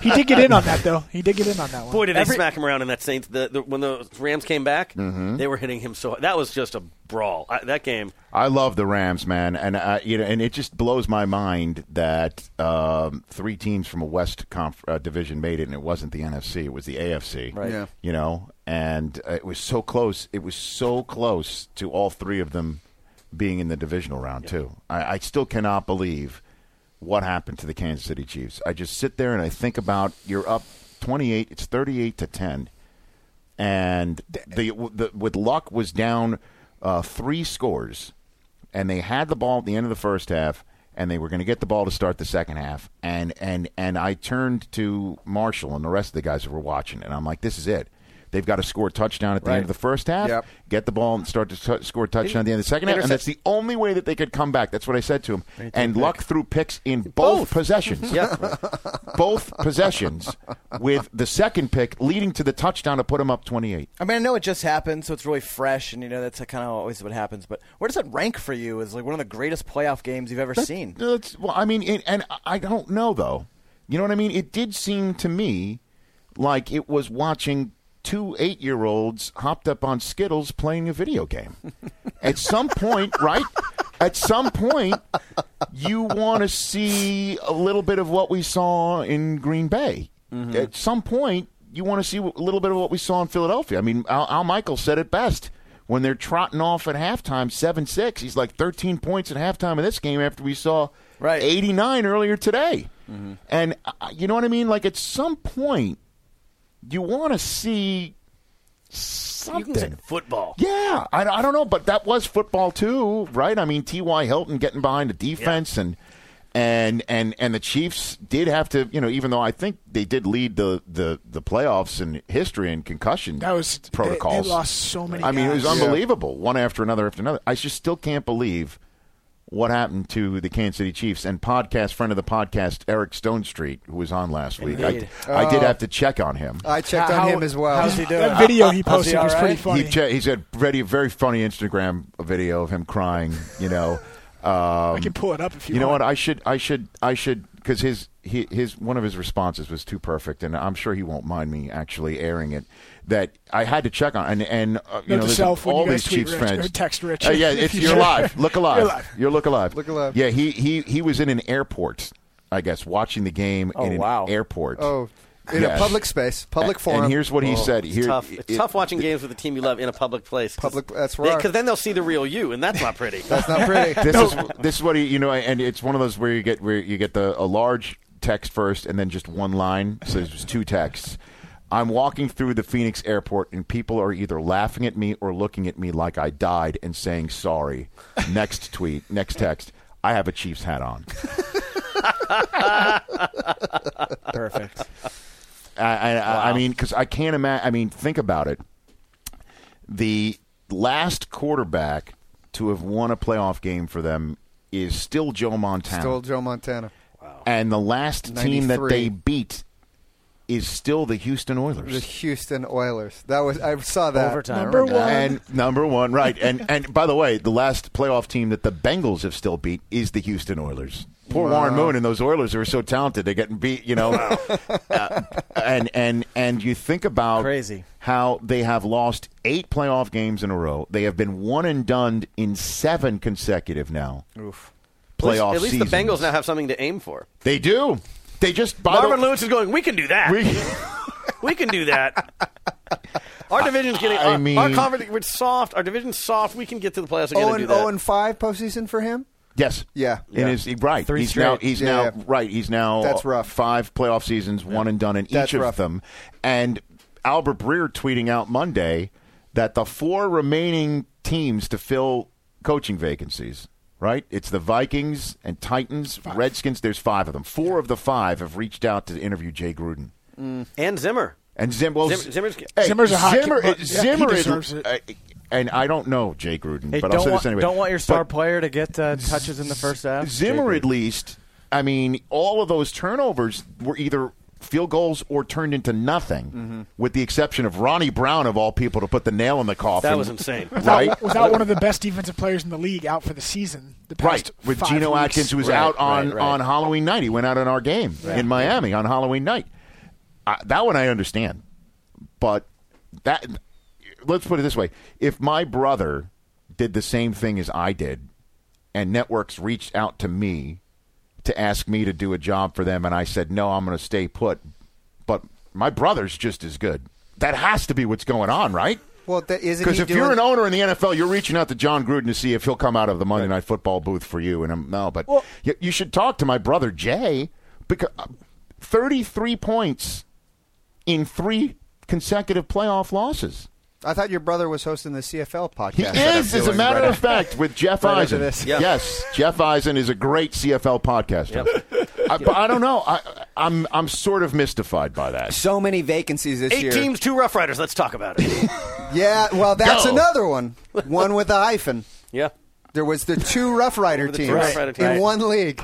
Speaker 8: true. He did get in on that though. He did get in on that one.
Speaker 11: Boy, did they smack him around in that Saints. The, the, when the Rams came back, they were hitting him so hard. That was just a brawl. I, that game.
Speaker 1: I love the Rams, man, and I, you know, and it just blows my mind that um, three teams from a West conf- uh, division made it, and it wasn't the NFC; it was the AFC.
Speaker 10: Right. Yeah.
Speaker 1: You know, and uh, it was so close. It was so close to all three of them being in the divisional round too. I, I still cannot believe what happened to the Kansas City Chiefs. I just sit there and I think about you're up twenty-eight. It's thirty-eight to ten and the, the with luck was down uh, three scores, and they had the ball at the end of the first half, and they were going to get the ball to start the second half, and and and I turned to Marshall and the rest of the guys who were watching, and I'm like, this is it. They've got to score a touchdown at the
Speaker 5: Right.
Speaker 1: end of the first half,
Speaker 5: Yep.
Speaker 1: get the ball and start to t- score a touchdown at the end of the second half, and that's
Speaker 5: Intercept-
Speaker 1: the only way that they could come back. That's what I said to him.
Speaker 5: Right,
Speaker 1: And
Speaker 5: take
Speaker 1: Luck threw picks in both, possessions. both possessions with the second pick leading to the touchdown to put him up 28.
Speaker 9: I mean, I know it just happened, so it's really fresh, and you know that's kind of always what happens. But where does it rank for you as like one of the greatest playoff games you've ever seen?
Speaker 1: That's, well, I mean, it, and I don't know though. You know what I mean? It did seem to me like it was watching two eight-year-olds hopped up on Skittles playing a video game. At some point, right? At some point, you want to see a little bit of what we saw in Green Bay. At some point, you want to see a little bit of what we saw in Philadelphia. I mean, Al, Al Michael said it best. When they're trotting off at halftime, 7 6, he's like 13 points at halftime in this game after we saw 89 earlier today. And uh, you know what I mean? Like at some point, you want to see something.
Speaker 9: football.
Speaker 1: Yeah, I, I don't know, but that was football too, right? I mean, T.Y. Hilton getting behind the defense and. And, and and the Chiefs did have to, you know, even though I think they did lead the, the, the playoffs in history and concussion
Speaker 8: That was- they- they
Speaker 1: protocols.
Speaker 8: lost so many
Speaker 1: I mean, it was
Speaker 8: guys. Yeah.
Speaker 1: unbelievable, one after another after another. I just still can't believe what happened to the Kansas City Chiefs and podcast friend of the podcast Eric Stone Street, who was on last week. I,
Speaker 10: Indeed.
Speaker 1: I did
Speaker 10: Oh.
Speaker 1: have to check on him.
Speaker 10: I checked on him as well.
Speaker 8: That video he posted was pretty funny.
Speaker 1: He, che- he's a very, very funny Instagram video of him crying. You know, um, I
Speaker 8: can pull it up if you
Speaker 1: know
Speaker 8: want.
Speaker 1: what I should, I should, I should, because his, his, his one of his responses was too perfect, and I'm sure he won't mind me actually airing it. That I had to check on, and and uh, you
Speaker 8: Note
Speaker 1: know,
Speaker 8: to
Speaker 1: there's
Speaker 8: self when
Speaker 1: all
Speaker 8: you guys
Speaker 1: these
Speaker 8: tweet
Speaker 1: Chiefs
Speaker 8: Rich,
Speaker 1: fans.
Speaker 8: or text Rich.
Speaker 1: Uh, yeah, it's you're live. Look alive.
Speaker 8: You're alive.
Speaker 1: You're look alive.
Speaker 8: Look alive.
Speaker 1: Yeah, he he he was in an airport, I guess, watching the game
Speaker 10: Oh,
Speaker 1: in
Speaker 10: wow.
Speaker 1: an airport.
Speaker 10: Oh, in a public space, public
Speaker 1: A-
Speaker 10: forum.
Speaker 1: And here's what he
Speaker 10: Oh,
Speaker 1: said.
Speaker 11: It's
Speaker 1: Here-
Speaker 11: tough. It's
Speaker 1: it-
Speaker 11: tough watching games with a team you love in a public place. Public.
Speaker 10: That's
Speaker 1: right.
Speaker 11: Because then they'll see the real you, and that's not pretty.
Speaker 10: that's not pretty.
Speaker 1: this is this is what he, you know, and it's one of those where you get where you get the a large text first and then just one line. So there's just two texts. I'm walking through the Phoenix airport and people are either laughing at me or looking at me like I died and saying sorry. Next tweet, next text. I have a Chiefs hat on.
Speaker 9: Perfect.
Speaker 1: I, I, I mean, because I can't imagine. I mean, think about it. The last quarterback to have won a playoff game for them is still Joe Montana.
Speaker 10: Still Joe Montana.
Speaker 1: And the last team that
Speaker 10: 93.
Speaker 1: they beat is still the Houston Oilers.
Speaker 10: The Houston Oilers. That was I saw that
Speaker 1: And number one, right. And and by the way, the last playoff team that the Bengals have still beat is the Houston Oilers. Poor
Speaker 5: Wow.
Speaker 1: Warren Moon and those Oilers who are so talented. They're getting beat, you know. Uh, and and and you think about
Speaker 9: Crazy.
Speaker 1: how they have lost eight playoff games in a row. They have been one and done in seven consecutive now.
Speaker 11: Oof.
Speaker 1: Playoff
Speaker 11: At least,
Speaker 1: seasons.
Speaker 11: the Bengals now have something to aim for.
Speaker 1: They do. They just by the-
Speaker 11: Marvin Lewis is going. We can do that. We, can do that. Our division's getting.
Speaker 1: I
Speaker 11: our,
Speaker 1: mean-
Speaker 11: our conference we're soft. Our division's soft. We can get to the playoffs again
Speaker 10: Oh
Speaker 11: and do
Speaker 10: and
Speaker 11: that.
Speaker 10: oh and five postseason for him.
Speaker 1: Yes.
Speaker 10: Yeah.
Speaker 1: In
Speaker 10: Yeah.
Speaker 1: his right.
Speaker 10: Three
Speaker 1: he's now
Speaker 10: straight.
Speaker 1: he's
Speaker 10: Yeah,
Speaker 1: now
Speaker 10: yeah.
Speaker 1: right. He's now
Speaker 10: That's rough.
Speaker 1: Five playoff seasons, one and done in
Speaker 10: That's
Speaker 1: each of
Speaker 10: rough.
Speaker 1: them. And Albert Breer tweeting out Monday that the four remaining teams to fill coaching vacancies, right? It's the Vikings and Titans, Redskins, there's five of them. Four of the five have reached out to interview Jay Gruden.
Speaker 11: And Zimmer.
Speaker 1: And Zim, well,
Speaker 11: Zimmer- Zimmer's-
Speaker 1: hey,
Speaker 11: Zimmer's a hot
Speaker 1: Zimmer,
Speaker 11: kid, but, yeah,
Speaker 1: Zimmer
Speaker 11: he
Speaker 1: is-
Speaker 11: deserves it.
Speaker 1: uh, and I don't know Jay Gruden,
Speaker 9: Hey,
Speaker 1: but
Speaker 9: don't,
Speaker 1: I'll say
Speaker 9: want,
Speaker 1: this anyway.
Speaker 9: don't want your
Speaker 1: But-
Speaker 9: star player to get uh, touches in the first half.
Speaker 1: Zimmer, at least, I mean, all of those turnovers were either field goals or turned into nothing, with the exception of Ronnie Brown, of all people, to put the nail in the coffin.
Speaker 11: was insane.
Speaker 1: Right?
Speaker 8: Without, without one of the best defensive players in the league out for the season, the
Speaker 1: Right,
Speaker 8: past
Speaker 1: with
Speaker 8: five
Speaker 1: Geno
Speaker 8: weeks.
Speaker 1: Atkins, who was out on, on Halloween night. He went out on our game
Speaker 8: Right.
Speaker 1: in Miami on Halloween night. I, that one I understand. But that let's put it this way if my brother did the same thing as I did, and networks reached out to me to ask me to do a job for them, and I said, no, I'm going to stay put, but my brother's just as good. That has to be what's going on, right?
Speaker 10: Well, that, isn't
Speaker 1: Because
Speaker 10: he
Speaker 1: if
Speaker 10: doing,
Speaker 1: you're an owner in the NFL, you're reaching out to John Gruden to see if he'll come out of the Monday Night Football booth for you. And I'm no, but you, you should talk to my brother Jay because 33 points in three consecutive playoff losses.
Speaker 10: I thought your brother was hosting the CFL podcast.
Speaker 1: He
Speaker 10: that I'm
Speaker 1: is, as a
Speaker 10: doing
Speaker 1: matter
Speaker 10: right
Speaker 1: of fact, with Jeff
Speaker 10: right after
Speaker 1: Eisen.
Speaker 10: this.
Speaker 1: Yes, Jeff Eisen is a great CFL podcaster. I, but I don't know. I, I'm I'm sort of mystified by that.
Speaker 10: So many vacancies this
Speaker 11: Eight
Speaker 10: year.
Speaker 11: teams, two Rough Riders. Let's talk about it.
Speaker 10: Yeah, well, that's
Speaker 11: Go.
Speaker 10: another one. One with a hyphen.
Speaker 11: Yeah.
Speaker 10: There was the two Rough Rider
Speaker 11: The two
Speaker 10: teams
Speaker 11: Rough Rider teams.
Speaker 10: in one league.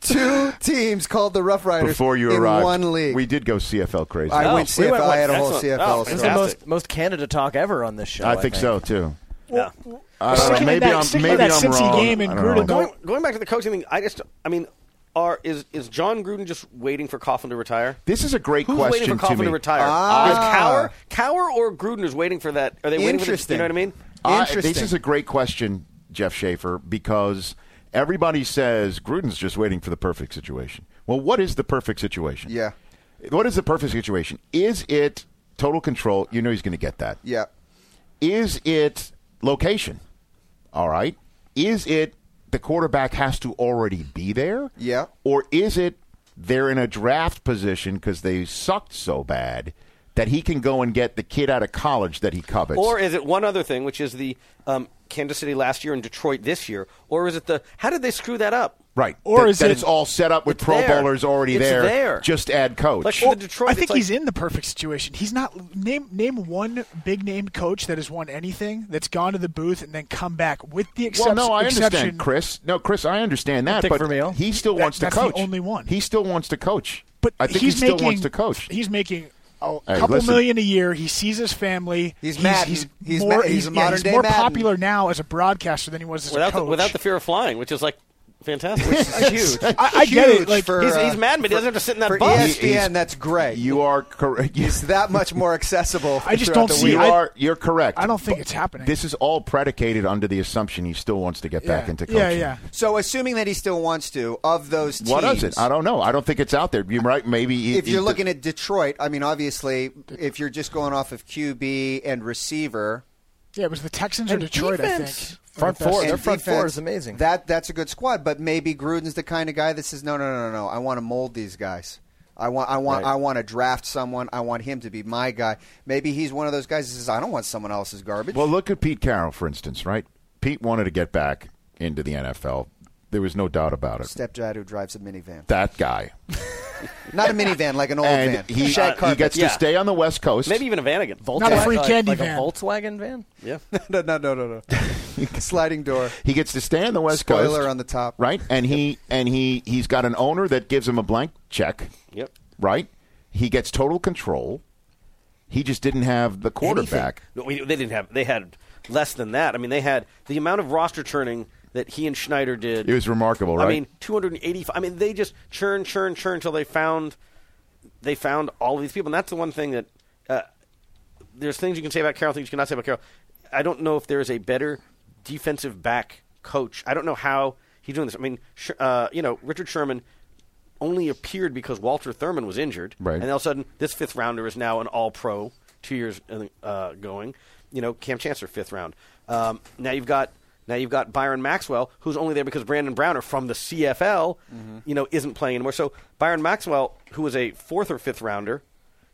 Speaker 10: Two teams called the Rough Riders
Speaker 1: Before you
Speaker 10: in
Speaker 1: arrived,
Speaker 10: one league.
Speaker 1: we did go CFL crazy.
Speaker 10: I went CFL. I had a whole
Speaker 9: Excellent.
Speaker 10: CFL.
Speaker 9: Oh, it's the
Speaker 10: story.
Speaker 9: most, most Canada talk ever on this show.
Speaker 1: I think so too.
Speaker 11: Well,
Speaker 1: I don't know.
Speaker 9: Sticking with
Speaker 1: Maybe
Speaker 9: that-
Speaker 1: I'm
Speaker 9: sticking
Speaker 1: maybe
Speaker 9: with that
Speaker 1: I'm
Speaker 9: Cincy
Speaker 1: wrong.
Speaker 9: game in
Speaker 1: I don't know.
Speaker 9: Gruden.
Speaker 11: going, going back to the coaching thing, I just, I mean, are is is John Gruden just waiting for Coughlin to retire?
Speaker 1: This is a great
Speaker 11: Who's
Speaker 1: question
Speaker 11: waiting for
Speaker 1: to
Speaker 11: Coughlin
Speaker 1: me.
Speaker 11: to retire?
Speaker 1: Ah.
Speaker 11: Is Cower, Cower or Gruden is waiting for that? Are they waiting for this? You know what I mean?
Speaker 1: I- Uh, this is a great question, Jeff Schaefer, because everybody says Gruden's just waiting for the perfect situation. Well, what is the perfect situation?
Speaker 10: Yeah.
Speaker 1: What is the perfect situation? Is it total control? You know he's going to get that.
Speaker 10: Yeah.
Speaker 1: Is it location? All right. Is it the quarterback has to already be there?
Speaker 10: Yeah.
Speaker 1: Or is it they're in a draft position because they sucked so bad that he can go and get the kid out of college that he covets?
Speaker 11: Or is it one other thing, which is the um, Kansas City last year and Detroit this year? Or is it the how did they screw that up?
Speaker 1: Right.
Speaker 11: Or
Speaker 1: That-
Speaker 11: is
Speaker 1: that
Speaker 11: it-
Speaker 1: it's all set up with
Speaker 11: It's
Speaker 1: pro
Speaker 11: there.
Speaker 1: bowlers already
Speaker 11: It's
Speaker 1: there,
Speaker 11: there.
Speaker 1: Just add coach.
Speaker 11: Like for the Detroit,
Speaker 8: I
Speaker 11: it's
Speaker 8: think
Speaker 11: like-
Speaker 8: he's in the perfect situation. He's not name name one big name coach that has won anything that's gone to the booth and then come back with the
Speaker 1: well,
Speaker 8: exception.
Speaker 1: no, I
Speaker 8: exception-
Speaker 1: understand, Chris. No, Chris, I understand that,
Speaker 8: Dick
Speaker 1: but
Speaker 8: Vermeil.
Speaker 1: he still
Speaker 8: That-
Speaker 1: wants to
Speaker 8: that's the
Speaker 1: coach.
Speaker 8: only one.
Speaker 1: He still wants to coach.
Speaker 8: But
Speaker 1: I think
Speaker 8: he's
Speaker 1: he still
Speaker 8: making,
Speaker 1: wants to coach.
Speaker 8: He's making a
Speaker 1: Hey,
Speaker 8: couple
Speaker 1: listen.
Speaker 8: million a year. He sees his family.
Speaker 10: He's
Speaker 8: mad.
Speaker 10: Madden.
Speaker 8: He's
Speaker 10: He's
Speaker 8: more,
Speaker 10: Ma- he's a
Speaker 8: yeah,
Speaker 10: modern-day
Speaker 8: more
Speaker 10: Madden.
Speaker 8: popular now as a broadcaster than he was as
Speaker 11: without
Speaker 8: a
Speaker 11: the,
Speaker 8: coach.
Speaker 11: without the fear of flying, which is like fantastic. Which is huge.
Speaker 8: I, I get it.
Speaker 10: Huge
Speaker 8: Like
Speaker 10: for,
Speaker 11: he's,
Speaker 10: uh,
Speaker 11: he's mad, but he doesn't have to sit in that
Speaker 10: For
Speaker 11: bus.
Speaker 10: ESPN, that's great.
Speaker 1: You are correct.
Speaker 10: It's that much more accessible.
Speaker 8: I just
Speaker 10: throughout
Speaker 8: don't
Speaker 10: the
Speaker 8: see-
Speaker 10: week.
Speaker 1: you
Speaker 8: I-
Speaker 1: are. You're correct.
Speaker 8: I don't think it's happening.
Speaker 1: This is all predicated under the assumption he still wants to get
Speaker 8: yeah.
Speaker 1: back into coaching.
Speaker 8: yeah, yeah.
Speaker 10: So, assuming that he still wants to, of those teams,
Speaker 1: What is it? I don't know. I don't think it's out there. You're right. Maybe he-
Speaker 10: if
Speaker 1: he-
Speaker 10: you're looking at Detroit, I mean, obviously, if you're just going off of QB and receiver,
Speaker 8: Yeah, it was the Texans or
Speaker 9: And
Speaker 8: Detroit,
Speaker 9: defense.
Speaker 8: I think.
Speaker 9: Front
Speaker 8: Or the
Speaker 9: four,
Speaker 8: best-
Speaker 9: their
Speaker 10: and
Speaker 9: front four
Speaker 10: defense,
Speaker 9: is amazing.
Speaker 10: That that's a good squad, but maybe Gruden's the kind of guy that says, no, no, no, no, no. I want to mold these guys. I want, I want,
Speaker 1: Right.
Speaker 10: I want to draft someone. I want him to be my guy. Maybe he's one of those guys that says, I don't want someone else's garbage.
Speaker 1: Well, look at Pete Carroll, for instance, right? Pete wanted to get back into the NFL. There was no doubt about it.
Speaker 10: stepdad who drives a minivan,
Speaker 1: That guy.
Speaker 10: not a minivan, like an old
Speaker 1: And
Speaker 10: van.
Speaker 1: he,
Speaker 10: Shag
Speaker 1: he
Speaker 10: carpet.
Speaker 1: gets
Speaker 11: yeah.
Speaker 1: to stay on the West Coast.
Speaker 11: Maybe even a Vanagon.
Speaker 8: Not a free
Speaker 9: like,
Speaker 8: candy
Speaker 9: like
Speaker 8: van.
Speaker 9: a Volkswagen van.
Speaker 11: Yeah.
Speaker 10: no, no, no, no, no. Sliding door.
Speaker 1: he gets to stay on the West
Speaker 10: Spoiler
Speaker 1: Coast.
Speaker 10: on the top.
Speaker 1: Right? And he and he he's got an owner that gives him a blank check.
Speaker 11: Yep.
Speaker 1: Right? He gets total control. He just didn't have the quarterback.
Speaker 11: No, we- they didn't have. They had less than that. I mean, they had the amount of roster churning that he and Schneider did.
Speaker 1: It was remarkable, right?
Speaker 11: I mean, 285. I mean, they just churn, churn, churn until they found they found all these people, and that's the one thing that uh, there's things you can say about Carroll, things you cannot say about Carroll. I don't know if there is a better defensive back coach. I don't know how he's doing this. I mean, Sh- uh, you know, Richard Sherman only appeared because Walter Thurman was injured,
Speaker 1: Right.
Speaker 11: and all of a sudden, this fifth rounder is now an All Pro, two years uh, going. You know, Cam Chancellor, fifth round. Um, now you've got now you've got Byron Maxwell, who's only there because Brandon Browner from the CFL,
Speaker 1: Mm-hmm.
Speaker 11: you know, isn't playing anymore. So Byron Maxwell, who was a fourth or fifth rounder,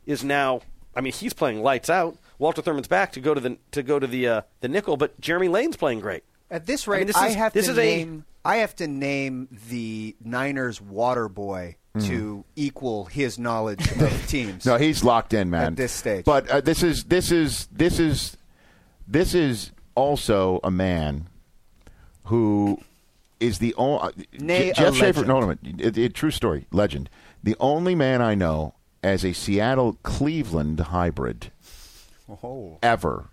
Speaker 11: is now. I mean, he's playing lights out. Walter Thurman's back to go to the to go to the uh, the nickel, but Jeremy Lane's playing great.
Speaker 10: At this
Speaker 11: I
Speaker 10: rate, I,
Speaker 11: mean, this is-
Speaker 10: have
Speaker 11: this
Speaker 10: to
Speaker 11: is a-
Speaker 10: name. I have to name the Niners water boy to equal his knowledge of teams.
Speaker 1: Hmm. No, he's locked in, man.
Speaker 10: At this stage.
Speaker 1: but uh, this is this is this is this is also a man who is the only
Speaker 10: Nay, a
Speaker 1: Jeff Schaefer.
Speaker 10: legend.
Speaker 1: No, no, no, it, it, true story, legend. The only man I know as a Seattle Cleveland hybrid
Speaker 10: Oh.
Speaker 1: ever.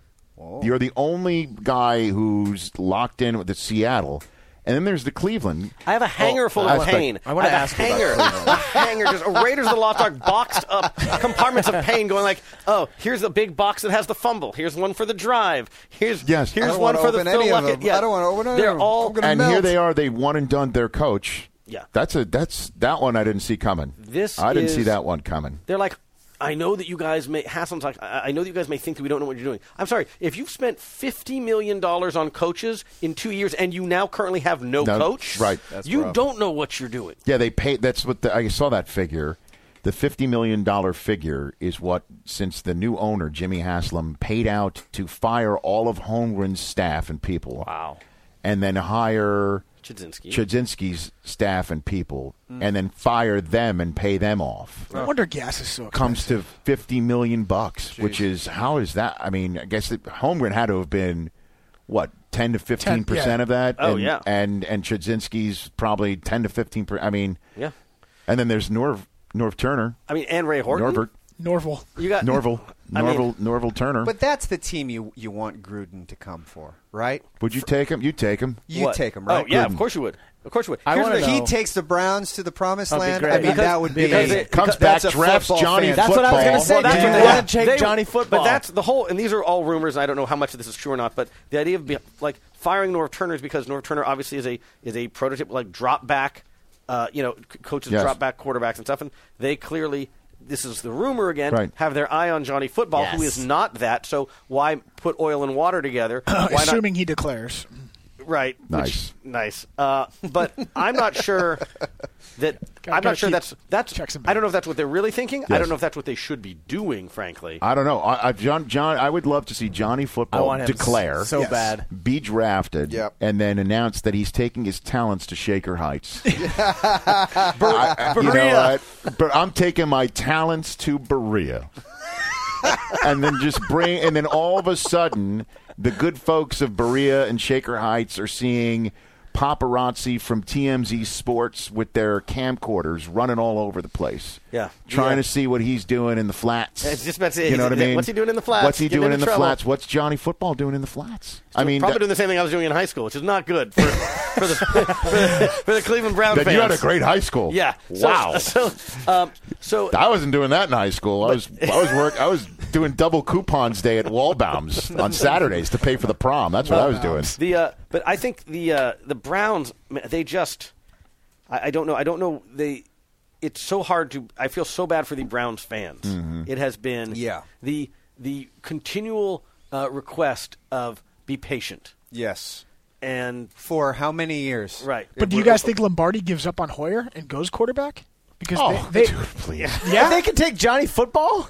Speaker 1: You're the only guy who's locked in with the Seattle, and then there's the Cleveland. Oh,
Speaker 11: I have a hanger full
Speaker 1: I
Speaker 11: of
Speaker 1: wanna-
Speaker 11: pain.
Speaker 9: I wanna
Speaker 11: have
Speaker 9: ask
Speaker 11: a
Speaker 9: you about
Speaker 11: hanger, a hanger, just a Raiders of the Lost Ark boxed up compartments of pain, going like, oh, here's a big box that has the fumble. Here's one for the drive. Here's
Speaker 1: Yes. I
Speaker 11: here's
Speaker 1: don't
Speaker 11: one
Speaker 10: wanna
Speaker 11: for the
Speaker 10: open
Speaker 11: Phil
Speaker 10: any of
Speaker 11: Luckett.
Speaker 10: them. I don't wanna open any
Speaker 11: They're
Speaker 10: of them.
Speaker 11: all
Speaker 10: I'm gonna-
Speaker 1: and
Speaker 10: melt.
Speaker 1: here they are. They one and done their coach.
Speaker 11: Yeah.
Speaker 1: that's a that's that one I didn't see coming.
Speaker 11: This
Speaker 1: I didn't see
Speaker 11: is-
Speaker 1: that one coming.
Speaker 11: They're like, I know that you guys may Hassan's like, I I know that you guys may think that we don't know what you're doing. I'm sorry. If you've spent fifty million dollars on coaches in two years and you now currently have no,
Speaker 1: No,
Speaker 11: coach,
Speaker 1: right. That's
Speaker 11: you
Speaker 1: rough.
Speaker 11: don't know what you're doing.
Speaker 1: Yeah, they pay. That's what the, I saw that figure. The fifty million dollar figure is what, since the new owner Jimmy Haslam paid out to fire all of Holmgren's staff and people.
Speaker 11: Wow.
Speaker 1: and then hire
Speaker 11: Chudzinski.
Speaker 1: Chudzinski's staff and people,
Speaker 11: Hmm.
Speaker 1: and then fire them and pay them off.
Speaker 8: No wonder gas is so.
Speaker 1: Comes to fifty million bucks, which is how is that? I mean, I guess that Holmgren had to have been what ten to fifteen percent
Speaker 11: yeah.
Speaker 1: of that.
Speaker 11: Oh,
Speaker 1: and,
Speaker 11: yeah.
Speaker 1: and and Chudzinski's probably ten to fifteen. percent I mean,
Speaker 11: Yeah.
Speaker 1: And then there's Norv Norv Turner.
Speaker 11: I mean, and Ray Horton.
Speaker 1: Norbert.
Speaker 8: Norval.
Speaker 11: You got
Speaker 1: Norval.
Speaker 11: I mean-
Speaker 1: Norval. Norval Turner.
Speaker 10: But that's the team you you want Gruden to come for, right?
Speaker 1: Would you take him? You take him.
Speaker 10: You take him, right?
Speaker 11: Oh yeah, of course you would. Of course you would.
Speaker 10: I
Speaker 11: Here's
Speaker 10: want
Speaker 11: the-
Speaker 10: He takes the Browns to the promised
Speaker 11: That'd be
Speaker 10: land.
Speaker 11: great.
Speaker 10: I mean,
Speaker 11: Because-
Speaker 10: that would be.
Speaker 11: because it-
Speaker 1: Comes
Speaker 10: that's
Speaker 1: back,
Speaker 10: a
Speaker 1: drafts
Speaker 10: football
Speaker 1: Johnny
Speaker 10: fan. That's what I
Speaker 1: football.
Speaker 10: was going to say.
Speaker 1: Well,
Speaker 10: Do
Speaker 11: that's
Speaker 10: you
Speaker 11: what they
Speaker 10: want
Speaker 11: want.
Speaker 10: to take
Speaker 11: They-
Speaker 10: Johnny football?
Speaker 11: But that's the whole, and these are all rumors. And I don't know how much of this is true or not. But the idea of be, like firing Norv Turner is because Norv Turner obviously is a is a prototype like drop back, uh, you know, c- coaches
Speaker 1: Yes.
Speaker 11: drop back quarterbacks and stuff, and they clearly. This is the rumor again.
Speaker 1: Right.
Speaker 11: Have their eye on Johnny Football, who
Speaker 8: Yes.
Speaker 11: is not that. So why put oil and water together? why not
Speaker 8: assuming he declares.
Speaker 11: Right. which-
Speaker 8: Nice.
Speaker 11: nice. Uh, but I'm not sure
Speaker 8: Gotta-
Speaker 11: that I'm
Speaker 8: gotta
Speaker 11: not sure
Speaker 8: keep
Speaker 11: that's that's. I don't know if that's what they're really thinking. I
Speaker 1: Yes.
Speaker 11: don't know if that's what they should be doing. Frankly,
Speaker 1: I don't know. I, I John John I would love to see Johnny Football
Speaker 11: I want him
Speaker 1: declare
Speaker 11: so Yes. bad.
Speaker 1: be drafted and then announce that he's taking his talents to Shaker Heights. I- you know
Speaker 12: Berea.
Speaker 1: what? But I'm taking my talents to Berea. and then just bring and then all of a sudden the good folks of Berea and Shaker Heights are seeing paparazzi from TMZ Sports with their camcorders running all over the place.
Speaker 11: Yeah.
Speaker 1: Trying to
Speaker 11: Yeah.
Speaker 1: see what he's doing in the flats.
Speaker 11: I was just about to say,
Speaker 1: you know
Speaker 11: is
Speaker 1: what I
Speaker 11: it-
Speaker 1: mean?
Speaker 11: what's he doing in the flats?
Speaker 1: What's he
Speaker 11: Getting
Speaker 1: doing
Speaker 11: into
Speaker 1: in the
Speaker 11: trouble.
Speaker 1: flats? What's Johnny Football doing in the flats? I mean,
Speaker 11: probably
Speaker 1: that-
Speaker 11: doing the same thing I was doing in high school, which is not good for for the, for the, for the Cleveland Brown
Speaker 1: Then
Speaker 11: fans.
Speaker 1: you had a great high school.
Speaker 11: Yeah. So-
Speaker 1: Wow.
Speaker 11: So, um, so
Speaker 1: I wasn't doing that in high school. I was I was work I was doing double coupons day at Walbaum's on Saturdays to pay for the prom. That's what I was doing.
Speaker 11: The uh, but I think the uh, the Browns man, they just I, I don't know I don't know they it's so hard to I feel so bad for the Browns fans.
Speaker 1: Mm-hmm.
Speaker 10: Mhm.
Speaker 11: It has been
Speaker 10: Yeah.
Speaker 11: the the continual uh, request of be patient
Speaker 10: Yes.
Speaker 11: and
Speaker 10: for how many years?
Speaker 11: Right.
Speaker 8: But do you guys think Lombardi gives up on Hoyer and goes quarterback? Because
Speaker 11: Oh,
Speaker 8: they, they
Speaker 11: dude,
Speaker 1: please.
Speaker 8: yeah,
Speaker 9: they can take Johnny football.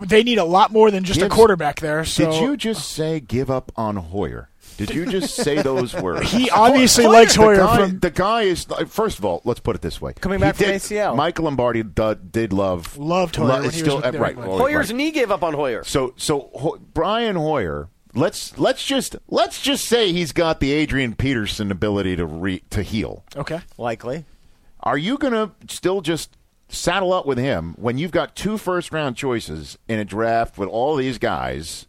Speaker 8: They need a lot more than just a
Speaker 1: Gives-
Speaker 8: quarterback there. So
Speaker 1: Did you just say give up on Hoyer? Did you just say those words?
Speaker 8: He obviously
Speaker 1: Hoy-
Speaker 8: likes Hoyer
Speaker 1: The guy,
Speaker 8: from-
Speaker 1: the guy is first of all. Let's put it this way:
Speaker 11: Coming
Speaker 1: He
Speaker 11: back from
Speaker 1: did-
Speaker 11: ACL.
Speaker 1: Mike Lombardi do- did love
Speaker 8: loved
Speaker 11: Hoyer when he was
Speaker 1: still
Speaker 11: with
Speaker 1: uh,
Speaker 11: the
Speaker 1: right.
Speaker 11: Hoyers.
Speaker 1: right.
Speaker 11: Hoyer's knee gave up on Hoyer.
Speaker 1: So so Ho- Brian Hoyer, let's let's just let's just say he's got the Adrian Peterson ability to re, to heal.
Speaker 8: Okay.
Speaker 9: Likely.
Speaker 1: Are you going to still just saddle up with him when you've got two first round choices in a draft with all these guys?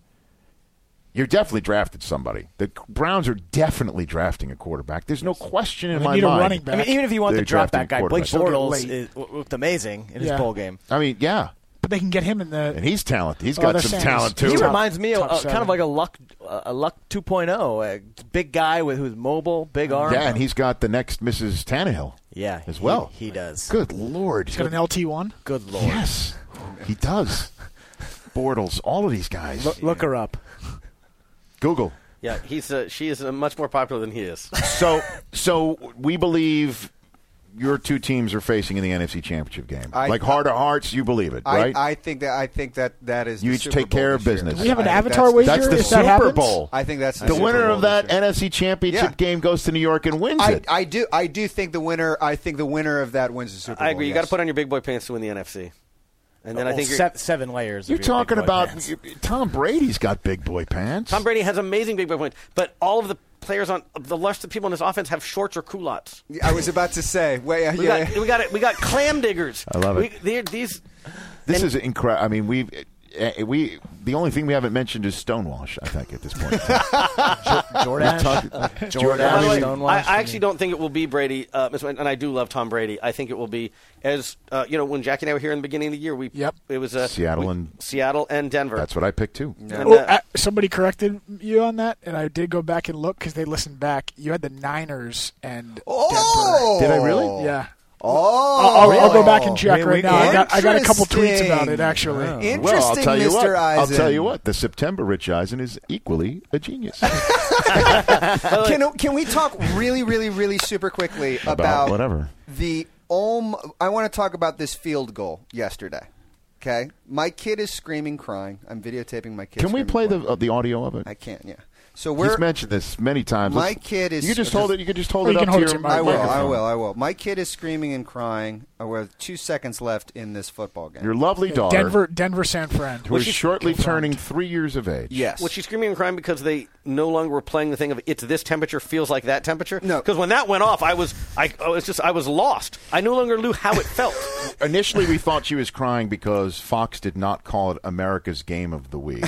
Speaker 1: You're definitely drafted somebody. The Browns are definitely drafting a quarterback. There's no question in
Speaker 9: They
Speaker 1: my
Speaker 9: need a
Speaker 1: mind.
Speaker 9: running back. I mean, even if you want the
Speaker 1: They're
Speaker 9: drop back
Speaker 1: drafting
Speaker 9: guy, Blake
Speaker 1: quarterbacks. They'll get
Speaker 9: Bortles
Speaker 1: late.
Speaker 9: is- w- looked amazing in
Speaker 8: Yeah.
Speaker 9: his bowl game.
Speaker 1: I mean, yeah.
Speaker 8: but they can get him in the.
Speaker 1: And he's talented. He's
Speaker 8: Oh,
Speaker 1: got
Speaker 8: they're
Speaker 1: some
Speaker 8: saying
Speaker 1: talent too.
Speaker 8: he's-
Speaker 9: He
Speaker 8: Top-
Speaker 9: reminds me of
Speaker 8: top
Speaker 9: uh,
Speaker 8: seven.
Speaker 9: kind of like a luck, uh, a luck 2.0, a big guy with who's mobile, big arm.
Speaker 1: Yeah, and he's got the next Mrs. Tannehill.
Speaker 9: Yeah,
Speaker 1: as
Speaker 9: he-
Speaker 1: well.
Speaker 9: he does.
Speaker 1: Good lord,
Speaker 8: He's got an LT one.
Speaker 9: Good lord.
Speaker 1: Yes, he does. Bortles, all of these guys.
Speaker 9: Look, look her up.
Speaker 1: Google.
Speaker 11: Yeah, he's uh, she is uh, much more popular than he is.
Speaker 1: So, so we believe your two teams are facing in the NFC Championship game.
Speaker 10: I-
Speaker 1: like heart of hearts, you believe it,
Speaker 10: I,
Speaker 1: right?
Speaker 10: I think that I think that that is.
Speaker 1: you
Speaker 10: the
Speaker 1: each
Speaker 10: Super
Speaker 1: take
Speaker 10: Bowl
Speaker 1: care
Speaker 10: this
Speaker 1: of
Speaker 10: year.
Speaker 1: business.
Speaker 10: I think that's-
Speaker 1: That's the Super Bowl.
Speaker 10: I think that's the,
Speaker 1: the
Speaker 10: Super
Speaker 1: winner
Speaker 10: Bowl
Speaker 1: of
Speaker 10: this
Speaker 1: that
Speaker 10: year.
Speaker 1: NFC Championship
Speaker 10: Yeah.
Speaker 1: game goes to New York and wins
Speaker 10: I,
Speaker 1: it.
Speaker 10: I do. I do think the winner. I think the winner of that wins the Super Bowl.
Speaker 11: I agree. You got
Speaker 10: yes.
Speaker 11: to put on your big boy pants to win the NFC, and then I
Speaker 9: Well,
Speaker 11: think you're,
Speaker 9: se- seven layers.
Speaker 1: You're
Speaker 9: of your big
Speaker 1: talking
Speaker 9: boy
Speaker 1: about
Speaker 9: pants.
Speaker 1: Tom Brady's got big boy pants.
Speaker 11: Tom Brady has amazing big boy points, but all of the players on the rest of the people in this offense have shorts or culottes.
Speaker 10: I was about to say. Wait,
Speaker 11: We
Speaker 10: yeah.
Speaker 11: got we got it. We got clam diggers.
Speaker 1: I love it.
Speaker 11: We, they're- these
Speaker 1: This is incredible. I mean, we've. eh, We the only thing we haven't mentioned is Stonewash. I think at this point,
Speaker 9: Jordan,
Speaker 1: We've talked-
Speaker 9: Jordan,
Speaker 11: By the way,
Speaker 9: Stonewash.
Speaker 11: I, I actually don't think it will be Brady, uh, Miss Wen- and I do love Tom Brady. I think it will be as uh, you know when Jackie and I were here in the beginning of the year. We yep. It was uh,
Speaker 1: Seattle
Speaker 11: we-
Speaker 1: and-
Speaker 11: Seattle and Denver.
Speaker 1: that's what I picked too.
Speaker 11: And,
Speaker 8: Oh,
Speaker 11: uh,
Speaker 8: uh, somebody corrected you on that, and I did go back and look because they listened back. You had the Niners and
Speaker 10: Oh!
Speaker 8: Denver.
Speaker 10: Did I really?
Speaker 8: Yeah.
Speaker 10: Oh,
Speaker 8: I'll, I'll- I'll go back and check
Speaker 10: Really?
Speaker 8: right now. I got, I got a couple tweets about it
Speaker 10: Interesting. Oh.
Speaker 8: actually.
Speaker 10: Interesting,
Speaker 1: Well, I'll tell
Speaker 10: Mr.
Speaker 1: you what. I'll
Speaker 10: Eisen.
Speaker 1: tell you what. The September Rich Eisen is equally a genius.
Speaker 10: Can, can we talk really, really, really super quickly about,
Speaker 1: whatever.
Speaker 10: the om? I want to talk about this field goal yesterday. Okay, my kid is screaming, crying. I'm videotaping my kid.
Speaker 1: Can we
Speaker 10: screaming,
Speaker 1: play
Speaker 10: crying.
Speaker 1: the uh, the audio of it?
Speaker 10: I can't. Yeah. So we're
Speaker 1: He's mentioned this many times.
Speaker 10: My
Speaker 1: Let's-
Speaker 10: kid is.
Speaker 1: You can just hold it. Oh, You can just hold it up to your.
Speaker 10: I will. I
Speaker 1: microphone.
Speaker 10: will. I will. My kid is screaming and crying. uh, With two seconds left in this football game.
Speaker 1: Your lovely daughter,
Speaker 8: Denver, Denver, San Fran.
Speaker 1: who is shortly turning three years of age.
Speaker 11: Was she screaming and crying because they no longer were playing the thing of "it's this temperature feels like that temperature"? No. Because when that went off, I was I, I was just I was lost. I no longer knew how it felt.
Speaker 1: Initially, we thought she was crying because Fox did not call it America's Game of the Week.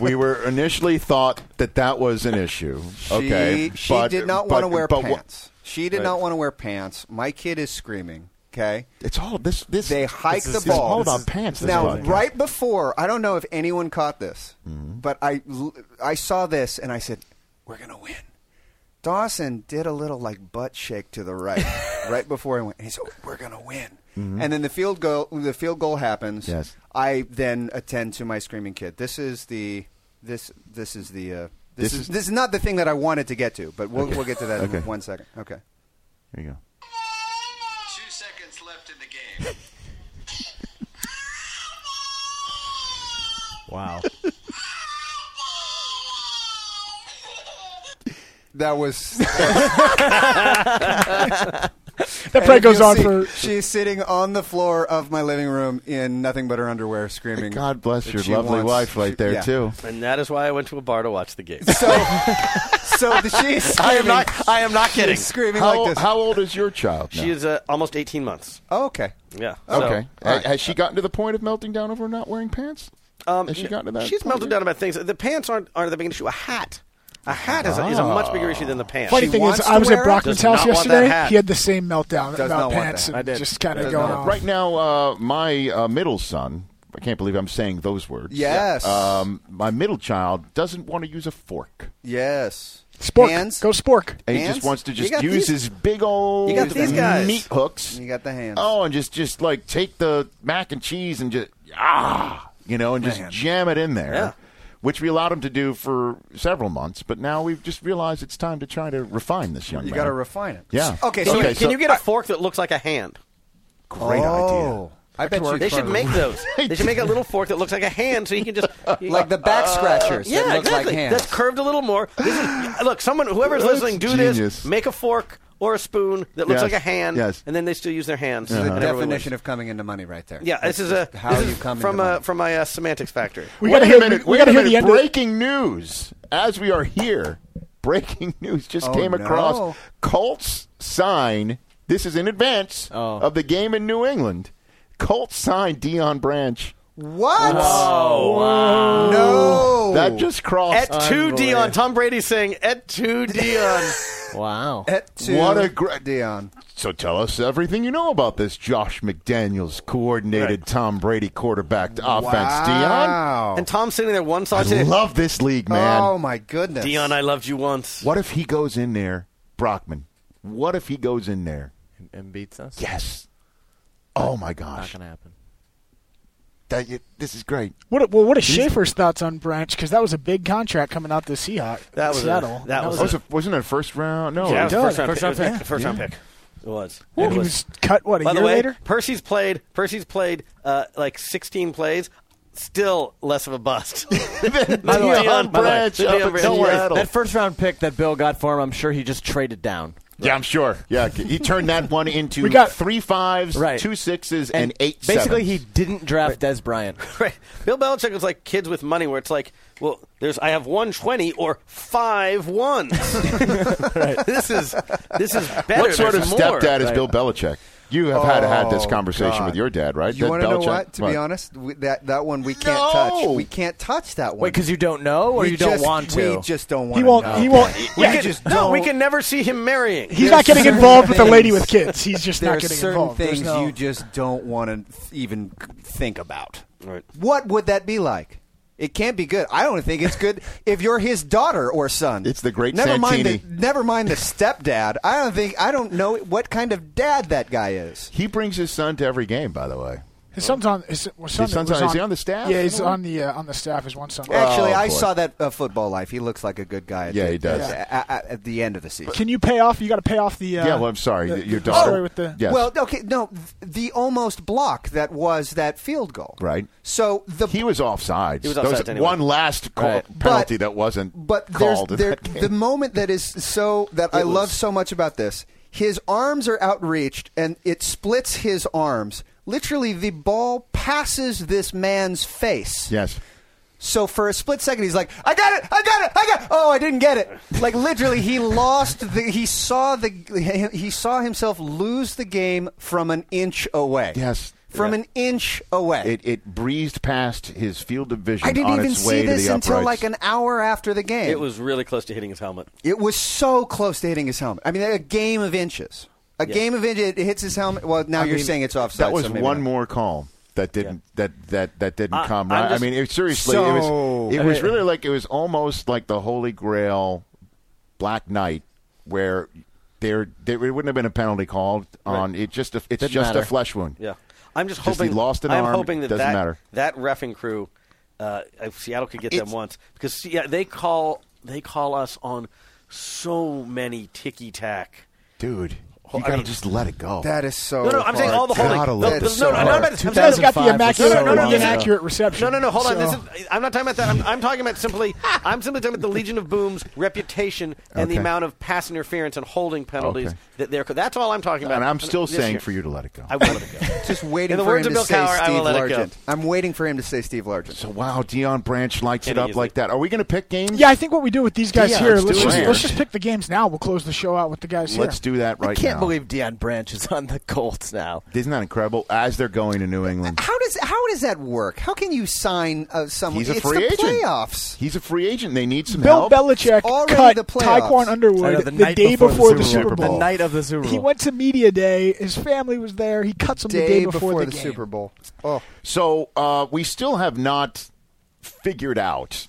Speaker 1: we were initially thought that that was an issue. Okay,
Speaker 10: She, she
Speaker 1: but-
Speaker 10: did not
Speaker 1: but-
Speaker 10: want to wear
Speaker 1: but wha-
Speaker 10: pants. She did
Speaker 1: Right.
Speaker 10: not want to wear pants. My kid is screaming. Okay.
Speaker 1: It's all this. This
Speaker 10: they hike
Speaker 1: this
Speaker 10: the
Speaker 1: is- it's
Speaker 10: ball.
Speaker 1: all about This is- pants, this
Speaker 10: Now,
Speaker 1: podcast.
Speaker 10: right before, I don't know if anyone caught this,
Speaker 1: Mm-hmm.
Speaker 10: but I l- I saw this and I said, "We're gonna win." Dawson did a little like butt shake to the right, right before I went. And he said, "We're gonna win."
Speaker 1: Mm-hmm.
Speaker 13: Mhm.
Speaker 10: And then the field goal, the field goal happens.
Speaker 13: Yes.
Speaker 10: I then attend to my screaming kid. This is the this this is the uh, this,
Speaker 1: This
Speaker 10: is,
Speaker 1: is-
Speaker 10: this is not the thing that I wanted to get to, but we'll
Speaker 1: Okay.
Speaker 10: we'll get to that
Speaker 1: Okay.
Speaker 10: in one second. Okay.
Speaker 1: There you go.
Speaker 14: Two seconds left in the game.
Speaker 9: Wow.
Speaker 10: That was.
Speaker 8: That
Speaker 10: And
Speaker 8: probably goes
Speaker 10: you'll
Speaker 8: on
Speaker 10: see
Speaker 8: for-
Speaker 10: She's sitting on the floor of my living room in nothing but her underwear, screaming.
Speaker 1: God bless
Speaker 10: that
Speaker 1: your
Speaker 10: she
Speaker 1: lovely
Speaker 10: wants-
Speaker 1: wife right
Speaker 10: she-
Speaker 1: there,
Speaker 10: yeah.
Speaker 1: too.
Speaker 11: and that is why I went to a bar to watch the game.
Speaker 10: So the, she's. Screaming,
Speaker 11: I am not. I am not
Speaker 10: she is
Speaker 11: kidding.
Speaker 10: Screaming
Speaker 1: how,
Speaker 10: like this.
Speaker 1: how old is your child?
Speaker 11: She
Speaker 1: now?
Speaker 11: is uh, almost 18 months.
Speaker 10: Oh, okay.
Speaker 11: Yeah.
Speaker 1: Okay.
Speaker 11: So-
Speaker 1: Ha- Has she gotten to the point of melting down over not wearing pants?
Speaker 11: Um,
Speaker 1: Has she
Speaker 11: n-
Speaker 1: gotten to that?
Speaker 11: She's
Speaker 1: point
Speaker 11: melted down about things. The pants aren't aren't the big issue. A hat. A hat is, a, is a much bigger issue than the pants.
Speaker 8: Funny thing is, I was at Brockman's house yesterday. He had the same meltdown
Speaker 11: Does
Speaker 8: about
Speaker 11: not want
Speaker 8: pants
Speaker 11: that.
Speaker 8: and
Speaker 11: I did.
Speaker 8: just kind
Speaker 11: Does
Speaker 8: of going
Speaker 11: not.
Speaker 8: off.
Speaker 1: Right now, uh, my uh, middle son. I can't believe I'm saying those words.
Speaker 10: Yes.
Speaker 1: Um, my middle child doesn't want to use a fork.
Speaker 10: Yes.
Speaker 8: Spork.
Speaker 10: Hands.
Speaker 8: Go spork.
Speaker 1: He
Speaker 10: Hands?
Speaker 1: just wants to
Speaker 10: You
Speaker 1: just
Speaker 10: got
Speaker 1: use
Speaker 10: these-
Speaker 1: his big old
Speaker 10: You got these guys.
Speaker 1: meat hooks.
Speaker 10: You got the hands.
Speaker 1: Oh, and just just like take the mac and cheese and just ah, you know, and just jam it in there.
Speaker 11: Yeah.
Speaker 1: Which we allowed him to do for several months, but now we've just realized it's time to try to refine this young
Speaker 10: You
Speaker 1: man.
Speaker 10: got to refine it.
Speaker 1: Yeah.
Speaker 11: Okay. So can
Speaker 1: so-
Speaker 11: you get a Ah. fork that looks like a hand?
Speaker 1: Great idea.
Speaker 10: Oh. I bet you
Speaker 11: They should make those. They should make a little fork that looks like a hand, so you can just
Speaker 10: Like the back scratchers that
Speaker 11: Uh, yeah,
Speaker 10: look like
Speaker 11: exactly.
Speaker 10: hands.
Speaker 11: That's curved a little more. This is, look, someone, whoever's
Speaker 1: That's
Speaker 11: listening, do
Speaker 1: genius.
Speaker 11: this. Make a fork or a spoon that looks
Speaker 1: Yes,
Speaker 11: like a hand,
Speaker 1: yes.
Speaker 11: and then they still use their hands.
Speaker 10: This is
Speaker 11: And
Speaker 10: the
Speaker 11: everyone wins.
Speaker 10: definition of coming into money right there.
Speaker 11: Yeah, this
Speaker 10: That's
Speaker 11: is a
Speaker 10: just how
Speaker 11: this is
Speaker 10: you come
Speaker 11: from
Speaker 10: into
Speaker 11: a
Speaker 10: money.
Speaker 11: from my uh, semantics factory.
Speaker 1: Wait
Speaker 8: gotta
Speaker 1: a
Speaker 8: hear-
Speaker 1: minute,
Speaker 8: we
Speaker 1: wait
Speaker 8: gotta
Speaker 1: a
Speaker 8: hear the
Speaker 1: minute.
Speaker 8: end of-
Speaker 1: Breaking news as we are here. Breaking news just
Speaker 10: Oh,
Speaker 1: came across.
Speaker 10: no.
Speaker 1: Colts sign. This is in advance
Speaker 8: Oh.
Speaker 1: of the game in New England. Colts sign Dion Branch.
Speaker 10: What?
Speaker 11: Wow.
Speaker 10: No.
Speaker 1: That just crossed.
Speaker 11: At two Dion, Tom Brady saying at two Dion.
Speaker 9: wow.
Speaker 10: Et tu,
Speaker 1: What a gr-
Speaker 10: Dion.
Speaker 1: So tell us everything you know about this Josh McDaniels coordinated Tom Brady quarterbacked offense,
Speaker 10: Wow.
Speaker 11: and Tom's sitting there one side
Speaker 1: Dion. I
Speaker 11: saying,
Speaker 1: love this league, man.
Speaker 10: Oh my goodness.
Speaker 11: Dion, I loved you once.
Speaker 1: What if he goes in there, Brockman? What if he goes in there?
Speaker 9: And beats us.
Speaker 1: Yes. Oh my
Speaker 9: Not
Speaker 1: gosh,
Speaker 9: gonna happen.
Speaker 1: that you, this is great.
Speaker 8: What, well, what is Schaefer's thoughts on Branch? Because that was a big contract coming out the Seahawk.
Speaker 11: That was a-
Speaker 8: Seattle.
Speaker 11: that was
Speaker 1: was not it a first round? No,
Speaker 11: Yeah, it was
Speaker 8: done.
Speaker 11: first round
Speaker 8: First
Speaker 11: pick.
Speaker 8: round
Speaker 11: It was
Speaker 8: pick.
Speaker 11: a First round
Speaker 1: Yeah.
Speaker 11: pick. It was.
Speaker 8: Well,
Speaker 11: It
Speaker 8: he was cut, what, a
Speaker 11: By
Speaker 8: year
Speaker 11: the way,
Speaker 8: later?
Speaker 11: Percy's played. Percy's played uh, like 16 plays. Still less of a bust.
Speaker 9: By the way,
Speaker 11: Deion
Speaker 9: by the way,
Speaker 11: Branch
Speaker 9: Deion
Speaker 11: up in
Speaker 9: Branch-
Speaker 11: Don't worry. Seattle.
Speaker 9: That first round pick that Bill got for him, I'm sure he just traded down.
Speaker 1: Yeah, I'm sure. Yeah, he turned that one into
Speaker 8: We got-
Speaker 1: three fives,
Speaker 9: Right.
Speaker 1: two sixes, and, eight.
Speaker 9: Basically,
Speaker 1: sevens.
Speaker 9: he didn't draft Des Bryant.
Speaker 11: Right. Bill Belichick was like kids with money, where it's like, well, there's I have one twenty or five ones. This is this is better.
Speaker 1: What sort of
Speaker 11: There's more.
Speaker 1: stepdad is Bill Belichick? You have had had this
Speaker 10: Oh,
Speaker 1: conversation
Speaker 10: God.
Speaker 1: with your dad, right?
Speaker 10: You
Speaker 1: That
Speaker 10: want to know
Speaker 1: Belichick-
Speaker 10: what? To be
Speaker 1: right.
Speaker 10: honest, we, that that one we can't
Speaker 1: No!
Speaker 10: touch. We can't touch that one.
Speaker 9: Wait, because you don't know or
Speaker 10: We
Speaker 9: you don't
Speaker 10: just-
Speaker 9: want to?
Speaker 10: We just don't want.
Speaker 8: He won't. He won't.
Speaker 11: We
Speaker 8: yeah,
Speaker 11: can,
Speaker 10: just
Speaker 11: no, we
Speaker 10: don't-
Speaker 11: can never see him marrying.
Speaker 8: he's not getting
Speaker 10: certain
Speaker 8: involved with a lady
Speaker 10: things-
Speaker 8: with kids. He's just
Speaker 10: There
Speaker 8: not
Speaker 10: are
Speaker 8: getting
Speaker 10: certain
Speaker 8: involved. There's
Speaker 10: things
Speaker 8: no-
Speaker 10: you just don't want to even think about.
Speaker 11: Right.
Speaker 10: What would that be like? It can't be good. I don't think it's good if you're his daughter or son.
Speaker 1: It's the great
Speaker 10: never mind the
Speaker 1: Santini.
Speaker 10: never mind the stepdad. I don't think I don't know what kind of dad that guy is.
Speaker 1: He brings his son to every game, by the way.
Speaker 8: His son's on. His, well, son
Speaker 1: son's
Speaker 8: was
Speaker 1: on- is he on the staff?
Speaker 8: Yeah, he's
Speaker 1: Anyone?
Speaker 8: on the uh, on the staff. His one son.
Speaker 10: Actually, I saw that uh, football life. He looks like a good guy. At
Speaker 1: Oh, Yeah,
Speaker 10: the,
Speaker 1: he does.
Speaker 10: At, at- at the end of the season.
Speaker 8: Uh, Can you pay off? You got to pay off the. Uh,
Speaker 1: yeah, well, I'm sorry.
Speaker 8: the-
Speaker 1: your
Speaker 8: the
Speaker 1: daughter.
Speaker 8: story with the-
Speaker 1: yes.
Speaker 10: Well, okay, no, th- the almost block that was that field goal.
Speaker 1: right.
Speaker 10: So the
Speaker 1: he was offsides.
Speaker 10: He was
Speaker 1: There
Speaker 10: offsides anyway.
Speaker 1: One last call,
Speaker 10: Right.
Speaker 1: penalty
Speaker 10: But-
Speaker 1: that wasn't
Speaker 10: But there's
Speaker 1: called. in
Speaker 10: there,
Speaker 1: that game.
Speaker 10: the moment that is so that I love so much about this. His arms are outreached, and it splits his arms. Literally, the ball passes this man's face.
Speaker 1: Yes.
Speaker 10: So for a split second, he's like, "I got it! I got it! I got! It. Oh, I didn't get it!" Like literally, he lost the. He saw the. He saw himself lose the game from an inch away.
Speaker 1: Yes.
Speaker 10: From an inch away.
Speaker 1: It, it breezed past his field of vision
Speaker 10: I didn't
Speaker 1: on
Speaker 10: even
Speaker 1: its
Speaker 10: see
Speaker 1: way
Speaker 10: this
Speaker 1: to the
Speaker 10: until
Speaker 1: uprights.
Speaker 10: like an hour after the game.
Speaker 11: It was really close to hitting his helmet.
Speaker 10: It was so close to hitting his helmet. I mean, a game of inches. A
Speaker 11: Yeah.
Speaker 10: game of inches. It hits his helmet. Well, now
Speaker 1: I
Speaker 10: you're
Speaker 1: mean,
Speaker 10: saying it's offside.
Speaker 1: That was
Speaker 10: so maybe
Speaker 1: one
Speaker 10: not.
Speaker 1: more call that didn't that that that didn't
Speaker 10: I-
Speaker 1: come
Speaker 10: I'm
Speaker 1: right.
Speaker 10: just-
Speaker 1: I mean, it, seriously, it
Speaker 10: So-
Speaker 1: was it was really like it was almost like the Holy Grail, Black Knight, where there there it wouldn't have been a penalty called on it. Just a, it's
Speaker 11: Didn't
Speaker 1: just a
Speaker 11: matter.
Speaker 1: flesh wound.
Speaker 11: Yeah, I'm just
Speaker 1: Just
Speaker 11: hoping
Speaker 1: he lost an
Speaker 11: I'm
Speaker 1: arm,
Speaker 11: hoping that
Speaker 1: doesn't
Speaker 11: that,
Speaker 1: matter.
Speaker 11: that refing crew, uh, if Seattle could get them
Speaker 1: It's-
Speaker 11: once because see, yeah, they call they call us on so many ticky tack.
Speaker 1: Dude,
Speaker 11: I
Speaker 1: you gotta
Speaker 11: mean-
Speaker 1: just let it go.
Speaker 10: That is so.
Speaker 11: No, no, I'm saying all the holding.
Speaker 1: Gotta
Speaker 11: No,
Speaker 1: let
Speaker 11: no,
Speaker 1: it
Speaker 11: no,
Speaker 1: go.
Speaker 11: I'm not about to- I'm not
Speaker 8: Tutel's got the
Speaker 11: 2005 was so
Speaker 8: immaculate,
Speaker 11: long ago.
Speaker 8: inaccurate reception.
Speaker 11: No, no, no. Hold on.
Speaker 8: So-
Speaker 11: This is. I'm not talking about that. I'm, I'm talking about simply. I'm simply talking about the Legion of Boom's reputation and
Speaker 1: Okay.
Speaker 11: the amount of pass interference and holding penalties
Speaker 1: Okay.
Speaker 11: that they're. That's all I'm talking about.
Speaker 1: and I'm still
Speaker 11: this
Speaker 1: saying
Speaker 11: year.
Speaker 1: for you to let it go.
Speaker 11: I will let it go.
Speaker 10: Just waiting
Speaker 11: In the
Speaker 10: for
Speaker 11: words
Speaker 10: him
Speaker 11: of
Speaker 10: to
Speaker 11: Bill Cowher,
Speaker 10: say
Speaker 11: I will
Speaker 10: Steve
Speaker 11: let it go.
Speaker 10: Largent. I'm waiting for him to say Steve Largent.
Speaker 1: So wow, Dion Branch lights it
Speaker 11: Can't
Speaker 1: up
Speaker 11: use
Speaker 1: like that. Are we going to pick games?
Speaker 8: Yeah, I think what we do with these guys
Speaker 1: Yeah,
Speaker 8: here.
Speaker 1: let's
Speaker 8: Let's,
Speaker 1: do it
Speaker 8: just,
Speaker 1: here.
Speaker 8: let's just pick the games now. We'll close the show out with the guys
Speaker 1: Let's
Speaker 8: here.
Speaker 1: do that right
Speaker 9: I can't
Speaker 1: now.
Speaker 9: believe Deion Branch is on the Colts now.
Speaker 1: Isn't that incredible? As they're going to New England.
Speaker 10: How does how does that work? How can you sign uh, someone?
Speaker 1: He's a
Speaker 10: it's
Speaker 1: free
Speaker 10: the
Speaker 1: agent.
Speaker 10: playoffs.
Speaker 1: He's a free agent. They need some
Speaker 8: Bill
Speaker 1: help.
Speaker 8: Belichick
Speaker 10: It's already
Speaker 8: cut
Speaker 10: the playoffs.
Speaker 8: Tyquan
Speaker 9: I know,
Speaker 8: Underwood
Speaker 9: the
Speaker 8: the,
Speaker 9: night
Speaker 8: day
Speaker 9: before the
Speaker 8: before, the
Speaker 1: Super
Speaker 8: Super
Speaker 1: Bowl.
Speaker 8: Bowl.
Speaker 9: The night of the Super Bowl.
Speaker 8: He went to media day. His family was there. He cuts him the day before, the, game.
Speaker 10: Super Bowl. Oh,
Speaker 1: So uh, we still have not figured out,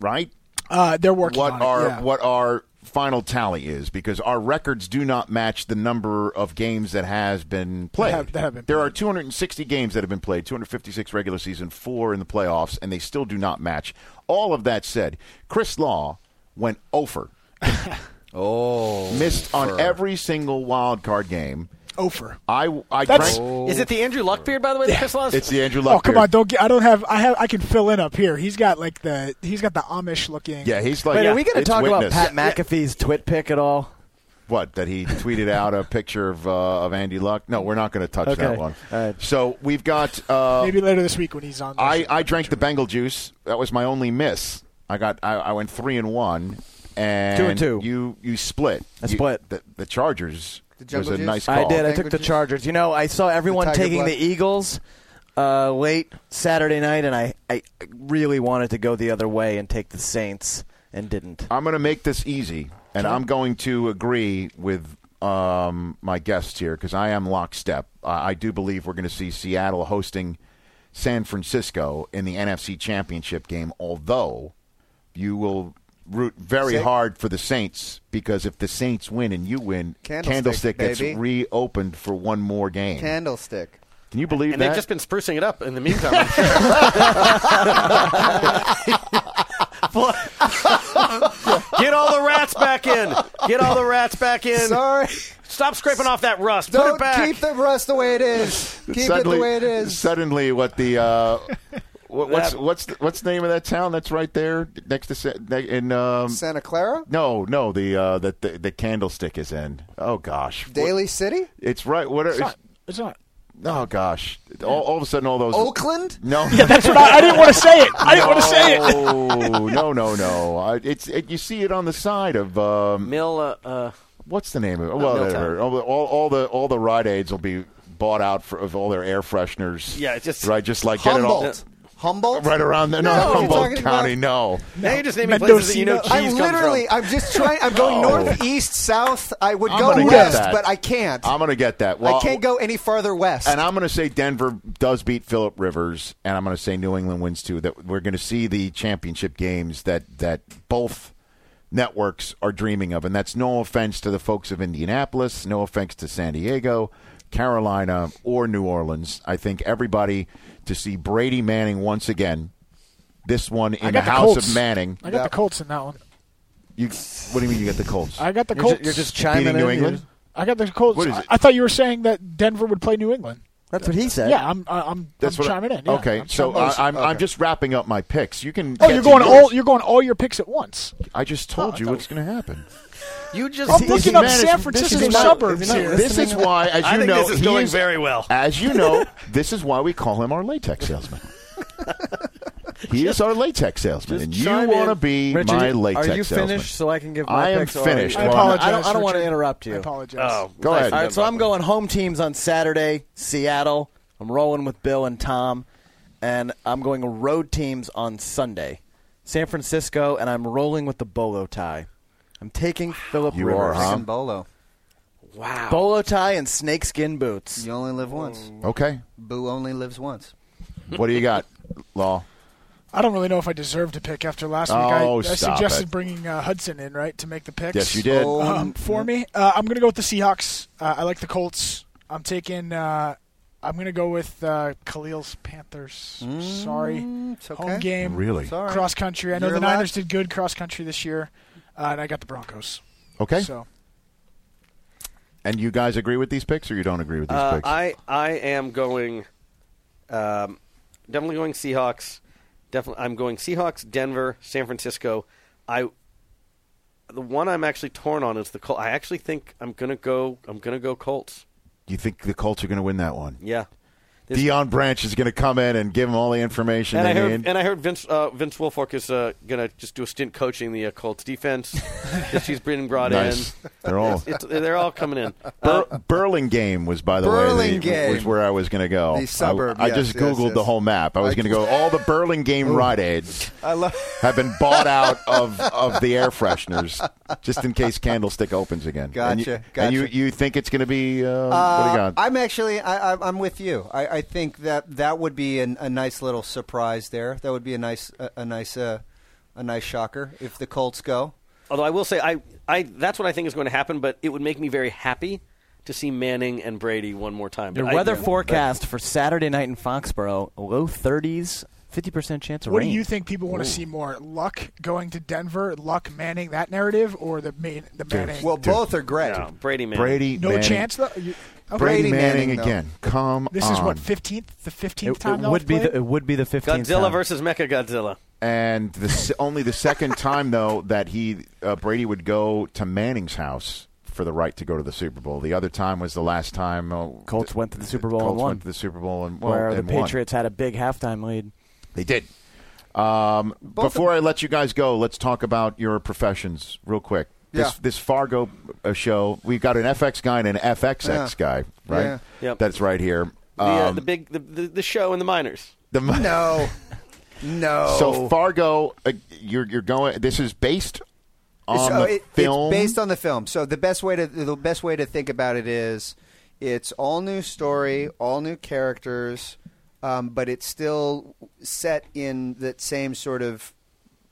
Speaker 1: right?
Speaker 8: Uh, they're working
Speaker 1: What
Speaker 8: on it,
Speaker 1: our
Speaker 8: yeah.
Speaker 1: what our final tally is because our records do not match the number of games that has been played.
Speaker 8: have- that have been
Speaker 1: there are 260 games that have been played, 256 regular season, four in the playoffs, and they still do not match. All of that said, Chris Law went over. oh, missed on every single wild card game.
Speaker 8: Ofer.
Speaker 1: I I
Speaker 8: That's-
Speaker 1: drank.
Speaker 11: Is it the Andrew Luck beard, by the way? The Chris Laws?
Speaker 1: It's the Andrew Luck.
Speaker 8: Oh come
Speaker 1: beard.
Speaker 8: on! Don't get, I don't have I have I can fill in up here. He's got like the he's got the Amish looking.
Speaker 1: Yeah, he's like.
Speaker 9: Wait, are we going to
Speaker 1: it's
Speaker 9: talk
Speaker 1: witness.
Speaker 9: about Pat McAfee's twit pick at all?
Speaker 1: What that he tweeted out a picture of uh, of Andy Luck? No, we're not going to touch that
Speaker 9: Okay.
Speaker 1: one.
Speaker 9: All right.
Speaker 1: So we've got. Uh,
Speaker 8: Maybe later this week when he's on. the
Speaker 1: I
Speaker 8: show.
Speaker 1: I drank the Bengal juice. That was my only miss. I got. I, I went three and one. And
Speaker 9: Two and two.
Speaker 1: You you split.
Speaker 9: I
Speaker 1: You-
Speaker 9: split.
Speaker 1: the, the Chargers was
Speaker 10: Jungle
Speaker 1: a
Speaker 10: Juice?
Speaker 1: nice
Speaker 9: I
Speaker 1: call.
Speaker 9: did. I
Speaker 10: Tango
Speaker 9: took the
Speaker 10: juice?
Speaker 9: Chargers. You know, I saw everyone
Speaker 10: The Tiger
Speaker 9: taking
Speaker 10: blood.
Speaker 9: the Eagles uh, late Saturday night, and I, I really wanted to go the other way and take the Saints and didn't.
Speaker 1: I'm going to make this easy, and I'm going to agree with um, my guests here because I am lockstep. I I do believe we're going to see Seattle hosting San Francisco in the NFC Championship game, although you will root very
Speaker 10: Sa-
Speaker 1: hard for the Saints because if the Saints win and you win,
Speaker 10: Candlestick,
Speaker 1: gets
Speaker 10: baby.
Speaker 1: reopened for one more game.
Speaker 10: candlestick.
Speaker 1: Can you believe
Speaker 11: and
Speaker 1: that?
Speaker 11: they've just been sprucing it up in the meantime. I'm sure. Get all the rats back in. Get all the rats back in.
Speaker 10: Sorry,
Speaker 11: Stop scraping off that rust. Put it
Speaker 10: don't
Speaker 11: back.
Speaker 10: keep the rust the way it is. Keep
Speaker 1: suddenly,
Speaker 10: it the way it is.
Speaker 1: Suddenly, what the uh, what, what's
Speaker 11: That-
Speaker 1: what's the, what's the name of that town that's right there next to Sa- ne- in um,
Speaker 10: Santa Clara,
Speaker 1: no no the uh, that the, the candlestick is in. Oh gosh, What-
Speaker 10: Daly City,
Speaker 1: it's right. What?
Speaker 8: It's
Speaker 1: Are,
Speaker 8: not. It's not.
Speaker 1: oh gosh, all, all of a sudden, all those
Speaker 10: Oakland.
Speaker 1: No,
Speaker 8: That's what I, I didn't want to say it. I didn't want to say it.
Speaker 1: no, Oh, no, no, no. I, it's it, you see it on the side of um,
Speaker 11: Mill, uh, uh,
Speaker 1: what's the name of it? Well,
Speaker 11: Milltown.
Speaker 1: all, all, all the all the Rite Aids will be bought out for, of all their air fresheners.
Speaker 11: Yeah, it's just-
Speaker 1: right. Just like get it all.
Speaker 10: Humboldt. Humboldt.
Speaker 1: Right around there. No,
Speaker 10: No, you're
Speaker 1: Humboldt
Speaker 10: talking about-
Speaker 1: County. No.
Speaker 11: now you're just naming places that you know cheese
Speaker 10: I'm
Speaker 11: comes
Speaker 10: literally.
Speaker 11: from.
Speaker 10: I'm just trying. I'm going north, east, south. I would
Speaker 1: Oh. I'm
Speaker 10: go
Speaker 1: gonna get
Speaker 10: west,
Speaker 1: that.
Speaker 10: but I can't.
Speaker 1: I'm going to get that. Well,
Speaker 10: I can't go any farther west.
Speaker 1: And I'm going to say Denver does beat Philip Rivers, and I'm going to say New England wins too. That we're going to see the championship games that that both networks are dreaming of, and that's no offense to the folks of Indianapolis, no offense to San Diego, Carolina, or New Orleans. I think everybody to see Brady Manning once again. This one in
Speaker 8: I
Speaker 1: the
Speaker 8: got the
Speaker 1: house
Speaker 8: Colts.
Speaker 1: of Manning.
Speaker 8: I got the Colts in that one.
Speaker 1: You, what do you mean you got the Colts?
Speaker 8: I got the Colts.
Speaker 1: Beating New England.
Speaker 8: I got the Colts.
Speaker 1: What is
Speaker 8: I-
Speaker 1: it?
Speaker 8: I thought you were saying that Denver would play New England.
Speaker 13: That's what he said.
Speaker 8: Yeah, I'm. I- I'm. I'm
Speaker 1: what I-
Speaker 8: chiming in. yeah.
Speaker 1: okay,
Speaker 8: I'm
Speaker 1: so
Speaker 8: chiming in.
Speaker 1: I, I'm, I'm just wrapping up my picks. You can.
Speaker 8: Oh,
Speaker 1: get
Speaker 8: you're
Speaker 1: to
Speaker 8: going
Speaker 1: yours.
Speaker 8: all. Oh, You're going all your picks at once.
Speaker 1: I just told you what's going to happen.
Speaker 9: You just
Speaker 8: I'm
Speaker 1: See,
Speaker 8: looking
Speaker 1: he
Speaker 8: up
Speaker 1: managed-
Speaker 8: San
Speaker 1: this
Speaker 8: Francisco
Speaker 1: is not-
Speaker 8: suburbs here.
Speaker 1: This is why, as you
Speaker 11: I think
Speaker 1: know,
Speaker 11: this is going
Speaker 1: he's-
Speaker 11: very well.
Speaker 1: As you know, this is why we call him our latex salesman. He is our latex salesman, and you
Speaker 9: chime
Speaker 1: want to
Speaker 9: in.
Speaker 1: be
Speaker 9: Richard,
Speaker 1: my
Speaker 9: are
Speaker 1: latex
Speaker 9: you
Speaker 1: salesman.
Speaker 9: finished so I can give my
Speaker 1: I am
Speaker 9: picks already?
Speaker 1: finished.
Speaker 9: I
Speaker 1: Well,
Speaker 9: apologize, I don't- I don't wanna
Speaker 1: Richard.
Speaker 9: interrupt you.
Speaker 8: I apologize.
Speaker 9: Oh,
Speaker 1: Go ahead.
Speaker 9: All right, so I'm going home teams on Saturday, Seattle. I'm rolling with Bill and Tom, and I'm going road teams on Sunday, San Francisco, and I'm rolling with the Bolo tie. I'm taking Philip
Speaker 1: You
Speaker 9: Rivers.
Speaker 1: are, huh? Taking
Speaker 9: Bolo. Wow. Bolo tie and snakeskin boots.
Speaker 10: You only live once.
Speaker 1: Okay.
Speaker 10: Boo only lives once.
Speaker 1: What do you got, Law?
Speaker 8: I don't really know if I deserve to pick after last
Speaker 1: Oh,
Speaker 8: week. I, I
Speaker 1: stop
Speaker 8: suggested
Speaker 1: it.
Speaker 8: bringing uh, Hudson in, right, to make the picks.
Speaker 1: Yes, you did. Oh,
Speaker 8: Um, for me, uh, I'm going to go with the Seahawks. Uh, I like the Colts. I'm taking. Uh, I'm going to go with uh, Khalil's Panthers. Sorry, home game.
Speaker 1: Mm, Really? It's all right.
Speaker 8: cross country. I know
Speaker 1: You're
Speaker 8: the
Speaker 1: allowed.
Speaker 8: Niners did good cross country this year, uh, and I got the Broncos.
Speaker 1: Okay.
Speaker 8: So
Speaker 1: And you guys agree with these picks, or you don't agree with these
Speaker 11: Uh,
Speaker 1: picks?
Speaker 11: I I am going, um, definitely going Seahawks. Definitely, I'm going Seahawks, Denver, San Francisco. I the one I'm actually torn on is the Colts. I actually think I'm gonna go. I'm gonna go Colts.
Speaker 1: you think the Colts are going to win that one?
Speaker 11: Yeah. This-
Speaker 1: Dion Branch is going to come in and give them all the information
Speaker 11: And I
Speaker 1: they
Speaker 11: heard,
Speaker 1: need.
Speaker 11: and I heard Vince uh, Vince Wilfork is uh, gonna just do a stint coaching the uh, Colts defense. that she's been brought
Speaker 1: Nice.
Speaker 11: in.
Speaker 1: They're all-
Speaker 11: It's- uh, it's- they're all coming in.
Speaker 1: Bur- Burlingame was, by the way, the,
Speaker 11: Burlingame.
Speaker 1: was where I was going to go.
Speaker 11: The suburb,
Speaker 1: I, I
Speaker 11: yes,
Speaker 1: just
Speaker 11: yes,
Speaker 1: googled the
Speaker 11: yes.
Speaker 1: whole map. I was
Speaker 11: I-
Speaker 1: going to go. All the Burlingame Rite Aids
Speaker 10: I love.
Speaker 1: have been bought out of, of the air fresheners, just in case Candlestick opens again. And you,
Speaker 10: Gotcha,
Speaker 1: And you,
Speaker 10: gotcha.
Speaker 1: you think it's going to be uh, what do you
Speaker 10: Uh,
Speaker 1: got?
Speaker 10: I'm actually I, I, I'm with you. I, I think that that would be an, a nice little surprise there. That would be a nice a, a nice uh, a nice shocker if the Colts go.
Speaker 11: Although I will say, I, I that's what I think is going to happen. But it would make me very happy to see Manning and Brady one more time.
Speaker 9: Your
Speaker 11: But I-
Speaker 9: weather
Speaker 11: yeah.
Speaker 9: forecast for Saturday night in Foxborough: low 30s, 50 percent chance of
Speaker 8: What
Speaker 9: rain.
Speaker 8: do you think people want to see more? Luck going to Denver, Luck Manning that narrative, or the main the Manning?
Speaker 10: Well, both are great.
Speaker 11: No, Brady Manning.
Speaker 1: Brady,
Speaker 8: no
Speaker 1: Manning.
Speaker 8: chance though. You- okay.
Speaker 1: Brady, Manning, again. Come
Speaker 8: This
Speaker 1: on.
Speaker 8: is what fifteenth, the fifteenth
Speaker 9: It-
Speaker 8: time
Speaker 9: it
Speaker 8: they'll
Speaker 9: would
Speaker 8: have
Speaker 9: be
Speaker 8: played?
Speaker 9: the- it would be the 15th
Speaker 11: Godzilla
Speaker 9: time.
Speaker 11: versus Mecha Godzilla.
Speaker 1: And the, s- only the second time though that he uh, Brady would go to Manning's house for the right to go to the Super Bowl. The other time was the last time uh,
Speaker 9: Colts went to the Super Bowl
Speaker 1: Colts
Speaker 9: and won.
Speaker 1: went to the Super Bowl and well,
Speaker 9: where the
Speaker 1: and won.
Speaker 9: Patriots had a big halftime lead.
Speaker 1: They did. Um, before I let you guys go, let's talk about your professions real quick. This,
Speaker 10: Yeah.
Speaker 1: this Fargo uh, show, we've got an FX guy and an FXX
Speaker 11: Yeah.
Speaker 1: guy, right?
Speaker 11: Yeah. Yep.
Speaker 1: That's right here.
Speaker 11: The, uh,
Speaker 1: Um,
Speaker 11: the big the, the, the show in the minors.
Speaker 1: the mo-
Speaker 10: No, no.
Speaker 1: So Fargo, uh, you're you're going. This is based on
Speaker 10: So
Speaker 1: the
Speaker 10: oh, it- it's
Speaker 1: film.
Speaker 10: based on the film. So the best way to the best way to think about it is, it's all new story, all new characters, um, but it's still set in that same sort of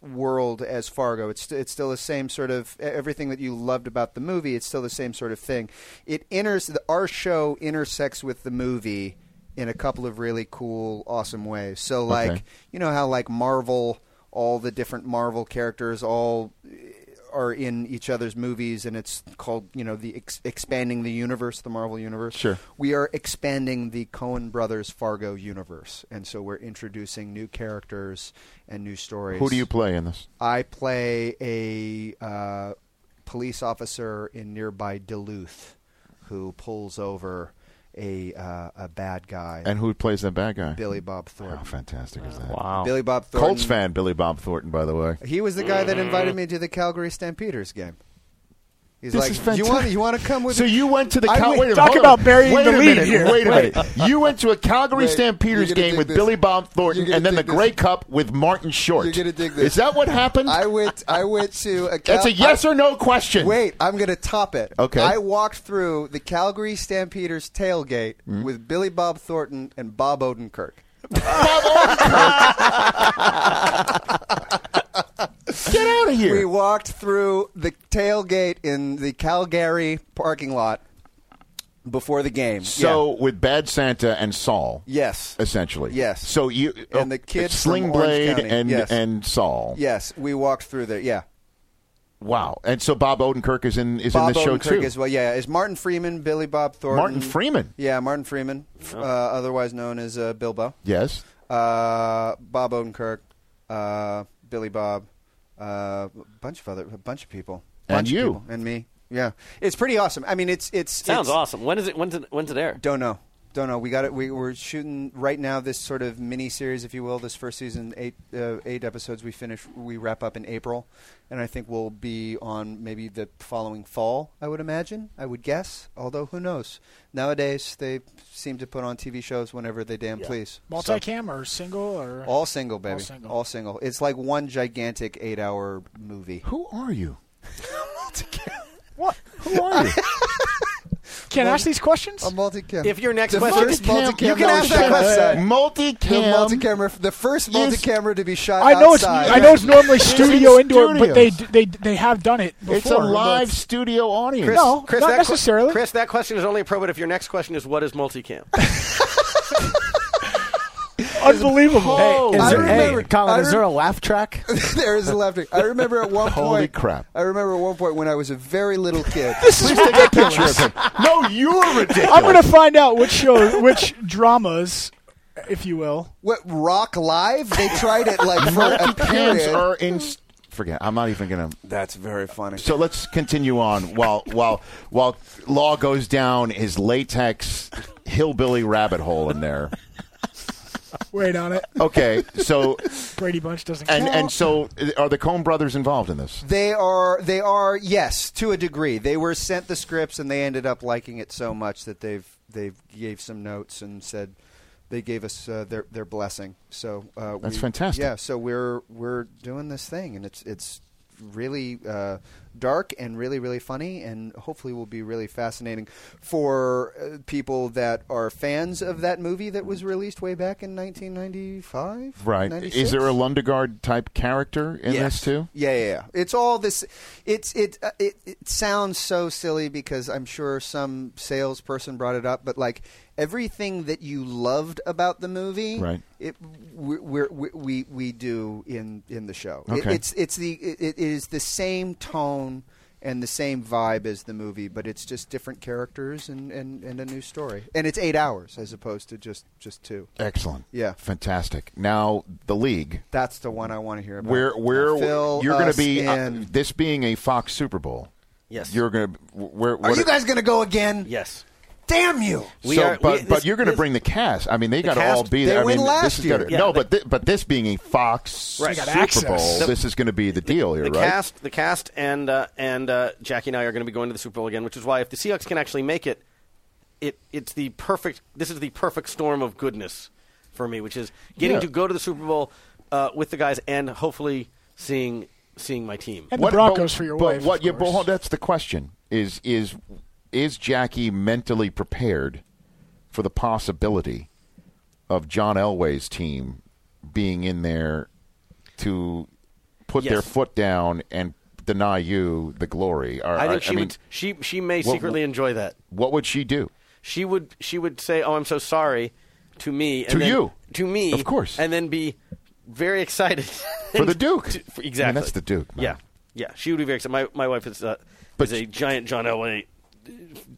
Speaker 10: world as Fargo. It's st- it's still the same sort of e-, everything that you loved about the movie. It's still the same sort of thing. It enters the, our show intersects with the movie in a couple of really cool, awesome ways. So like
Speaker 15: Okay.
Speaker 10: you know how like Marvel, all the different Marvel characters all are in each other's movies, and it's called you know the ex- expanding the universe, the Marvel universe.
Speaker 1: Sure.
Speaker 10: we are expanding the Cohen brothers Fargo universe, and so we're introducing new characters and new stories.
Speaker 1: Who do you play in this?
Speaker 10: I play a uh, police officer in nearby Duluth who pulls over a uh, a bad guy.
Speaker 1: And who plays that bad guy?
Speaker 10: Billy Bob Thornton.
Speaker 1: How fantastic is that?
Speaker 10: Wow. Billy Bob
Speaker 1: Colts
Speaker 10: Thornton.
Speaker 1: fan, Billy Bob Thornton, by the way.
Speaker 10: He was the guy that invited me to the Calgary Stampeders game. He's
Speaker 1: This
Speaker 10: like,
Speaker 1: is fantastic.
Speaker 10: you want you want to come with?
Speaker 1: So
Speaker 10: me?"
Speaker 1: you went to the
Speaker 10: I
Speaker 1: Cal-
Speaker 10: went-
Speaker 1: wait a minute, hold on. wait a minute, Wait a minute. You went to a Calgary
Speaker 10: Wait,
Speaker 1: Stampeders
Speaker 10: you're gonna
Speaker 1: game
Speaker 10: dig
Speaker 1: with
Speaker 10: this.
Speaker 1: Billy Bob
Speaker 10: You're
Speaker 1: Thornton
Speaker 10: gonna
Speaker 1: and then the
Speaker 10: dig this.
Speaker 1: Grey Cup with Martin Short.
Speaker 10: You're gonna dig this.
Speaker 1: Is that what happened?
Speaker 10: I went. I went to a.
Speaker 1: That's a yes or no question.
Speaker 10: Wait, I'm gonna top it.
Speaker 1: Okay.
Speaker 10: I walked through the Calgary Stampeders tailgate with Billy Bob Thornton and Bob Odenkirk.
Speaker 1: Get out of here!
Speaker 10: We walked through the tailgate in the Calgary parking lot. before the game.
Speaker 1: So with Bad Santa and Saul,
Speaker 10: Yes.
Speaker 1: essentially,
Speaker 10: Yes.
Speaker 1: So you
Speaker 10: And the kid
Speaker 1: it's
Speaker 10: from
Speaker 1: Sling
Speaker 10: Orange
Speaker 1: Blade
Speaker 10: County.
Speaker 1: and
Speaker 10: Yes.
Speaker 1: and Saul.
Speaker 10: yeah. yes, we walked through there. Yeah,
Speaker 1: Wow. And so Bob Odenkirk is in is
Speaker 10: Bob
Speaker 1: in the show too.
Speaker 10: Odenkirk as well. Yeah, is Martin Freeman, Billy Bob Thornton,
Speaker 1: Martin Freeman?
Speaker 10: Yeah, Martin Freeman, f- uh, otherwise known as uh, Bilbo.
Speaker 1: Yes.
Speaker 10: uh, Bob Odenkirk, uh, Billy Bob, uh, a bunch of other, a bunch of people,
Speaker 1: And
Speaker 10: Bunch of
Speaker 1: you.
Speaker 10: people. and me. Yeah, it's pretty awesome. I mean, it's it's
Speaker 11: Sounds
Speaker 10: it's-
Speaker 11: awesome. When is it? When's it? When's it air?
Speaker 10: Don't know. Don't know. We got it. We, we're shooting right now. This sort of mini series, if you will, this first season, eight uh, eight episodes. We finish. We wrap up in April, and I think we'll be on maybe the following fall. I would imagine. I would guess. Although who knows? Nowadays they seem to put on TV shows whenever they damn please. So-
Speaker 8: Multicam or single or
Speaker 10: all single, baby. All
Speaker 8: single.
Speaker 10: single. It's like one gigantic eight-hour movie.
Speaker 1: Who are you?
Speaker 8: What?
Speaker 1: Who are you?
Speaker 8: Can't ask these questions.
Speaker 10: Um,
Speaker 8: A
Speaker 10: multicam.
Speaker 11: If your next
Speaker 10: The
Speaker 11: question,
Speaker 10: first multicam you can ask that question.
Speaker 1: Multicam.
Speaker 10: The multicamera, the first multicamera to be shot.
Speaker 8: I know
Speaker 10: outside.
Speaker 8: it's I know it's normally studio
Speaker 1: in
Speaker 8: indoor, but they
Speaker 1: studios.
Speaker 8: they they have done it before.
Speaker 1: It's a live
Speaker 8: That's-
Speaker 1: studio audience.
Speaker 8: Chris- No, not
Speaker 11: que-
Speaker 8: necessarily.
Speaker 11: Chris, that question is only appropriate if your next question is what is multicam.
Speaker 8: Unbelievable.
Speaker 1: Oh.
Speaker 11: Hey,
Speaker 10: I
Speaker 11: is there-
Speaker 10: remember,
Speaker 11: hey, Colin,
Speaker 10: I
Speaker 11: is there a
Speaker 10: laugh track? there is a laugh track. I remember at one point.
Speaker 1: Holy crap.
Speaker 10: I remember at one point when I was a very little kid.
Speaker 8: This is
Speaker 1: Please take a picture of him. No, you're ridiculous.
Speaker 8: I'm going to find out which show, which dramas, if you will.
Speaker 10: what Rock Live? They tried it like for a
Speaker 1: Multicams
Speaker 10: period.
Speaker 1: are in. Forget. I'm not even going to.
Speaker 10: That's very funny.
Speaker 1: So let's continue on while while while Law goes down his latex hillbilly rabbit hole in there.
Speaker 8: Wait on it.
Speaker 1: Okay, so
Speaker 8: Brady Bunch doesn't
Speaker 1: and
Speaker 8: count.
Speaker 1: and so uh, are the Coen brothers involved in this?
Speaker 10: They are. They are. Yes, to a degree. They were sent the scripts, and they ended up liking it so much that they've they gave some notes and said they gave us uh, their their blessing. So uh,
Speaker 1: That's
Speaker 10: we-
Speaker 1: fantastic.
Speaker 10: Yeah. So we're we're doing this thing, and it's it's really uh, dark and really really funny, and hopefully will be really fascinating for uh, people that are fans of that movie that was released way back in 1995.
Speaker 1: Right.
Speaker 10: 96?
Speaker 1: Is there a Lundegaard type character in
Speaker 10: Yes.
Speaker 1: this too?
Speaker 10: Yeah, yeah, yeah. It's all this. It's it, uh, it it sounds so silly because I'm sure some salesperson brought it up, but like everything that you loved about the movie,
Speaker 1: Right.
Speaker 10: It we we're, we we we do in in the show. It-
Speaker 1: Okay.
Speaker 10: it's it's the it, it is the same tone. And the same vibe as the movie, but it's just different characters and, and, and a new story. And it's eight hours as opposed to just, just two.
Speaker 1: Excellent.
Speaker 10: Yeah.
Speaker 1: Fantastic. Now the league.
Speaker 10: That's the one I want to hear about.
Speaker 1: Where where
Speaker 10: Fill
Speaker 1: you're going
Speaker 10: us
Speaker 1: to be uh,
Speaker 10: in.
Speaker 1: this being a Fox Super Bowl?
Speaker 11: Yes.
Speaker 1: You're going to where?
Speaker 10: Are
Speaker 1: what-
Speaker 10: you guys going to go again?
Speaker 11: yes.
Speaker 10: Damn you!
Speaker 11: We
Speaker 1: so,
Speaker 11: are-
Speaker 1: but
Speaker 11: we-
Speaker 1: but
Speaker 11: this-
Speaker 1: you're going to
Speaker 11: this-
Speaker 1: bring the cast. I mean, they got to all
Speaker 11: cast?
Speaker 1: be
Speaker 10: They
Speaker 1: there. I
Speaker 10: went
Speaker 1: mean,
Speaker 10: last
Speaker 1: this is
Speaker 10: year.
Speaker 1: Gonna,
Speaker 11: Yeah,
Speaker 1: no,
Speaker 11: the-
Speaker 1: but thi- but this being a Fox
Speaker 11: Right. They got
Speaker 1: Super
Speaker 8: access.
Speaker 1: Bowl,
Speaker 11: The-
Speaker 1: this is going to be the deal here,
Speaker 11: the
Speaker 1: right?
Speaker 11: cast, the cast, and uh, and uh, Jackie and I are going to be going to the Super Bowl again, which is why if the Seahawks can actually make it, it it's the perfect. This is the perfect storm of goodness for me, which is getting
Speaker 1: Yeah.
Speaker 11: to go to the Super Bowl uh, with the guys and hopefully seeing seeing my team.
Speaker 8: and
Speaker 1: What-
Speaker 8: the Broncos
Speaker 1: but,
Speaker 8: for your
Speaker 1: but
Speaker 8: wife.
Speaker 1: what?
Speaker 8: of
Speaker 1: yeah,
Speaker 8: course.
Speaker 1: but hold- that's the question. Is is is Jackie mentally prepared for the possibility of John Elway's team being in there to put their
Speaker 11: Yes.
Speaker 1: foot down and deny you the glory? Or,
Speaker 11: I think she
Speaker 1: mean,
Speaker 11: would. She she may
Speaker 1: Well,
Speaker 11: secretly enjoy that.
Speaker 1: what would she do?
Speaker 11: She would she would say, "Oh, I'm so sorry," to me. And
Speaker 1: To
Speaker 11: then-
Speaker 1: you.
Speaker 11: To me.
Speaker 1: Of course.
Speaker 11: And then be very excited
Speaker 1: For the Duke.
Speaker 11: To- for-
Speaker 1: I mean,
Speaker 11: exactly.
Speaker 1: that's the Duke, man.
Speaker 11: Yeah. Yeah. She would be very excited. My my wife is uh,
Speaker 1: But
Speaker 11: is a
Speaker 1: she-
Speaker 11: giant John Elway.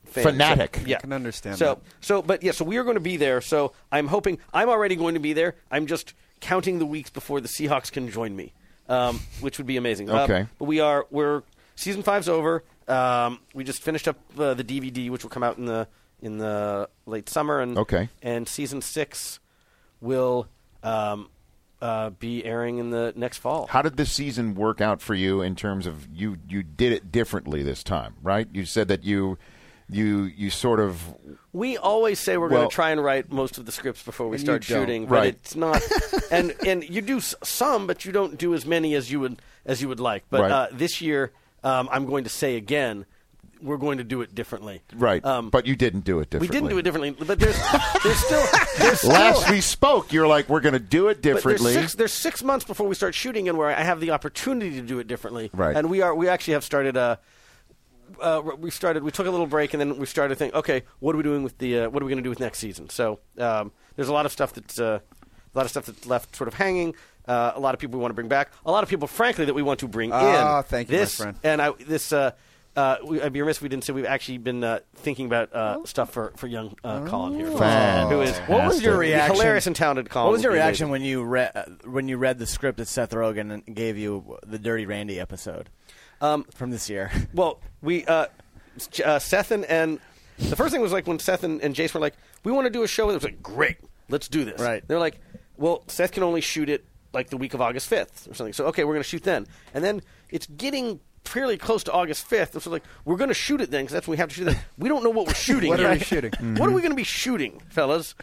Speaker 11: Fan.
Speaker 1: Fanatic.
Speaker 11: So, yeah,
Speaker 10: I can understand
Speaker 11: So,
Speaker 10: that.
Speaker 11: so, but yeah, so we are going to be there. So I'm hoping I'm already going to be there. I'm just counting the weeks before the Seahawks can join me, um, which would be amazing. Um,
Speaker 1: Okay.
Speaker 11: but we are we're season five's over. Um, we just finished up uh, the DVD, which will come out in the in the late summer, and
Speaker 1: Okay.
Speaker 11: and season six will um, uh, be airing in the next fall.
Speaker 1: How did this season work out for you in terms of you? You did it differently this time, right? You said that you, you, you sort of
Speaker 11: We always say we're
Speaker 1: Well-
Speaker 11: going to try and write most of the scripts before we
Speaker 10: And you
Speaker 11: start
Speaker 10: don't.
Speaker 11: shooting,
Speaker 1: Right.
Speaker 11: but it's not. and and you do s- some, but you don't do as many as you would as you would like. But
Speaker 1: Right.
Speaker 11: uh, this year, um, I'm going to say again, we're going to do it differently.
Speaker 1: right,
Speaker 11: Um,
Speaker 1: but you didn't do it
Speaker 11: we
Speaker 1: differently.
Speaker 11: didn't do it differently. But there's there's still there's still,
Speaker 1: Last we spoke, you're like, we're going to do it
Speaker 11: but there's
Speaker 1: differently.
Speaker 11: six, there's six months before we start shooting, and where I have the opportunity to do it differently.
Speaker 1: Right.
Speaker 11: And we are we actually have started a. uh, we started. We took a little break, and then we started thinking, okay, what are we doing with the? Uh, what are we going to do with next season? So um, there's a lot of stuff that's uh, a lot of stuff that's left sort of hanging. Uh, a lot of people we want to bring back. A lot of people, frankly, that we want to bring
Speaker 10: Ah,
Speaker 11: in.
Speaker 10: thank you, my
Speaker 11: this,
Speaker 10: friend.
Speaker 11: And I this. Uh, uh, we, I'd be remiss if we didn't say we've actually been uh, thinking about uh, stuff for, for young uh, Colin here, who is
Speaker 9: What was your
Speaker 11: the
Speaker 9: reaction?
Speaker 11: Hilarious and talented Colin.
Speaker 9: What was your
Speaker 11: would be
Speaker 9: reaction when you read when you read the script that Seth Rogen gave you the Dirty Randy episode
Speaker 11: um,
Speaker 9: from this year?
Speaker 11: Well, we uh, J- uh, Seth and, and the first thing was like when Seth and, and Jace were like, "We want to do a show." It was like, "Great, let's do this." Right? They're like, "Well, Seth can only shoot it like the week of August fifth or something." So okay, we're going to shoot then, and then it's getting fairly close to August fifth. So like, we're going to shoot it then because that's when we have to shoot it. We don't know what we're shooting.
Speaker 10: What are we
Speaker 11: yet.
Speaker 10: shooting? Mm-hmm.
Speaker 11: What are we going to be shooting, fellas?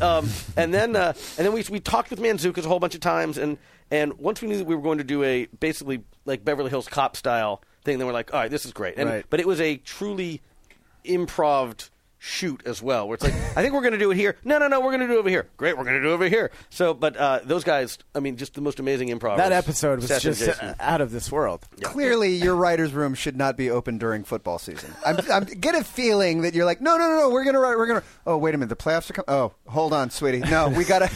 Speaker 11: Um, and then uh, and then we we talked with Manzukas a whole bunch of times, and and once we knew that we were going to do a basically like Beverly Hills Cop style thing, then we're like, all right, this is great. And,
Speaker 10: Right.
Speaker 11: But it was a truly improved shoot as well, where it's like, I think we're going to do it here. No, no, no, we're going to do it over here. Great, we're going to do it over here. So, but uh, those guys, I mean, just the most amazing improv.
Speaker 9: That episode was
Speaker 11: Seth and
Speaker 9: just
Speaker 11: Jason.
Speaker 9: uh, out of this world.
Speaker 10: Clearly, your writer's room should not be open during football season. I'm, I'm get a feeling that you're like, no, no, no, no, we're gonna write, we're gonna. Oh, wait a minute, the playoffs are coming. Oh, hold on, sweetie. No, we gotta,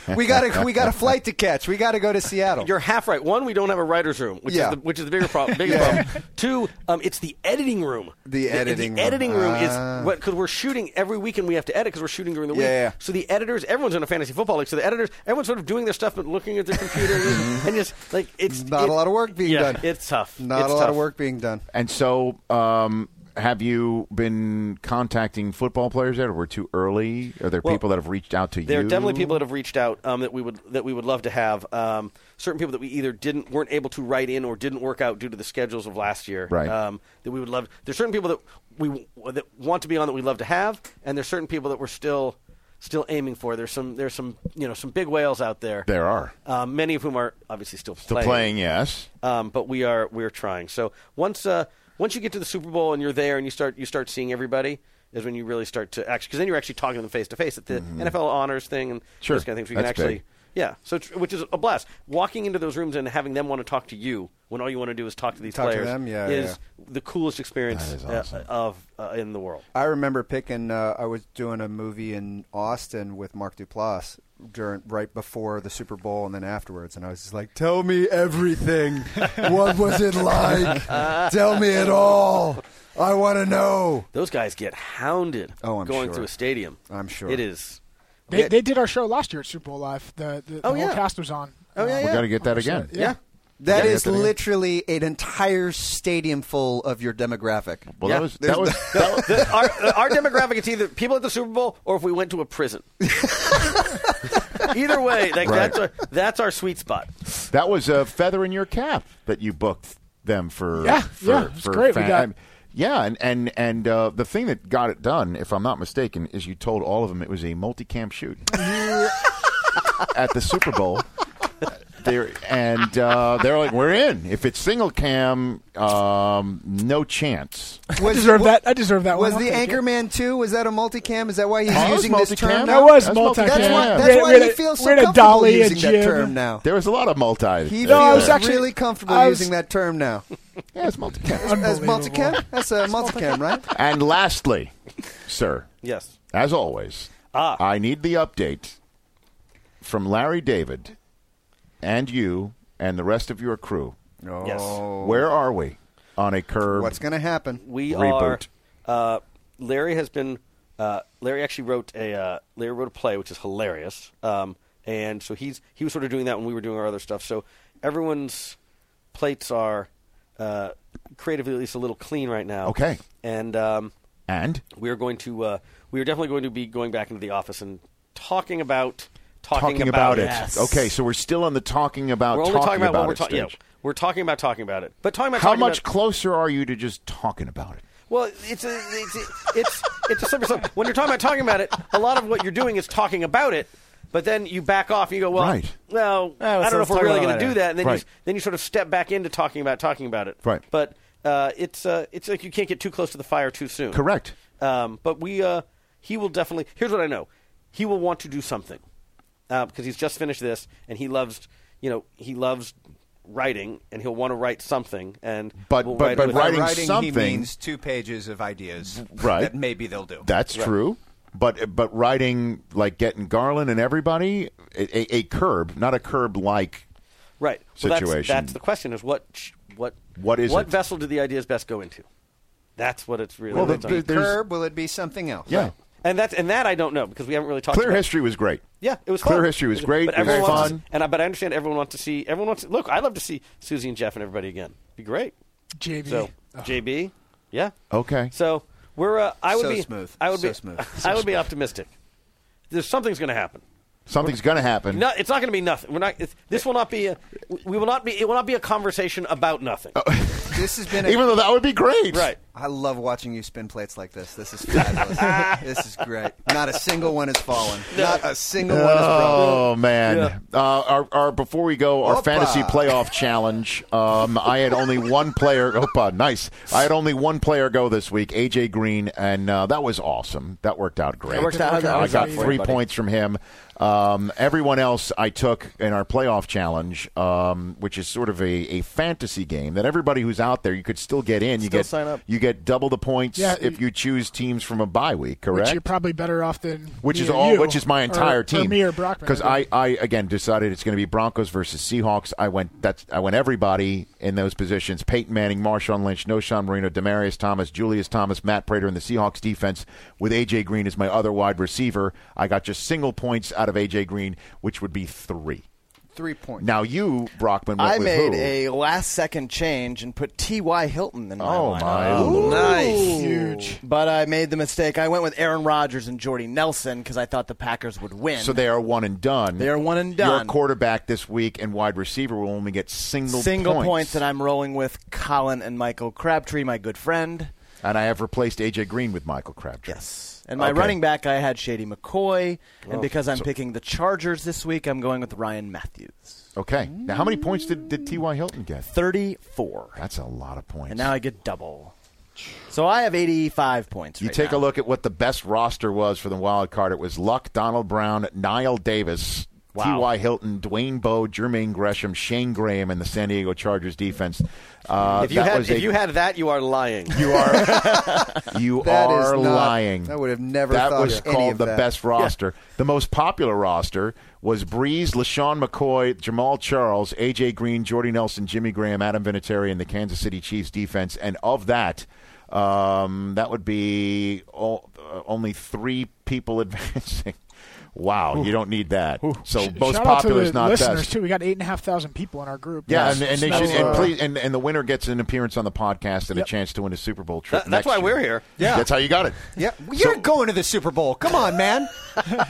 Speaker 10: we gotta, we got a flight to catch. We gotta go to Seattle.
Speaker 11: You're half right. One, we don't have a writer's room, which,
Speaker 10: Yeah.
Speaker 11: is, the, which is the bigger problem. Biggest problem. Two, um, it's the editing room.
Speaker 10: The editing
Speaker 11: the
Speaker 10: room.
Speaker 11: editing room
Speaker 10: Ah.
Speaker 11: is what because we're shooting every weekend. We have to edit because we're shooting during the week.
Speaker 10: Yeah, yeah.
Speaker 11: So the editors, everyone's in a fantasy football league. So the editors, everyone's sort of doing their stuff but looking at their computer and just like it's
Speaker 10: Not
Speaker 11: it-
Speaker 10: a lot of work being
Speaker 11: yeah,
Speaker 10: done.
Speaker 11: It's tough.
Speaker 10: Not
Speaker 11: It's
Speaker 10: a lot
Speaker 11: tough.
Speaker 10: of work being done.
Speaker 1: And so, um, have you been contacting football players yet, or we're too early? Are there
Speaker 11: Well,
Speaker 1: people that have reached out to you?
Speaker 11: There are definitely people that have reached out um, that we would that we would love to have. Um, certain people that we either didn't weren't able to write in or didn't work out due to the schedules of last year.
Speaker 1: Right.
Speaker 11: Um, that we would love. There's certain people that we that want to be on that we'd love to have, and there's certain people that we're still still aiming for. There's some there's some you know some big whales out there.
Speaker 1: There are.
Speaker 11: Um, many of whom are obviously still
Speaker 1: Still
Speaker 11: playing.
Speaker 1: playing, yes.
Speaker 11: Um, but we are we are trying. So once uh, once you get to the Super Bowl and you're there and you start you start seeing everybody is when you really start to actually because then you're actually talking to them face to face at the NFL honors thing and
Speaker 1: Sure.
Speaker 11: those kind of things. We
Speaker 1: That's
Speaker 11: can actually
Speaker 1: big.
Speaker 11: yeah. So it's, which is a blast. Walking into those rooms and having them want to talk to you when all you want to do is talk to these
Speaker 10: Talk to
Speaker 11: players
Speaker 10: them, yeah,
Speaker 11: is the coolest experience
Speaker 10: That is
Speaker 11: uh,
Speaker 10: awesome.
Speaker 11: of uh, in the world.
Speaker 10: I remember picking. Uh, I was doing a movie in Austin with Mark Duplass during right before the Super Bowl and then afterwards, and I was just like, "Tell me everything. what was it like? Tell me it all. I want to know."
Speaker 11: Those guys get hounded
Speaker 10: Oh, I'm
Speaker 11: going
Speaker 10: sure.
Speaker 11: through a stadium.
Speaker 10: I'm sure.
Speaker 11: it is.
Speaker 8: They, they did our show last year at Super Bowl Live. The, the, the
Speaker 11: Oh,
Speaker 8: whole
Speaker 11: yeah.
Speaker 8: cast was on. Um,
Speaker 11: Oh, yeah,
Speaker 1: We
Speaker 11: yeah.
Speaker 1: got to get that again.
Speaker 8: Yeah.
Speaker 10: That
Speaker 1: Yeah.
Speaker 10: is
Speaker 1: Yeah.
Speaker 10: literally an entire stadium full of your demographic.
Speaker 1: Well, that was
Speaker 10: There's
Speaker 1: that was
Speaker 11: No, the- our, our demographic is either people at the Super Bowl or if we went to a prison. either way, like
Speaker 1: Right.
Speaker 11: that's our, that's our sweet spot.
Speaker 1: that was a feather in your cap that you booked them for.
Speaker 11: Yeah,
Speaker 1: for,
Speaker 11: yeah, it's
Speaker 1: for
Speaker 11: great. We got-
Speaker 1: I mean, yeah, and and and uh, the thing that got it done, if I'm not mistaken, is you told all of them it was a multi-camp shoot at the Super Bowl. There and uh, they're like, we're in. If it's single cam, um, no chance.
Speaker 10: Was-
Speaker 8: deserve
Speaker 10: wa-
Speaker 8: that. I deserve that
Speaker 10: Was
Speaker 8: one.
Speaker 10: the
Speaker 8: I'll take it.
Speaker 10: Anchorman too? Was that a multicam? Is that why he's
Speaker 1: Oh, it was
Speaker 10: using this
Speaker 1: multicam.
Speaker 10: term?
Speaker 8: That
Speaker 10: now?
Speaker 8: was
Speaker 10: That's multi- That's why,
Speaker 1: multicam.
Speaker 10: that's
Speaker 8: We had-
Speaker 10: why
Speaker 8: we had
Speaker 10: he
Speaker 8: a-
Speaker 10: feels
Speaker 8: we
Speaker 10: so
Speaker 8: had a
Speaker 10: comfortable
Speaker 8: dolly, a
Speaker 10: using that
Speaker 8: jib.
Speaker 10: term now.
Speaker 1: There was a lot of multi.
Speaker 10: He
Speaker 8: No, I
Speaker 10: feels
Speaker 8: was actually-
Speaker 10: really comfortable
Speaker 8: I was-
Speaker 10: using that term now.
Speaker 1: yeah, it's multi-cam.
Speaker 10: As multicam? That's a multicam, right?
Speaker 1: And lastly, sir,
Speaker 11: Yes. Ah.
Speaker 1: as always, I need the update from Larry David and you and the rest of your crew.
Speaker 11: Yes.
Speaker 10: Oh,
Speaker 1: Where are we on a curve?
Speaker 10: What's going to happen?
Speaker 11: We
Speaker 1: Reboot.
Speaker 11: are. Uh, Larry has been. Uh, Larry actually wrote a uh, Larry wrote a play, which is hilarious. Um, and so he's he was sort of doing that when we were doing our other stuff. So everyone's plates are uh, creatively at least a little clean right now.
Speaker 1: Okay.
Speaker 11: And um,
Speaker 1: and
Speaker 11: we are going to uh, we are definitely going to be going back into the office and talking about talking,
Speaker 1: about, it. Okay, so we're still on the talking about
Speaker 11: we're only
Speaker 1: talking,
Speaker 11: talking about, what we're
Speaker 1: it
Speaker 11: talking. Yeah,
Speaker 1: stage.
Speaker 11: we're talking about talking about it. But talking about
Speaker 1: How
Speaker 11: talking
Speaker 1: much
Speaker 11: about-
Speaker 1: closer are you to just talking about it?
Speaker 11: well, it's a, it's a, it's it's a simple. sub- When you're talking about talking about it, a lot of what you're doing is talking about it. But then you back off and you go, well,
Speaker 1: Right.
Speaker 11: well,
Speaker 9: well,
Speaker 11: I
Speaker 9: so
Speaker 11: don't know
Speaker 9: let's
Speaker 11: if we're
Speaker 9: talk
Speaker 11: really
Speaker 9: about it
Speaker 11: going to do
Speaker 9: later.
Speaker 11: that. And then
Speaker 1: Right.
Speaker 11: you then you sort of step back into talking about talking about it.
Speaker 1: Right.
Speaker 11: But uh, it's uh, it's like you can't get too close to the fire too soon.
Speaker 1: Correct.
Speaker 11: Um, but we, uh, he will definitely. Here's what I know: he will want to do something uh, because he's just finished this, and he loves, you know, he loves writing, and he'll want to write something. And
Speaker 1: But-
Speaker 11: we'll
Speaker 1: but-
Speaker 11: write
Speaker 1: but
Speaker 11: with-
Speaker 1: writing
Speaker 10: writing
Speaker 1: something-
Speaker 10: he means two pages of ideas
Speaker 1: right?
Speaker 10: that maybe they'll do.
Speaker 1: That's true. But but writing like getting Garland and everybody a, a, a curb, not a curb like
Speaker 11: right Well, that's-
Speaker 1: situation.
Speaker 11: that's, the question: is what sh- what
Speaker 1: What is
Speaker 11: what
Speaker 1: it?
Speaker 11: vessel do the ideas best go into? That's what it's really.
Speaker 1: Well,
Speaker 11: it's
Speaker 1: there-
Speaker 11: on.
Speaker 1: there's-
Speaker 10: Curb, will it be something else?
Speaker 1: Yeah.
Speaker 11: and that's and that I don't know because we haven't really talked.
Speaker 1: Clear
Speaker 11: about
Speaker 1: history was great.
Speaker 11: Yeah, it was
Speaker 1: Clear
Speaker 11: fun.
Speaker 1: History was great.
Speaker 11: But
Speaker 1: It was
Speaker 11: everyone wants
Speaker 1: fun.
Speaker 11: To, and I, but I understand everyone wants to see everyone wants. To, look, I'd love to see Susie and Jeff and everybody again. Be great.
Speaker 8: JB.
Speaker 11: So JB, yeah.
Speaker 1: Okay.
Speaker 11: So we're. Uh, I would
Speaker 10: So
Speaker 11: be
Speaker 10: smooth.
Speaker 11: I would
Speaker 10: So
Speaker 11: be
Speaker 10: smooth.
Speaker 11: I would be optimistic. There's something's going to happen.
Speaker 1: Something's going to happen.
Speaker 11: No, it's not going to be nothing. We're not. It's, this will not be a. We will not be. It will not be a conversation about nothing.
Speaker 1: Uh,
Speaker 10: This has been
Speaker 1: Even though that would be great.
Speaker 11: Right.
Speaker 10: I love watching you spin plates like this. This is fabulous. this is great. Not a single one has fallen. Not a single one has broken.
Speaker 1: Oh man! Uh, our, our before we go, our
Speaker 10: Opa.
Speaker 1: fantasy playoff challenge. Um, I had only one player. Opa, nice. I had only one player go this week, AJ Green, and uh, that was awesome. That worked out great.
Speaker 2: It worked out.
Speaker 1: I
Speaker 2: That
Speaker 1: got
Speaker 2: was
Speaker 1: three
Speaker 2: awesome.
Speaker 1: points from him. Um, everyone else I took in our playoff challenge, um, which is sort of a, a fantasy game that everybody who's out there, you could still get in. You
Speaker 8: Still
Speaker 1: get
Speaker 8: sign up.
Speaker 1: You get double the points
Speaker 8: Yeah,
Speaker 1: if you choose teams from a bye week. Correct
Speaker 8: Which you're probably better off than
Speaker 1: which
Speaker 8: me
Speaker 1: is
Speaker 8: or
Speaker 1: all
Speaker 8: you,
Speaker 1: which is my
Speaker 8: or-
Speaker 1: entire
Speaker 8: or
Speaker 1: team
Speaker 8: me or Brockman.
Speaker 1: because I, I again decided it's going to be Broncos versus Seahawks. I went that's I went everybody in those positions: Peyton Manning, Marshawn Lynch, Noshawn Marino, Demarius Thomas, Julius Thomas, Matt Prater, and the Seahawks defense with AJ Green as my other wide receiver. I got just single points out of AJ Green, which would be three.
Speaker 10: Three points.
Speaker 1: Now you, Brockman, went
Speaker 9: I
Speaker 1: with
Speaker 9: made
Speaker 1: who?
Speaker 9: a last second change and put T.Y. Hilton in my
Speaker 1: Oh,
Speaker 9: lineup.
Speaker 1: my Lord.
Speaker 9: Nice.
Speaker 1: Huge.
Speaker 9: But I made the mistake. I went with Aaron Rodgers and Jordy Nelson because I thought the Packers would win.
Speaker 1: so they are one and done.
Speaker 9: They are one and
Speaker 1: Your
Speaker 9: done.
Speaker 1: quarterback this week and wide receiver will only get single
Speaker 9: Single points.
Speaker 1: points
Speaker 9: that I'm rolling with Colin and Michael Crabtree, my good friend.
Speaker 1: And I have replaced AJ Green with Michael Crabtree.
Speaker 9: Yes. And my
Speaker 1: Okay.
Speaker 9: running back, I had Shady McCoy.
Speaker 1: Oh.
Speaker 9: And because I'm
Speaker 1: So-
Speaker 9: picking the Chargers this week, I'm going with Ryan Matthews.
Speaker 1: Okay. Now, how many points did, did T.Y. Hilton get?
Speaker 9: 34.
Speaker 1: That's a lot of points.
Speaker 9: And now I get double. So I have 85 points.
Speaker 1: you
Speaker 9: right
Speaker 1: take
Speaker 9: now.
Speaker 1: a look at what the best roster was for the wild card. It was Luck, Donald Brown, Niall Davis, T.Y. Hilton, Dwayne Bowe, Jermaine Gresham, Shane Graham, and the San Diego Chargers defense. Uh,
Speaker 11: if you
Speaker 1: that
Speaker 11: had
Speaker 1: was
Speaker 11: if
Speaker 1: a-
Speaker 11: you had that, you are lying.
Speaker 1: You are you
Speaker 10: That is
Speaker 1: are
Speaker 10: not-
Speaker 1: lying.
Speaker 10: I would have never
Speaker 1: That
Speaker 10: thought
Speaker 1: was
Speaker 10: of any
Speaker 1: called
Speaker 10: of
Speaker 1: the
Speaker 10: that.
Speaker 1: best roster. The most popular roster was Breeze, LaShawn McCoy, Jamal Charles, AJ Green, Jordy Nelson, Jimmy Graham, Adam Vinatieri, and the Kansas City Chiefs defense. And of that, um, that would be all, uh, only three people advancing. Wow, you don't need that. So most
Speaker 8: Shout out to
Speaker 1: popular
Speaker 8: the
Speaker 1: is not
Speaker 8: listeners
Speaker 1: best.
Speaker 8: too. We got eight and a half thousand people in our group.
Speaker 1: Yeah,
Speaker 8: Yes.
Speaker 1: and, and they
Speaker 8: So,
Speaker 1: should, and
Speaker 8: uh,
Speaker 1: please, and, and the winner gets an appearance on the podcast and a chance to win a Super Bowl trip.
Speaker 11: That-
Speaker 1: next
Speaker 11: that's why
Speaker 1: year.
Speaker 11: we're here. Yeah.
Speaker 1: that's how you got it.
Speaker 10: Yeah, you're going to the Super Bowl. Come on, man.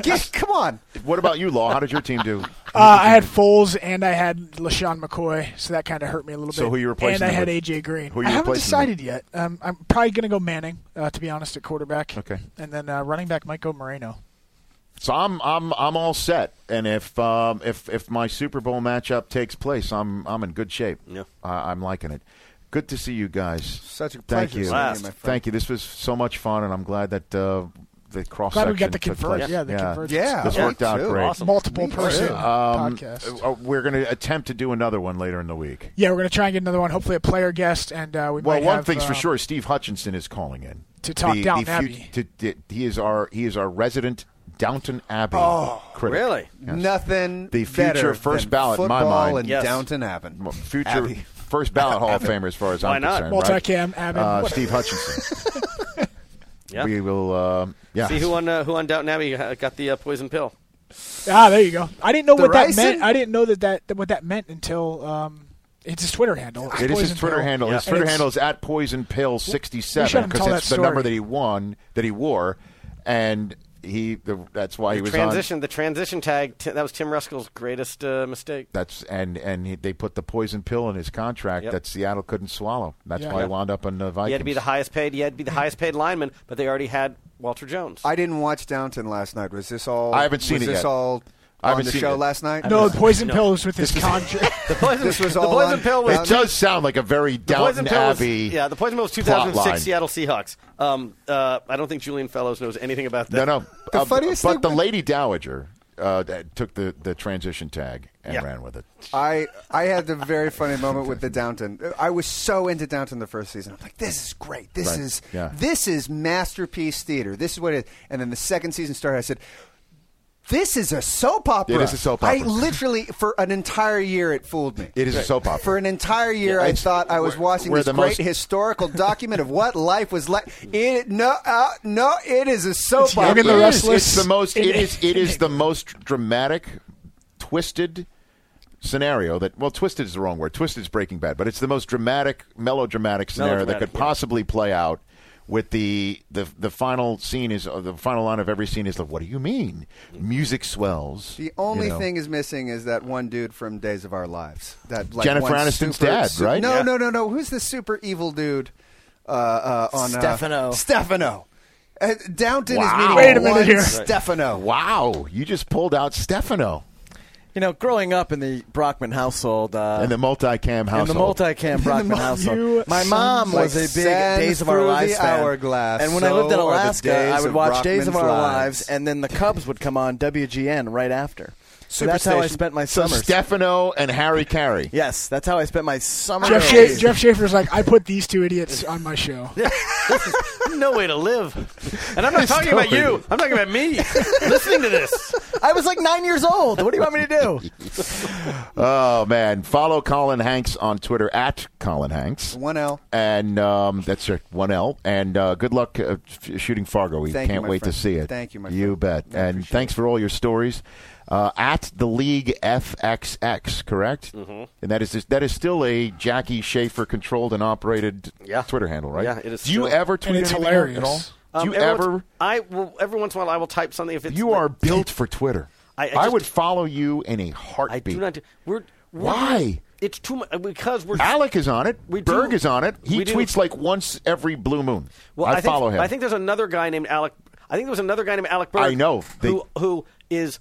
Speaker 10: Get- come on.
Speaker 1: What about you, Law? How did your team do?
Speaker 8: Uh, I had Foles and I had LaShawn McCoy, so that kind of hurt me a little bit.
Speaker 1: So who you replacing
Speaker 8: And I
Speaker 1: him
Speaker 8: had
Speaker 1: with?
Speaker 8: AJ Green.
Speaker 1: Who you
Speaker 8: I haven't
Speaker 1: replacing
Speaker 8: decided yet. Um, I'm probably going to go Manning, uh, to be honest, at quarterback.
Speaker 1: Okay.
Speaker 8: And then uh, running back might go Moreno.
Speaker 1: So I'm I'm I'm all set. And if um, if if my Super Bowl matchup takes place, I'm I'm in good shape. Yeah, I I'm liking it. Good to see you guys.
Speaker 10: Such a
Speaker 1: Thank
Speaker 10: pleasure
Speaker 1: you.
Speaker 10: seeing you, my friend.
Speaker 1: Thank you. This was so much fun, and I'm glad that. Uh, the cross
Speaker 8: Glad
Speaker 1: section
Speaker 8: we got the
Speaker 1: took
Speaker 8: converge.
Speaker 1: place.
Speaker 8: Yeah, the converge.
Speaker 10: Yeah.
Speaker 1: this
Speaker 10: Me
Speaker 1: worked out
Speaker 10: too.
Speaker 1: great.
Speaker 10: Awesome.
Speaker 8: Multiple
Speaker 10: Me
Speaker 8: person
Speaker 10: too.
Speaker 1: Um,
Speaker 8: podcast.
Speaker 1: uh, we're going to attempt to do another one later in the week.
Speaker 8: Yeah, we're going to try and get another one. Hopefully, a player guest, and uh, we
Speaker 1: Well,
Speaker 8: might
Speaker 1: one
Speaker 8: have,
Speaker 1: thing's for
Speaker 8: um,
Speaker 1: sure: Steve Hutchinson is calling in
Speaker 8: To talk Downton Abbey.
Speaker 1: to- to- he is our he is our resident Downton Abbey
Speaker 8: Oh,
Speaker 1: critic.
Speaker 11: really?
Speaker 1: Yes.
Speaker 10: Nothing.
Speaker 1: The future
Speaker 10: better
Speaker 1: first
Speaker 10: than
Speaker 1: ballot, in my
Speaker 10: football
Speaker 1: mind,
Speaker 10: and Downton Abbey.
Speaker 1: Well, Future
Speaker 10: Abbey.
Speaker 1: first ballot Hall of Famer, as far as
Speaker 10: Why
Speaker 1: I'm
Speaker 10: not?
Speaker 1: concerned. right?
Speaker 8: Multicam, Abbey.
Speaker 1: Uh,
Speaker 8: What-
Speaker 1: Steve Hutchinson.
Speaker 11: Yeah.
Speaker 1: We will. Uh, yeah.
Speaker 11: See who on uh, who on Downton Abbey uh, got the uh, poison pill.
Speaker 8: Ah, there you go. I didn't know
Speaker 11: The
Speaker 8: what that
Speaker 11: Ryzen?
Speaker 8: meant. I didn't know that, that that- what that meant until um, it's his Twitter handle. It's
Speaker 1: It is his
Speaker 8: Poison
Speaker 1: Twitter
Speaker 8: Pill.
Speaker 1: handle. His
Speaker 8: And
Speaker 1: Twitter
Speaker 8: it's-
Speaker 1: handle is at Poison Pill sixty seven
Speaker 8: him
Speaker 1: because
Speaker 8: tell
Speaker 1: it's
Speaker 8: that
Speaker 1: the number
Speaker 8: story.
Speaker 1: that he won that he wore, and he the, that's why he was on.
Speaker 11: transition the transition tag t- that was Tim Ruskell's greatest uh, mistake.
Speaker 1: That's and and he, they put the poison pill in his contract
Speaker 11: Yep.
Speaker 1: that Seattle couldn't swallow. That's
Speaker 11: Yeah.
Speaker 1: why
Speaker 11: Yeah.
Speaker 1: he wound up in the Vikings.
Speaker 11: He had to be the highest paid. He had to be the highest paid lineman, but they already had Walter Jones.
Speaker 10: I didn't watch Downton last night. Was this all?
Speaker 1: I haven't seen
Speaker 10: was
Speaker 1: it
Speaker 10: this
Speaker 1: yet.
Speaker 10: all
Speaker 1: I
Speaker 10: on
Speaker 1: haven't
Speaker 10: the
Speaker 1: seen
Speaker 10: show
Speaker 1: it.
Speaker 10: last night?
Speaker 8: No, the poison pill was with his contract.
Speaker 11: the poison,
Speaker 10: This was
Speaker 11: the
Speaker 10: all
Speaker 11: poison
Speaker 10: on-
Speaker 11: pill was
Speaker 1: it does sound like a very
Speaker 11: The poison
Speaker 1: Downton
Speaker 11: pill was-
Speaker 1: Abbey.
Speaker 11: yeah, the poison pill was
Speaker 1: plot
Speaker 11: 2006
Speaker 1: line.
Speaker 11: Seattle Seahawks. Um, uh, I don't think Julian Fellows knows anything about that.
Speaker 1: No, no.
Speaker 11: The
Speaker 1: Uh,
Speaker 11: funniest
Speaker 1: but
Speaker 11: thing
Speaker 1: the lady dowager uh, that took the, the transition tag and ran with it.
Speaker 10: I I had the very funny moment with the Downton. I was so into Downton the first season. I'm like, this is great. This
Speaker 1: Right.
Speaker 10: is
Speaker 1: Yeah.
Speaker 10: this is masterpiece theater. This is what it is. And then the second season started. I said. This is a soap opera.
Speaker 1: It is a soap
Speaker 10: I
Speaker 1: opera.
Speaker 10: literally, for an entire year, it fooled me.
Speaker 1: It is a soap opera.
Speaker 10: For an entire year,
Speaker 1: Yeah,
Speaker 10: I
Speaker 1: it's-
Speaker 10: thought I was
Speaker 1: we're-
Speaker 10: watching
Speaker 1: we're
Speaker 10: this
Speaker 1: the
Speaker 10: great
Speaker 1: most-
Speaker 10: historical document of what life was like. It no, uh, no, it is a soap opera.
Speaker 1: It is. It's the most. It is. It is the most dramatic, twisted scenario that. Well, twisted is the wrong word. Twisted is Breaking Bad, but it's the most dramatic, melodramatic scenario that
Speaker 13: Melodramatic,
Speaker 1: could possibly play out. With the, the the final scene is uh, the final line of every scene is like, what do you mean? Music swells.
Speaker 10: The only
Speaker 1: you know.
Speaker 10: thing is missing is that one dude from Days of Our Lives. That like
Speaker 1: Jennifer
Speaker 10: one
Speaker 1: Aniston's
Speaker 10: super-
Speaker 1: dad,
Speaker 10: su-
Speaker 1: right?
Speaker 10: No,
Speaker 1: Yeah.
Speaker 10: no, no, no. Who's the super evil dude? Uh, uh, on uh,
Speaker 9: Stefano.
Speaker 10: Stefano. Uh, Downton
Speaker 1: Wow.
Speaker 10: is meeting
Speaker 1: Wait a minute
Speaker 10: one
Speaker 1: here.
Speaker 10: Stefano.
Speaker 1: Uh, Wow, you just pulled out Stefano
Speaker 9: You know, growing up in the Brockman household, uh,
Speaker 1: and the multicam household.
Speaker 9: in the multicam Brockman
Speaker 10: you
Speaker 9: household, my mom
Speaker 10: sons
Speaker 9: was a
Speaker 10: like
Speaker 9: big
Speaker 10: sand
Speaker 9: Days of Our
Speaker 10: through the
Speaker 9: Lives fan.
Speaker 10: hourglass,
Speaker 9: and when I lived
Speaker 10: so
Speaker 9: in
Speaker 10: are the
Speaker 9: Alaska,
Speaker 10: days
Speaker 9: I would
Speaker 10: of
Speaker 9: watch Days of Our
Speaker 10: Brockman's
Speaker 9: Lives,
Speaker 10: Lives.
Speaker 9: and then the Cubs would come on WGN right after. So that's how I
Speaker 1: Superstation.
Speaker 9: spent my
Speaker 1: So
Speaker 9: summers.
Speaker 1: Stefano and Harry Carey.
Speaker 9: yes, that's how I spent my summer.
Speaker 8: Jeff, Sha-
Speaker 9: days.
Speaker 8: Jeff Schaefer's like, I put these two idiots on my show.
Speaker 11: no way to live. And I'm not talking about you. I'm talking about me. Listening to this.
Speaker 9: I was like nine years old. What do you want me to do?
Speaker 1: Oh man! Follow Colin Hanks on Twitter at Colin Hanks.
Speaker 10: One L.
Speaker 1: and um, that's it, one L. And uh, good luck uh, f- shooting Fargo. We
Speaker 10: Thank you,
Speaker 1: can't
Speaker 10: my
Speaker 1: wait
Speaker 10: friend.
Speaker 1: to see it.
Speaker 10: Thank you, my
Speaker 1: You bet. and thanks for all your stories. Uh, at the league FXX, correct?
Speaker 11: Mhm.
Speaker 1: And that is that is still a Jackie Schaefer controlled and operated Twitter handle, right?
Speaker 11: Yeah, it is.
Speaker 1: Do you
Speaker 11: still-
Speaker 1: ever tweet anything out at all? Do
Speaker 11: Um,
Speaker 1: you
Speaker 11: every once-
Speaker 1: ever?
Speaker 11: I will. Every once in a while, I will type something if it's.
Speaker 1: You
Speaker 11: like-
Speaker 1: are built for Twitter.
Speaker 11: I- I just-
Speaker 1: would follow you in a
Speaker 11: I
Speaker 1: heartbeat.
Speaker 11: do not. Do, we're, we're
Speaker 1: Why?
Speaker 11: It's too much because we're.
Speaker 1: Alec is on it.
Speaker 11: We do.
Speaker 1: Berg is on it. He
Speaker 11: We do.
Speaker 1: tweets like once every blue moon.
Speaker 11: Well,
Speaker 1: I,
Speaker 11: think,
Speaker 1: follow him.
Speaker 11: I think there's another guy named Alec. I think there was another guy named Alec Berg.
Speaker 1: I know. They-
Speaker 11: who who is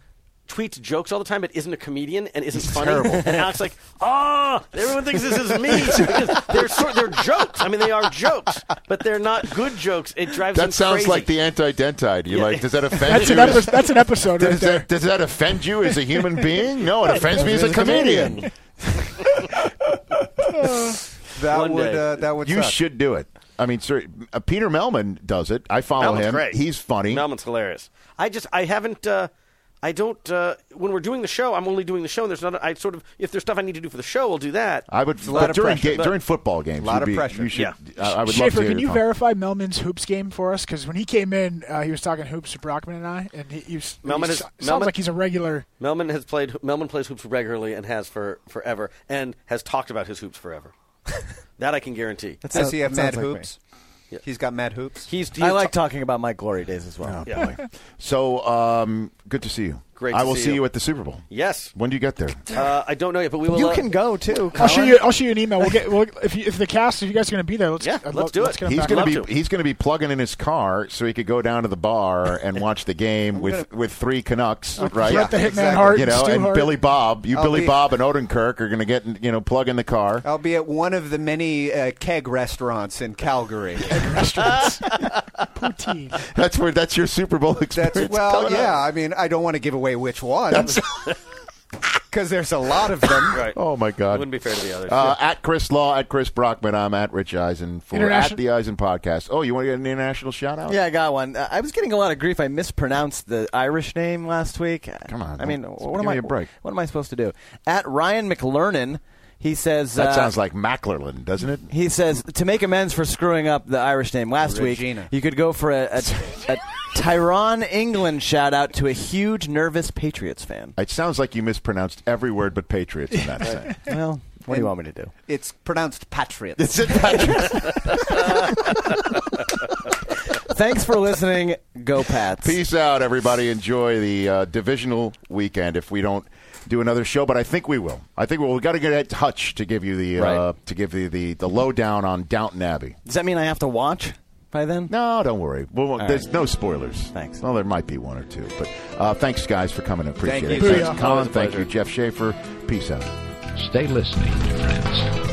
Speaker 11: tweets jokes all the time, but isn't a comedian and isn't funny.
Speaker 1: terrible.
Speaker 11: And Alec's like, ah, everyone thinks this is me. Because they're sort, they're jokes. I mean, they are jokes, but they're not good jokes. It drives him
Speaker 1: that sounds
Speaker 11: crazy.
Speaker 1: like the anti-dentide. You're
Speaker 11: Yeah.
Speaker 1: like, does that offend
Speaker 8: That's
Speaker 1: you?
Speaker 8: an, epi- that's an episode right
Speaker 1: does,
Speaker 8: there.
Speaker 1: that, does that offend you as a human being? No, it offends me as a comedian.
Speaker 10: That
Speaker 11: One
Speaker 10: would
Speaker 11: day.
Speaker 10: uh, that would
Speaker 1: You
Speaker 10: suck.
Speaker 1: should do it. I mean, sir, uh, Peter Melman does it. I follow
Speaker 11: Melman's
Speaker 1: him.
Speaker 11: great.
Speaker 1: He's funny.
Speaker 11: Melman's hilarious. I just I haven't. Uh, I don't. Uh, when we're doing the show, I'm only doing the show. And there's not. I sort of if there's stuff I need to do for the show, I'll do that.
Speaker 1: I would
Speaker 11: a lot
Speaker 1: but
Speaker 11: of
Speaker 1: during
Speaker 11: pressure,
Speaker 1: ga-
Speaker 11: but-
Speaker 1: during football games.
Speaker 11: Lot
Speaker 1: you'd
Speaker 11: of
Speaker 1: be-
Speaker 11: pressure.
Speaker 1: You should.
Speaker 11: Yeah.
Speaker 1: I, I would
Speaker 8: Schaefer,
Speaker 1: love to.
Speaker 8: can you
Speaker 1: hear
Speaker 8: verify Melman's hoops game for us? Because when he came in, uh, he was talking hoops to Brockman and I, and he, he, was,
Speaker 11: Melman
Speaker 8: he
Speaker 11: is-
Speaker 8: so- sounds
Speaker 11: Melman-
Speaker 8: like he's a regular.
Speaker 11: Melman has played. Melman plays hoops regularly and has for forever, and has talked about his hoops forever. that I can guarantee.
Speaker 9: That's
Speaker 10: Does he have
Speaker 9: That
Speaker 10: mad
Speaker 9: sounds like me.
Speaker 10: hoops? He's got mad hoops.
Speaker 11: He's.
Speaker 9: I like talking about my glory days as well.
Speaker 11: Yeah.
Speaker 1: So, um, good to see you.
Speaker 11: Great
Speaker 1: I
Speaker 11: to
Speaker 1: will
Speaker 11: see
Speaker 1: see
Speaker 11: you.
Speaker 1: you at the Super Bowl.
Speaker 11: Yes.
Speaker 1: When do you get there?
Speaker 11: Uh, I don't know yet, but we will.
Speaker 9: You
Speaker 11: uh,
Speaker 9: can go too.
Speaker 8: I'll shoot
Speaker 9: Colin.
Speaker 8: you. I'll shoot you an email. We'll get. We'll, if you, if the cast, if you guys are going to be there, let's
Speaker 11: Yeah,
Speaker 8: I'd
Speaker 11: let's
Speaker 8: love-
Speaker 11: do it.
Speaker 8: get him
Speaker 1: He's
Speaker 8: back.
Speaker 1: going
Speaker 11: I'd
Speaker 1: to
Speaker 11: love
Speaker 1: be he's going to be plugging in his car so he could go down to the bar and watch the game with with three Canucks, right?
Speaker 8: Brett the Hitman Hart
Speaker 1: you
Speaker 8: and
Speaker 1: know,
Speaker 8: Stu
Speaker 1: and
Speaker 8: Hart.
Speaker 1: Billy Bob. You,
Speaker 10: I'll
Speaker 1: Billy
Speaker 10: be-
Speaker 1: Bob, and Odenkirk are going to get in- you know plug in the car.
Speaker 10: I'll be at one of the many uh, keg restaurants in Calgary.
Speaker 8: poutine.
Speaker 1: That's where that's your Super Bowl experience.
Speaker 10: That's well,
Speaker 1: coming up.
Speaker 10: yeah. I mean, I don't want to give away which one because there's a lot of them.
Speaker 11: Right.
Speaker 1: Oh my
Speaker 11: It
Speaker 1: God!
Speaker 11: wouldn't be fair to the others.
Speaker 1: Uh, at Chris Law, at Chris Brockman, I'm at Rich Eisen for at
Speaker 8: International-
Speaker 1: the Eisen podcast. Oh, you want to get an international shout out?
Speaker 9: Yeah, I got one. Uh, I was getting a lot of grief. I mispronounced the Irish name last week.
Speaker 1: Come on,
Speaker 9: I mean,
Speaker 1: don't-
Speaker 9: what
Speaker 1: give
Speaker 9: am I?
Speaker 1: me a break.
Speaker 9: What am I supposed to do? At Ryan McLernan, he says
Speaker 1: That
Speaker 9: uh,
Speaker 1: sounds like Macklerland, doesn't it?
Speaker 9: He says to make amends for screwing up the Irish name last
Speaker 10: Regina.
Speaker 9: week, you could go for a, a, a Tyrone England shout out to a huge nervous Patriots fan.
Speaker 1: It sounds like you mispronounced every word but Patriots in that sentence.
Speaker 9: Well, what do you want me to do?
Speaker 10: It's pronounced patriot.
Speaker 1: Is it Patriots?
Speaker 9: Thanks for listening. Go Pats.
Speaker 1: Peace out, everybody. Enjoy the uh, divisional weekend. If we don't do another show, but I think we will. I think we will. We got to get Ed Hutch to give you the uh,
Speaker 9: Right.
Speaker 1: to give you the the lowdown on Downton Abbey.
Speaker 9: Does that mean I have to watch by then?
Speaker 1: No, don't worry. Well, well,
Speaker 9: All
Speaker 1: there's
Speaker 9: right.
Speaker 1: no spoilers.
Speaker 9: Thanks.
Speaker 1: Well, there might be one or two, but uh, thanks, guys, for coming. I Appreciate
Speaker 10: Thank
Speaker 1: it.
Speaker 10: you.
Speaker 1: Thanks,
Speaker 10: Booyah.
Speaker 1: Colin.
Speaker 11: Always a
Speaker 1: Thank you,
Speaker 11: pleasure.
Speaker 1: Jeff Schaefer. Peace out.
Speaker 7: Stay listening, my friends.